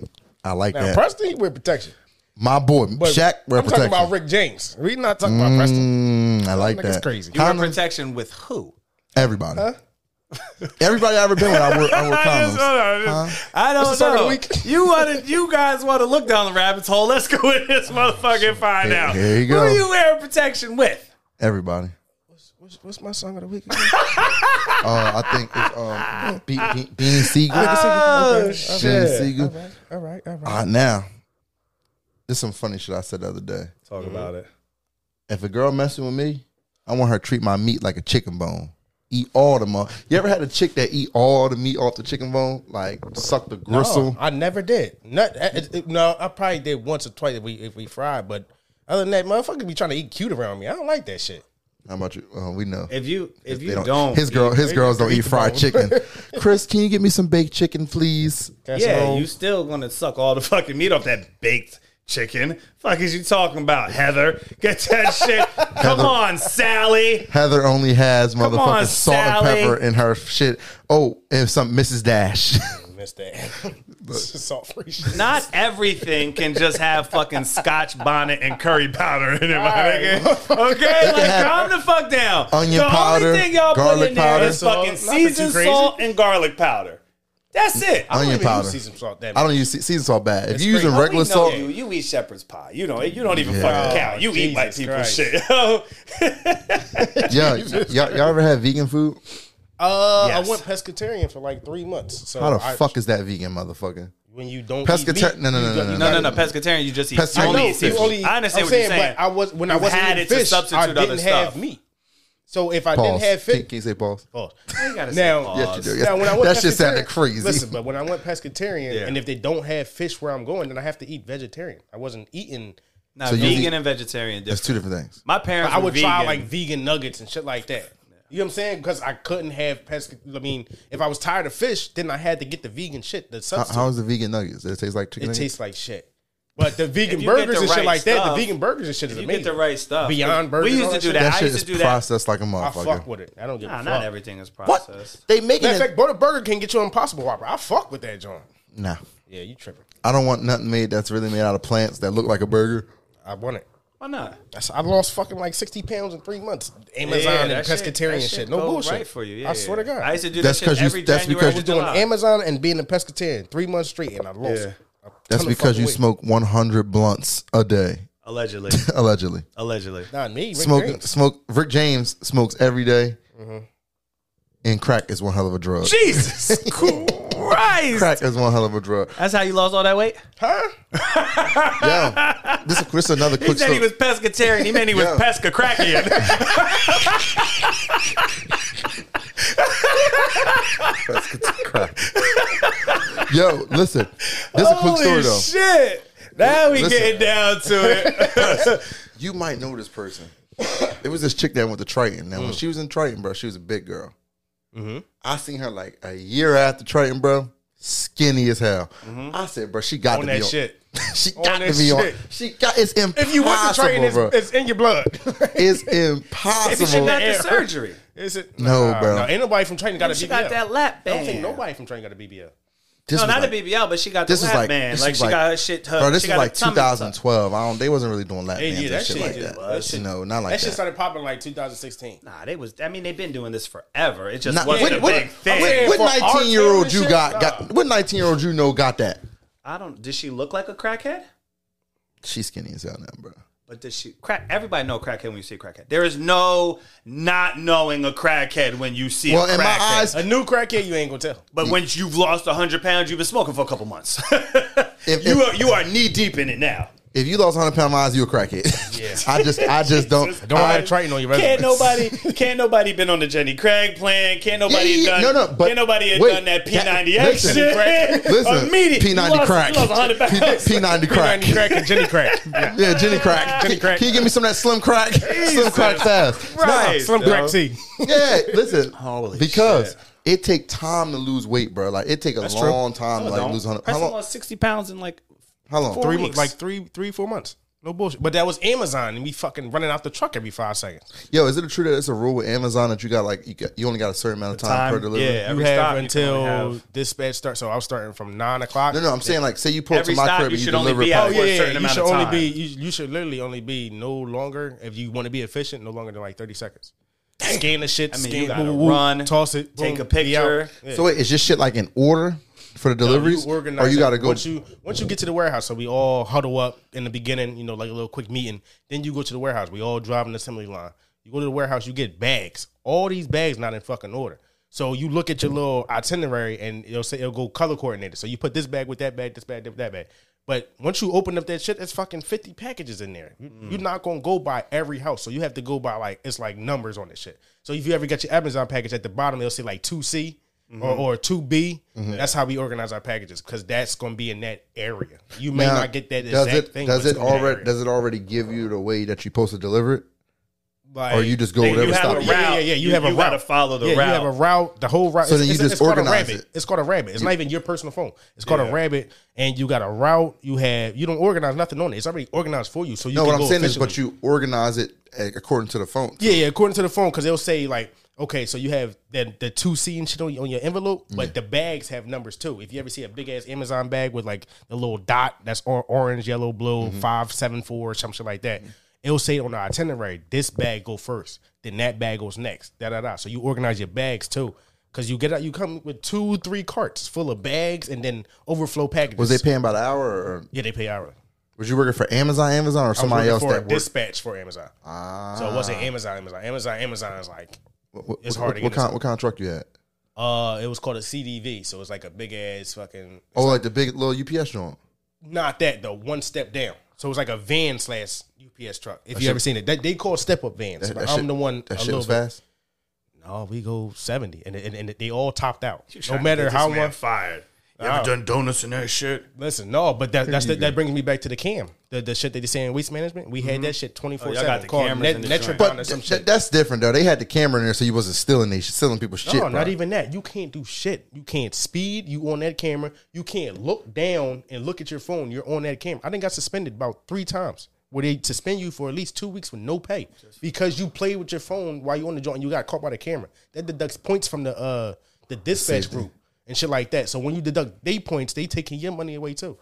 [SPEAKER 1] you.
[SPEAKER 2] I like
[SPEAKER 1] Now,
[SPEAKER 2] that.
[SPEAKER 1] Preston, he with protection.
[SPEAKER 2] My boy,
[SPEAKER 1] But I'm
[SPEAKER 2] Shaq,
[SPEAKER 1] talking
[SPEAKER 2] representation.
[SPEAKER 1] about Rick James. We not talking about Preston.
[SPEAKER 2] Mm, I like
[SPEAKER 1] That
[SPEAKER 2] that.
[SPEAKER 1] nigga's crazy.
[SPEAKER 3] You want
[SPEAKER 2] Condoms-
[SPEAKER 3] protection with who?
[SPEAKER 2] Everybody. Everybody I ever been with, I wear, I wear condoms.
[SPEAKER 3] I don't
[SPEAKER 1] What's the song of the
[SPEAKER 3] know.
[SPEAKER 1] week?
[SPEAKER 3] You want to? You guys want to look down the rabbit hole? Let's go in this motherfucker and find
[SPEAKER 2] Here-
[SPEAKER 3] out.
[SPEAKER 2] here you
[SPEAKER 3] Who
[SPEAKER 2] go.
[SPEAKER 3] are you wearing protection with?
[SPEAKER 2] Everybody.
[SPEAKER 1] What's, what's my song of the week?
[SPEAKER 2] Uh, I think it's um, Be- Be- Bean Siegel.
[SPEAKER 1] oh
[SPEAKER 2] Bean Siegel.
[SPEAKER 1] All right, all right.
[SPEAKER 2] Uh, now, there's some funny shit I said the other day.
[SPEAKER 3] Talk about it.
[SPEAKER 2] If a girl messing with me, I want her to treat my meat like a chicken bone. Eat all the mo- You ever had a chick that eat all the meat off the chicken bone? Like suck the
[SPEAKER 1] Oh,
[SPEAKER 2] gristle?
[SPEAKER 1] I never did. Not, uh, it, it- no, I probably did once or twice if we if we fried, but other than that, motherfucker be trying to eat cute around me. I don't like that shit.
[SPEAKER 2] How about you? Uh, we know.
[SPEAKER 3] If you if
[SPEAKER 2] They
[SPEAKER 3] you don't,
[SPEAKER 2] his girl, his girls don't eat fried chicken. Chris, can you get me some baked chicken, please?
[SPEAKER 1] That's
[SPEAKER 3] yeah,
[SPEAKER 1] wrong.
[SPEAKER 3] you still gonna suck all the fucking meat off that baked chicken. Fuck is you talking about, Heather? Get that shit. Come on, Sally.
[SPEAKER 2] Heather only has motherfucking
[SPEAKER 3] on,
[SPEAKER 2] salt
[SPEAKER 3] Sally.
[SPEAKER 2] and pepper in her shit. Oh, and some Mrs. Dash.
[SPEAKER 1] missed that. It's just salt free shit.
[SPEAKER 3] Not everything can just have fucking scotch bonnet and curry powder in it, my
[SPEAKER 1] Alright.
[SPEAKER 3] nigga. Okay? Like,
[SPEAKER 2] have
[SPEAKER 3] calm the fuck down.
[SPEAKER 2] onion
[SPEAKER 3] the
[SPEAKER 2] powder,
[SPEAKER 3] only thing y'all put
[SPEAKER 2] garlic
[SPEAKER 3] in there
[SPEAKER 2] powder.
[SPEAKER 3] is fucking
[SPEAKER 1] Salt. Not that you
[SPEAKER 3] seasoned
[SPEAKER 1] crazy.
[SPEAKER 3] salt and garlic powder. That's it.
[SPEAKER 1] I don't
[SPEAKER 2] Onion
[SPEAKER 1] even
[SPEAKER 2] powder.
[SPEAKER 1] use season salt that
[SPEAKER 2] I
[SPEAKER 1] much.
[SPEAKER 2] don't use se- season salt bad. If
[SPEAKER 1] It's
[SPEAKER 2] you using
[SPEAKER 1] great.
[SPEAKER 3] Oh, we
[SPEAKER 2] regular
[SPEAKER 3] know
[SPEAKER 2] salt,
[SPEAKER 3] You, you eat shepherd's pie. You know, you don't even
[SPEAKER 2] Yeah.
[SPEAKER 3] fucking count. You
[SPEAKER 1] Jesus
[SPEAKER 3] eat white
[SPEAKER 1] Christ.
[SPEAKER 3] people's shit.
[SPEAKER 2] yeah, y'all, y'all ever had vegan food?
[SPEAKER 1] Uh,
[SPEAKER 3] Yes.
[SPEAKER 1] I went pescatarian for like three months. So
[SPEAKER 2] How the
[SPEAKER 1] I-
[SPEAKER 2] fuck is that vegan, motherfucker?
[SPEAKER 1] When you don't
[SPEAKER 2] Pescatar-
[SPEAKER 1] eat meat,
[SPEAKER 2] no, no,
[SPEAKER 1] you
[SPEAKER 2] no,
[SPEAKER 1] don't-
[SPEAKER 2] no,
[SPEAKER 1] you
[SPEAKER 2] no,
[SPEAKER 1] don't-
[SPEAKER 2] no,
[SPEAKER 3] pescatarian. You just eat.
[SPEAKER 2] Pescatarian.
[SPEAKER 1] I
[SPEAKER 2] only
[SPEAKER 1] know
[SPEAKER 2] eat
[SPEAKER 1] you
[SPEAKER 2] seafood.
[SPEAKER 1] only.
[SPEAKER 3] I understand
[SPEAKER 1] I'm
[SPEAKER 3] what
[SPEAKER 1] saying,
[SPEAKER 3] you're saying.
[SPEAKER 1] But I was when I
[SPEAKER 3] You've
[SPEAKER 1] wasn't
[SPEAKER 3] had
[SPEAKER 1] eating
[SPEAKER 3] it to
[SPEAKER 1] fish, I
[SPEAKER 3] substitute
[SPEAKER 1] didn't
[SPEAKER 3] other
[SPEAKER 1] have
[SPEAKER 3] stuff.
[SPEAKER 1] meat. So if I
[SPEAKER 2] Pause.
[SPEAKER 1] didn't have
[SPEAKER 2] Can,
[SPEAKER 1] fish,
[SPEAKER 2] can you say pause?
[SPEAKER 1] Pause.
[SPEAKER 3] gotta say
[SPEAKER 1] now,
[SPEAKER 3] pause.
[SPEAKER 2] Yes, you do. Yes.
[SPEAKER 1] now when I went
[SPEAKER 2] that shit sounded
[SPEAKER 1] pescatarian-
[SPEAKER 2] crazy.
[SPEAKER 1] Listen, but when I went pescatarian,
[SPEAKER 3] Yeah.
[SPEAKER 1] and if they don't have fish where I'm going, then I have to eat vegetarian. I wasn't eating.
[SPEAKER 3] Now,
[SPEAKER 2] So you
[SPEAKER 3] vegan
[SPEAKER 2] eat-
[SPEAKER 3] and vegetarian.
[SPEAKER 2] That's
[SPEAKER 3] Different.
[SPEAKER 2] two different things.
[SPEAKER 3] My parents.
[SPEAKER 1] I
[SPEAKER 3] were
[SPEAKER 1] would try
[SPEAKER 3] vegan.
[SPEAKER 1] like vegan nuggets and shit like that. You know what I'm saying? Because I couldn't have pesca. I mean, if I was tired of fish, then I had to get the vegan shit. The
[SPEAKER 2] How,
[SPEAKER 1] substitute.
[SPEAKER 2] how is the vegan nuggets? Does it taste like chicken?
[SPEAKER 1] it
[SPEAKER 2] nuggets?
[SPEAKER 1] tastes like shit. But the vegan
[SPEAKER 3] you get
[SPEAKER 1] burgers
[SPEAKER 3] the
[SPEAKER 1] and shit
[SPEAKER 3] right
[SPEAKER 1] like that,
[SPEAKER 3] stuff-
[SPEAKER 1] the vegan burgers and shit is
[SPEAKER 3] you
[SPEAKER 1] amazing.
[SPEAKER 3] get the right stuff.
[SPEAKER 1] Beyond burgers.
[SPEAKER 3] We used
[SPEAKER 1] all
[SPEAKER 3] to do
[SPEAKER 1] shit.
[SPEAKER 3] that.
[SPEAKER 2] that
[SPEAKER 3] I
[SPEAKER 2] shit
[SPEAKER 3] used
[SPEAKER 2] is
[SPEAKER 3] to do that.
[SPEAKER 2] processed like a
[SPEAKER 1] I
[SPEAKER 2] motherfucker.
[SPEAKER 1] fuck with it. I don't give
[SPEAKER 3] Nah,
[SPEAKER 1] a
[SPEAKER 3] not
[SPEAKER 1] fuck.
[SPEAKER 3] everything is
[SPEAKER 2] What?
[SPEAKER 3] processed.
[SPEAKER 2] They making
[SPEAKER 1] Matter of
[SPEAKER 2] it?
[SPEAKER 1] fact, go to Burger King get you an Impossible Whopper. I fuck with that, John.
[SPEAKER 2] Nah,
[SPEAKER 1] Yeah, you tripping?
[SPEAKER 2] I don't want nothing made that's really made out of plants that look like a burger.
[SPEAKER 1] I want it.
[SPEAKER 3] Why not?
[SPEAKER 1] That's- I lost fucking like sixty pounds in three months. Amazon
[SPEAKER 3] that
[SPEAKER 1] and
[SPEAKER 3] shit-
[SPEAKER 1] pescatarian
[SPEAKER 3] that
[SPEAKER 1] shit. No
[SPEAKER 3] go
[SPEAKER 1] bullshit
[SPEAKER 3] Right for you. Yeah,
[SPEAKER 1] I swear to
[SPEAKER 3] yeah.
[SPEAKER 1] God.
[SPEAKER 3] I used to do
[SPEAKER 2] That's
[SPEAKER 3] that shit
[SPEAKER 2] 'cause you-
[SPEAKER 3] every
[SPEAKER 2] that's
[SPEAKER 3] January.
[SPEAKER 2] because you
[SPEAKER 1] was doing
[SPEAKER 3] July.
[SPEAKER 1] Amazon and being a pescatarian three months straight, and I lost.
[SPEAKER 3] Yeah.
[SPEAKER 1] a ton
[SPEAKER 2] That's
[SPEAKER 1] of
[SPEAKER 2] because
[SPEAKER 1] fucking
[SPEAKER 2] you
[SPEAKER 1] weight.
[SPEAKER 2] smoke 100 blunts a day,
[SPEAKER 3] Allegedly,
[SPEAKER 2] allegedly.
[SPEAKER 3] allegedly.
[SPEAKER 1] Not me. Rick
[SPEAKER 2] Smoke,
[SPEAKER 1] James.
[SPEAKER 2] smoke. Rick James smokes every day, and crack is one hell of a drug.
[SPEAKER 3] Jesus Christ!
[SPEAKER 2] Crack is one hell of a drug.
[SPEAKER 3] That's how you lost all that weight.
[SPEAKER 1] Huh?
[SPEAKER 2] Yeah, this is this is another
[SPEAKER 3] He
[SPEAKER 2] quick
[SPEAKER 3] said he
[SPEAKER 2] story.
[SPEAKER 3] was pescatarian. He meant he was
[SPEAKER 2] Yeah.
[SPEAKER 3] pesca cracking.
[SPEAKER 2] Yo, listen, this is a quick story though.
[SPEAKER 3] shit! Now we
[SPEAKER 2] Listen.
[SPEAKER 3] getting down to it.
[SPEAKER 2] You might know this person. There was this chick that went to Triton. Now, when she was in Triton, bro, she was a big girl. I seen her like a year after Triton, bro, skinny as hell. I said, bro, she got
[SPEAKER 1] On
[SPEAKER 2] to
[SPEAKER 1] that
[SPEAKER 2] be on.
[SPEAKER 1] shit.
[SPEAKER 2] she
[SPEAKER 1] On
[SPEAKER 2] got to
[SPEAKER 1] that
[SPEAKER 2] be on.
[SPEAKER 1] shit.
[SPEAKER 2] She got. It's impossible.
[SPEAKER 1] If you want to train, it's,
[SPEAKER 2] bro.
[SPEAKER 1] it's in your blood.
[SPEAKER 2] It's
[SPEAKER 3] If she
[SPEAKER 2] impossible.
[SPEAKER 3] got the
[SPEAKER 1] Air.
[SPEAKER 3] surgery,
[SPEAKER 1] Is it?
[SPEAKER 2] No,
[SPEAKER 1] Nah,
[SPEAKER 2] bro.
[SPEAKER 1] nah, ain't nobody from training got a BBL.
[SPEAKER 3] she got that lap
[SPEAKER 1] I
[SPEAKER 3] band.
[SPEAKER 1] don't think nobody from training got a BBL.
[SPEAKER 2] This
[SPEAKER 3] No,
[SPEAKER 2] was
[SPEAKER 3] not
[SPEAKER 2] like-
[SPEAKER 3] a BBL, but she got
[SPEAKER 2] This
[SPEAKER 3] the
[SPEAKER 2] is
[SPEAKER 3] lap
[SPEAKER 2] like
[SPEAKER 3] band.
[SPEAKER 2] this
[SPEAKER 3] Like
[SPEAKER 2] is
[SPEAKER 3] she got her shit. Her,
[SPEAKER 2] bro. This
[SPEAKER 3] she
[SPEAKER 2] is
[SPEAKER 3] got her
[SPEAKER 2] like
[SPEAKER 3] tummy tucked.
[SPEAKER 2] 2012. I don't. They wasn't really doing lap
[SPEAKER 1] Yeah,
[SPEAKER 2] bands
[SPEAKER 1] yeah,
[SPEAKER 2] and
[SPEAKER 1] that
[SPEAKER 2] shit
[SPEAKER 1] shit
[SPEAKER 2] like
[SPEAKER 1] just-
[SPEAKER 2] that.
[SPEAKER 1] that shit-
[SPEAKER 2] no, not like
[SPEAKER 1] That shit
[SPEAKER 2] that.
[SPEAKER 1] started popping like 2016.
[SPEAKER 3] Nah, they was. I mean, they've been doing this forever. It just
[SPEAKER 2] Not,
[SPEAKER 3] wasn't
[SPEAKER 2] what,
[SPEAKER 3] a
[SPEAKER 2] what-
[SPEAKER 3] big thing.
[SPEAKER 2] what- what
[SPEAKER 1] For our
[SPEAKER 2] 19 year old
[SPEAKER 1] children
[SPEAKER 2] you
[SPEAKER 1] shit?
[SPEAKER 2] got, got
[SPEAKER 1] Nah.
[SPEAKER 2] what 19 year old you know got that
[SPEAKER 3] I don't. Did she look like a crackhead?
[SPEAKER 2] she's skinny as hell now bro
[SPEAKER 3] But does she crack? Everybody know a crackhead when you see a crackhead. There is no not knowing a crackhead when you see
[SPEAKER 2] well
[SPEAKER 3] a crackhead.
[SPEAKER 2] in my eyes
[SPEAKER 1] A new crackhead, you ain't gonna tell.
[SPEAKER 3] but once you've lost hundred pounds, you've been smoking for a couple months.
[SPEAKER 2] If-
[SPEAKER 3] you
[SPEAKER 2] if-
[SPEAKER 3] are you are knee deep in it now.
[SPEAKER 2] if you lost 100 pound miles you a crackhead i just i just don't
[SPEAKER 1] Don't
[SPEAKER 2] I-
[SPEAKER 1] have Triton on your resume.
[SPEAKER 3] Can't nobody can't nobody been on the Jenny Craig plan. Can't nobody
[SPEAKER 2] Yeah, yeah, yeah.
[SPEAKER 3] done
[SPEAKER 2] No, no, but-
[SPEAKER 3] can't nobody have
[SPEAKER 2] wait,
[SPEAKER 3] done that P
[SPEAKER 2] that-
[SPEAKER 3] ninety X
[SPEAKER 2] listen,
[SPEAKER 3] shit.
[SPEAKER 2] listen
[SPEAKER 3] Immediate- you
[SPEAKER 2] p90
[SPEAKER 3] lost-
[SPEAKER 2] crack
[SPEAKER 3] you lost 100 pounds.
[SPEAKER 2] P, 90 crack
[SPEAKER 1] Jenny crack and Jenny crack. Yeah.
[SPEAKER 2] yeah jenny crack
[SPEAKER 1] Jenny
[SPEAKER 2] Can-
[SPEAKER 1] crack.
[SPEAKER 2] can you give me some of that slim crack slim crack fast
[SPEAKER 3] Right.
[SPEAKER 1] Slim
[SPEAKER 3] Yo.
[SPEAKER 1] crack tea.
[SPEAKER 2] yeah listen
[SPEAKER 3] Holy
[SPEAKER 2] because
[SPEAKER 3] shit.
[SPEAKER 2] it take time to lose weight bro like it take a
[SPEAKER 1] true.
[SPEAKER 2] long time to like lose 100 how
[SPEAKER 3] Preston
[SPEAKER 2] long
[SPEAKER 3] lost sixty pounds in like
[SPEAKER 2] how long
[SPEAKER 1] Three,
[SPEAKER 3] weeks.
[SPEAKER 1] months, like three, three, four months. No bullshit. But that was Amazon, and we fucking running out the truck every five seconds.
[SPEAKER 2] Yo, is it true that it's a rule with Amazon that you got like you got, you only got a certain amount of time,
[SPEAKER 3] time,
[SPEAKER 2] per delivery?
[SPEAKER 3] yeah.
[SPEAKER 1] you
[SPEAKER 3] Every
[SPEAKER 1] have
[SPEAKER 3] stop you can
[SPEAKER 1] until
[SPEAKER 3] only have-
[SPEAKER 1] dispatch starts. So I was starting from nine o'clock.
[SPEAKER 2] No, no, I'm saying like say you pull up to
[SPEAKER 3] Every
[SPEAKER 2] my
[SPEAKER 3] stop
[SPEAKER 2] crib
[SPEAKER 3] you
[SPEAKER 2] and you
[SPEAKER 3] should only
[SPEAKER 2] deliver.
[SPEAKER 3] be
[SPEAKER 2] a
[SPEAKER 3] at
[SPEAKER 1] Oh
[SPEAKER 2] package.
[SPEAKER 1] yeah,
[SPEAKER 3] for a
[SPEAKER 1] yeah,
[SPEAKER 3] certain
[SPEAKER 1] you
[SPEAKER 3] amount
[SPEAKER 1] should
[SPEAKER 3] of
[SPEAKER 1] only
[SPEAKER 3] time.
[SPEAKER 1] be you, you should literally only be no longer if you want to be efficient, no longer than like thirty seconds. Scan the shit,
[SPEAKER 3] I mean,
[SPEAKER 1] scan,
[SPEAKER 3] you gotta
[SPEAKER 1] woo, woo,
[SPEAKER 3] run,
[SPEAKER 1] toss it,
[SPEAKER 3] take
[SPEAKER 1] boom,
[SPEAKER 3] a
[SPEAKER 1] be out.
[SPEAKER 3] picture.
[SPEAKER 1] Yeah.
[SPEAKER 2] So wait, is this shit like in order for the
[SPEAKER 1] You
[SPEAKER 2] deliveries,
[SPEAKER 1] organize
[SPEAKER 2] or you got to
[SPEAKER 1] it.
[SPEAKER 2] go?
[SPEAKER 1] once you once you get to the warehouse. So we all huddle up in the beginning, you know, like a little quick meeting. Then you go to the warehouse. We all drive an assembly line. You go to the warehouse. You get bags. All these bags not in fucking order. So you look at your little itinerary and it'll say it'll go color coordinated. So you put this bag with that bag, this bag with that bag. But once you open up that shit, it's fucking fifty packages in there. You- You're not gonna go by every house, so you have to go by like it's like numbers on this shit. So if you ever got your Amazon package at the bottom, it'll say like two C
[SPEAKER 2] Mm-hmm.
[SPEAKER 1] or, or two B. That's how we organize our packages because that's going to be in that area. You may
[SPEAKER 2] Now,
[SPEAKER 1] not get that
[SPEAKER 2] does
[SPEAKER 1] exact
[SPEAKER 2] it
[SPEAKER 1] thing.
[SPEAKER 2] does
[SPEAKER 1] but
[SPEAKER 2] it
[SPEAKER 1] it's in that
[SPEAKER 2] already
[SPEAKER 1] area.
[SPEAKER 2] does it already give you the way that you supposed to deliver it?
[SPEAKER 1] Like,
[SPEAKER 2] or you just go
[SPEAKER 1] they-
[SPEAKER 2] whatever
[SPEAKER 1] you have
[SPEAKER 2] stop
[SPEAKER 1] a
[SPEAKER 2] you-
[SPEAKER 1] route. Yeah, yeah, yeah. You,
[SPEAKER 3] You-
[SPEAKER 1] have a
[SPEAKER 3] you
[SPEAKER 1] route.
[SPEAKER 3] gotta follow the
[SPEAKER 1] yeah, You
[SPEAKER 3] route.
[SPEAKER 1] have a route. The whole route.
[SPEAKER 2] So then you just
[SPEAKER 1] called a
[SPEAKER 2] organize
[SPEAKER 1] rabbit.
[SPEAKER 2] it.
[SPEAKER 1] It's called a rabbit. It's not even your personal phone. It's called a rabbit, and you got a route. You have you don't organize nothing on it. It's already organized for you. So you
[SPEAKER 2] No,
[SPEAKER 1] can
[SPEAKER 2] what I'm
[SPEAKER 1] go
[SPEAKER 2] saying is,
[SPEAKER 1] efficiently.
[SPEAKER 2] but you organize it uh, according to the phone.
[SPEAKER 1] Yeah, yeah, according to the phone, because they'll say like okay, so you have the the two C and shit on your, on your envelope, but the bags have numbers too. If you ever see a big ass Amazon bag with like the little dot that's or, orange, yellow, blue,
[SPEAKER 2] Mm-hmm.
[SPEAKER 1] five, seven, four, some shit like that, it'll say on the itinerary, this bag go first, then that bag goes next, da da da. So you organize your bags too. Cause you get out, you come with two, three carts full of bags, and then overflow packages.
[SPEAKER 2] Was they paying by the hour, or
[SPEAKER 1] yeah, they pay hourly.
[SPEAKER 2] was you working for Amazon, Amazon, or somebody
[SPEAKER 1] working
[SPEAKER 2] else
[SPEAKER 1] for
[SPEAKER 2] that worked? Ah.
[SPEAKER 1] dispatch for Amazon. So it wasn't Amazon. Amazon. Amazon. Amazon is like
[SPEAKER 2] What,
[SPEAKER 1] It's
[SPEAKER 2] what-
[SPEAKER 1] hard to
[SPEAKER 2] what
[SPEAKER 1] get
[SPEAKER 2] kind, what kind of truck you had?
[SPEAKER 1] uh, it was called a CDV. So it's like a big ass fucking.
[SPEAKER 2] Oh, like the big little UPS joint.
[SPEAKER 1] Not that though. One step down. So it was like a van slash UPS truck. If you ever seen it, That- they call step up vans.
[SPEAKER 2] That
[SPEAKER 1] but
[SPEAKER 2] shit-
[SPEAKER 1] I'm the one.
[SPEAKER 2] That
[SPEAKER 1] a
[SPEAKER 2] shit
[SPEAKER 1] little
[SPEAKER 2] was
[SPEAKER 1] bit.
[SPEAKER 2] fast.
[SPEAKER 1] No, we go seventy, and and, and they all topped out.
[SPEAKER 3] trying
[SPEAKER 1] No
[SPEAKER 3] to
[SPEAKER 1] matter
[SPEAKER 3] get
[SPEAKER 1] how
[SPEAKER 3] this man
[SPEAKER 1] much.
[SPEAKER 3] fired. You
[SPEAKER 2] Oh.
[SPEAKER 3] ever done donuts and that shit?
[SPEAKER 1] Listen, no, but that that's the, that brings me back to the cam, the, the shit that they say in waste management. We had that shit twenty four
[SPEAKER 3] Mm-hmm. Oh, y'all got
[SPEAKER 1] seven.
[SPEAKER 3] the
[SPEAKER 1] Called
[SPEAKER 3] cameras
[SPEAKER 1] net,
[SPEAKER 3] in the joint.
[SPEAKER 1] Netrodon
[SPEAKER 2] But
[SPEAKER 1] or some
[SPEAKER 2] th-
[SPEAKER 1] shit.
[SPEAKER 2] th- that's different though. They had the camera in there, so you wasn't stealing these, stealing people's shit.
[SPEAKER 1] No, not
[SPEAKER 2] bro.
[SPEAKER 1] even that. You can't do shit. You can't speed. You on that camera. You can't look down and look at your phone. You're on that camera. I think got suspended about three times where they suspend you for at least two weeks with no pay because you played with your phone while you on the joint and you got caught by the camera. That deducts points from the uh the dispatch group and shit like that. So when you deduct they points, they taking your money away too.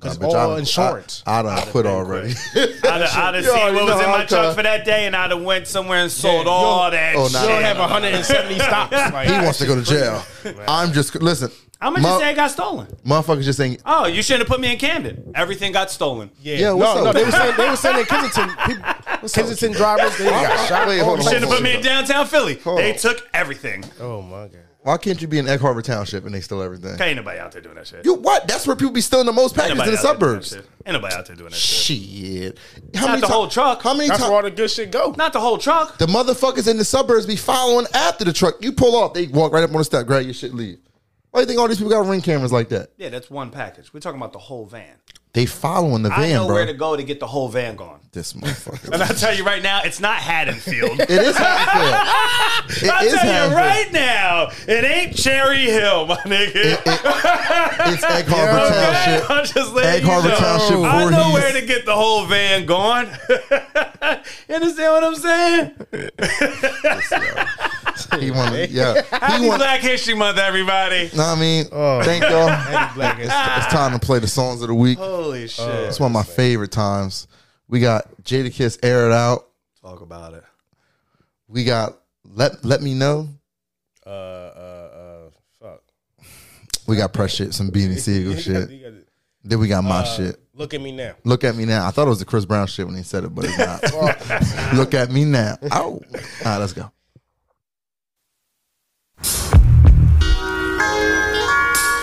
[SPEAKER 1] Because
[SPEAKER 2] Bitch,
[SPEAKER 1] all
[SPEAKER 2] I-
[SPEAKER 1] insurance.
[SPEAKER 2] I, I done quit already.
[SPEAKER 3] I'd have, I'd have
[SPEAKER 2] You
[SPEAKER 3] seen
[SPEAKER 2] already
[SPEAKER 3] what was
[SPEAKER 2] know
[SPEAKER 3] in my
[SPEAKER 2] I'm
[SPEAKER 3] truck
[SPEAKER 2] tough.
[SPEAKER 3] for that day, and I'd have went somewhere and sold
[SPEAKER 1] Yeah,
[SPEAKER 3] all
[SPEAKER 1] you'll-
[SPEAKER 3] that.
[SPEAKER 2] Oh,
[SPEAKER 3] shit.
[SPEAKER 2] nah.
[SPEAKER 1] you don't have 170 stops. Like,
[SPEAKER 2] he wants to go to jail. I'm just listen.
[SPEAKER 3] How much
[SPEAKER 2] mu-
[SPEAKER 3] you say got stolen?
[SPEAKER 2] motherfuckers just ain't.
[SPEAKER 3] Oh, you shouldn't have put me in Camden. Everything got stolen.
[SPEAKER 1] Yeah,
[SPEAKER 2] Yeah,
[SPEAKER 1] no,
[SPEAKER 2] what's
[SPEAKER 1] no,
[SPEAKER 2] up?
[SPEAKER 1] they were saying they were sending Kensington people, Kensington drivers. They got shot.
[SPEAKER 2] Wait, hold on,
[SPEAKER 1] Oh,
[SPEAKER 2] hold
[SPEAKER 1] shit.
[SPEAKER 2] on.
[SPEAKER 3] Shouldn't have put me in downtown Philly. They
[SPEAKER 2] on.
[SPEAKER 3] took everything.
[SPEAKER 1] Oh my god.
[SPEAKER 2] Why can't you be in Egg Harbor Township and they steal everything?
[SPEAKER 3] Ain't nobody out there doing that shit.
[SPEAKER 2] You what? That's where people be stealing the most
[SPEAKER 3] Ain't
[SPEAKER 2] packages in
[SPEAKER 3] nobody
[SPEAKER 2] the
[SPEAKER 3] out there doing that
[SPEAKER 2] suburbs.
[SPEAKER 3] shit. Ain't nobody out there doing that shit.
[SPEAKER 2] Shit. How
[SPEAKER 3] Not the
[SPEAKER 2] ti-
[SPEAKER 3] whole truck.
[SPEAKER 2] How many
[SPEAKER 1] That's where
[SPEAKER 2] times?
[SPEAKER 1] all the good shit go.
[SPEAKER 3] Not the whole truck.
[SPEAKER 2] The motherfuckers in the suburbs be following after the truck. You pull off, they walk right up on the step, grab your shit, leave. Why do you think all these people got ring cameras like that?
[SPEAKER 3] Yeah, that's one package. We're talking about the whole van.
[SPEAKER 2] They following the
[SPEAKER 3] I know
[SPEAKER 2] van, bro.
[SPEAKER 3] where to go to get the whole van gone.
[SPEAKER 2] this
[SPEAKER 3] And
[SPEAKER 2] motherfucker.
[SPEAKER 3] I tell you right now, it's not Haddonfield.
[SPEAKER 2] it is Hatfield.
[SPEAKER 3] I
[SPEAKER 2] It is
[SPEAKER 3] tell you
[SPEAKER 2] Hatfield.
[SPEAKER 3] right now, it ain't Cherry Hill, my nigga.
[SPEAKER 2] It's Egg Harbor
[SPEAKER 3] Okay,
[SPEAKER 2] Township.
[SPEAKER 3] I'm just letting
[SPEAKER 2] Egg
[SPEAKER 3] you
[SPEAKER 2] Harbor
[SPEAKER 3] know.
[SPEAKER 2] Township,
[SPEAKER 3] I know
[SPEAKER 2] Voorhees.
[SPEAKER 3] where to get the whole van going. you understand what I'm saying?
[SPEAKER 2] He wanted, yeah.
[SPEAKER 3] Happy
[SPEAKER 2] He wanted,
[SPEAKER 3] Black History Month, everybody.
[SPEAKER 2] know what I mean? Thank y'all.
[SPEAKER 1] Black
[SPEAKER 2] It's, it's time to play the songs of the week.
[SPEAKER 3] Holy shit.
[SPEAKER 2] It's one of my favorite times. We got Jadakiss Air It Out.
[SPEAKER 3] Talk about it.
[SPEAKER 2] We got Let Let Me Know.
[SPEAKER 1] Uh, uh, uh, fuck.
[SPEAKER 2] We got Press Shit, some Beanie Siegel shit. Then we got My Shit.
[SPEAKER 1] Look at me now.
[SPEAKER 2] Look at me now. I thought it was the Chris Brown shit when he said it, but it's not. Look at me now. Ow. All right, let's go.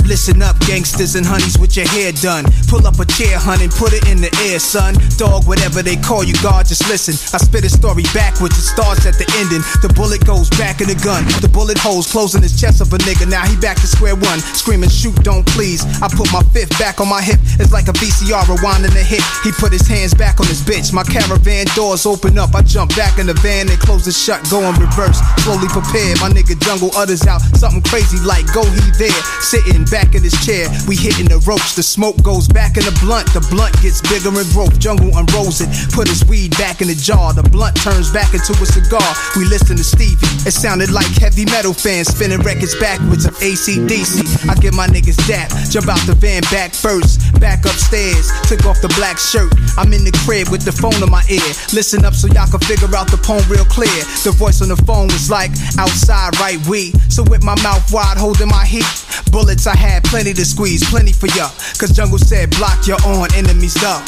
[SPEAKER 4] Listen up, gangsters and honeys with your hair done. Pull up a chair, hun, and put it in the air, son. Dog, whatever they call you, God, just listen. I spit a story backwards, it starts at the ending. The bullet goes back in the gun. The bullet holes closing his chest of a nigga. Now he back to square one, screaming, shoot, don't please. I put my fifth back on my hip, it's like a VCR rewinding a hit. He put his hands back on his bitch. My caravan doors open up, I jump back in the van, they close it shut, going reverse. Slowly prepared, my nigga jungle utters out something crazy like go he there. Sitting back in his chair, we hitting the ropes. The smoke goes back in the blunt. The blunt gets bigger and growth. Jungle unrolls it, put his weed back in the jar. The blunt turns back into a cigar. We listen to Stevie. It sounded like heavy metal fans spinning records backwards of ACDC. I get my niggas dap, jump out the van back first. Back upstairs, took off the black shirt. I'm in the crib with the phone in my ear. Listen up so y'all can figure out the poem real clear. The voice on the phone was like, outside, right? We. So with my mouth wide, holding my heat. Bullets, I had plenty to squeeze, plenty for ya. Cause Jungle said, block your on, enemies up.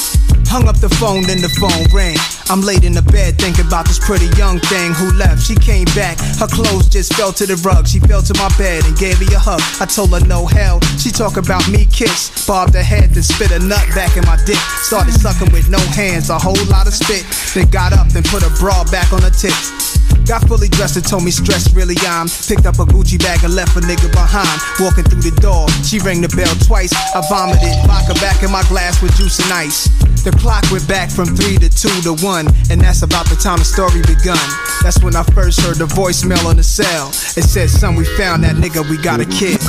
[SPEAKER 4] Hung up the phone, then the phone rang. I'm laid in the bed thinking about this pretty young thing who left. She came back, her clothes just fell to the rug. She fell to my bed and gave me a hug. I told her no hell. She talk about me kiss, bobbed her head, then spit a nut back in my dick. Started sucking with no hands, a whole lot of spit. Then got up and put a bra back on her tits. Got fully dressed and told me stress really I'm Picked up a Gucci bag and left a nigga behind Walking through the door, she rang the bell twice I vomited vodka back in my glass with juice and ice The clock went back from 3 to 2 to 1 And that's about the time the story begun That's when I first heard the voicemail on the cell It said, son, we found that nigga, we got a kid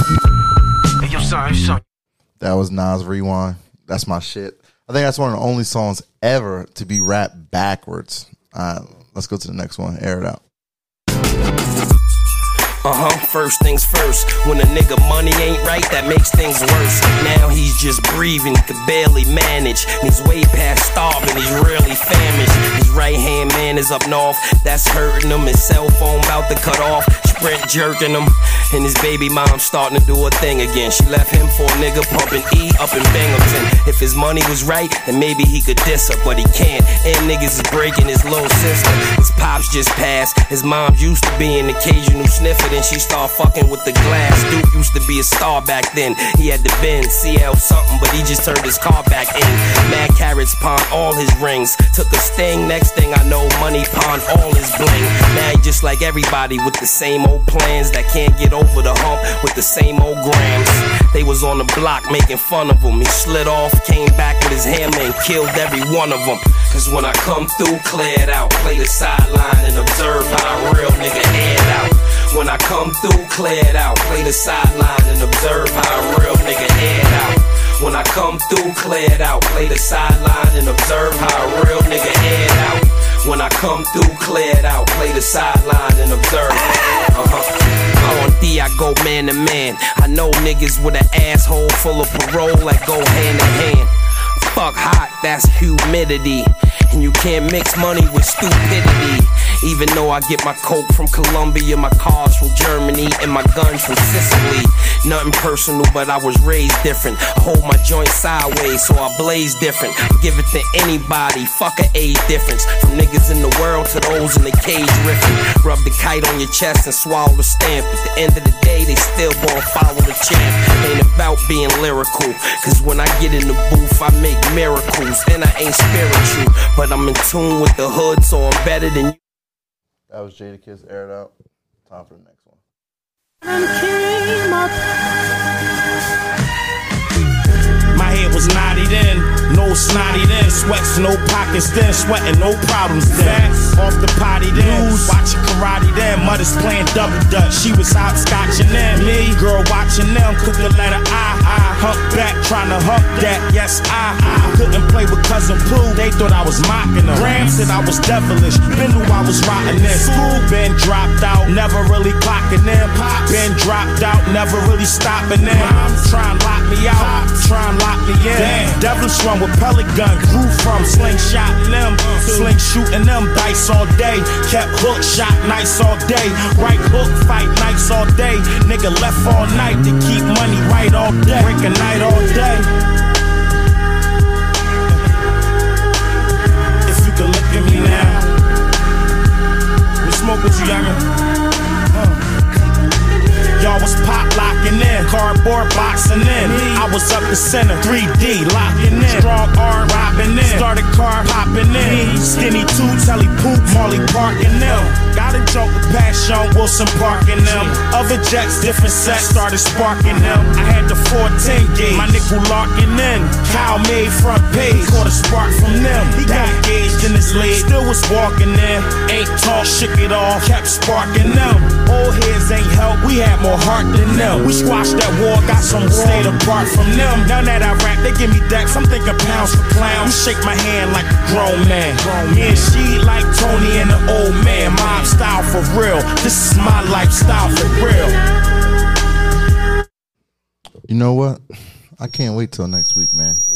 [SPEAKER 5] Hey, yo, sorry, sorry.
[SPEAKER 2] That was Nas Rewind. That's my shit. I think that's one of the only songs ever to be rapped backwards. All right, let's go to the next one. Air it out.
[SPEAKER 6] Uh huh, first things first. When a nigga money ain't right, that makes things worse. Now he's just breathing, he could barely manage. And he's way past starving, he's really famished. His right hand man is up north, that's hurting him. His cell phone about to cut off, sprint jerking him. And his baby mom starting to do her thing again. She left him for a nigga pumping E up in Binghamton. If his money was right, then maybe he could diss her, but he can't. And niggas is breaking his little sister. His pops just passed. His mom used to be an occasional sniffer, then she started fucking with the glass. Duke used to be a star back then. He had the Benz, CL something, but he just turned his car back in. Mad carrots pawned all his rings. Took a sting, next thing I know, money pawned all his bling. Now he just like everybody with the same old plans that can't get over the hump with the same old grams. They was on the block making fun of him. He slid off, came back with his hammer and killed every one of them. Cause when I come through, clear it out. Play the sideline and observe how a real nigga air out. When I come through, clear it out. Play the sideline and observe how a real nigga air out. When I come through, clear it out. Play the sideline and observe how a real nigga air out. When I come through, clear it out. Play the sideline and observe. Uh-huh. On D, I go man to man. I know niggas with an asshole full of parole that go hand in hand. Fuck hot, that's humidity. And you can't mix money with stupidity. Even though I get my coke from Colombia, my cars from Germany, and my guns from Sicily. Nothing personal, but I was raised different. I hold my joint sideways, so I blaze different. Give it to anybody, fuck a age difference. From niggas in the world to those in the cage riffing. Rub the kite on your chest and swallow the stamp. At the end of the day, they still gon' follow the champ. Ain't about being lyrical, cause when I get in the booth, I make miracles. And I ain't spiritual, but I'm in tune with the hood, so I'm better than you.
[SPEAKER 2] That was Jada Kiss aired out. Time for the next one.
[SPEAKER 7] My head was naughty then, no snotty then, sweats, no pockets then, sweating, no problems then. Off the potty then, watching karate then, mother's playing double dutch. She was hopscotching then, me girl watching them, cook the letter I, I hump back, trying to hump that. Yes, I, I couldn't play with cousin Pooh, they thought I was mocking them. Graham said I was devilish, Ben knew I was rotten in school, been dropped out, never really clocking in. Been dropped out, never really stopping in. Trying to lock me out, trying to lock me in. Devilish run with pellet gun, grew from slingshot limb, sling shooting them dice all day. Kept hook shot nights all day, right hook fight nights all day. Nigga left all night to keep money right all day, break a night all day. If you could look at me now, we smoke with you, younger. Y'all was pop locking in, cardboard boxing in. I was up the center, 3D locking in. Strong arm robbing in, started car hopping in. Skinny two, telly poop, Molly parking them. Got a joke with Passion, Wilson parking them. Other jets, different sets, started sparking them. I had the 14 gauge, my nickel locking in. Kyle made front page, caught a spark from them. He got engaged in his lead, still was walking in. Ain't talk, shook it all, kept sparking them. Old heads ain't help, we had more heart than them. We squashed that war, got some stayed apart from them. Now that I rap, they give me decks, I'm thinking pounds for clown. You shake my hand like a grown man. Me and she like Tony and the old man. Mob style for real, this is my lifestyle for real.
[SPEAKER 2] You know what? I can't wait till next week, man.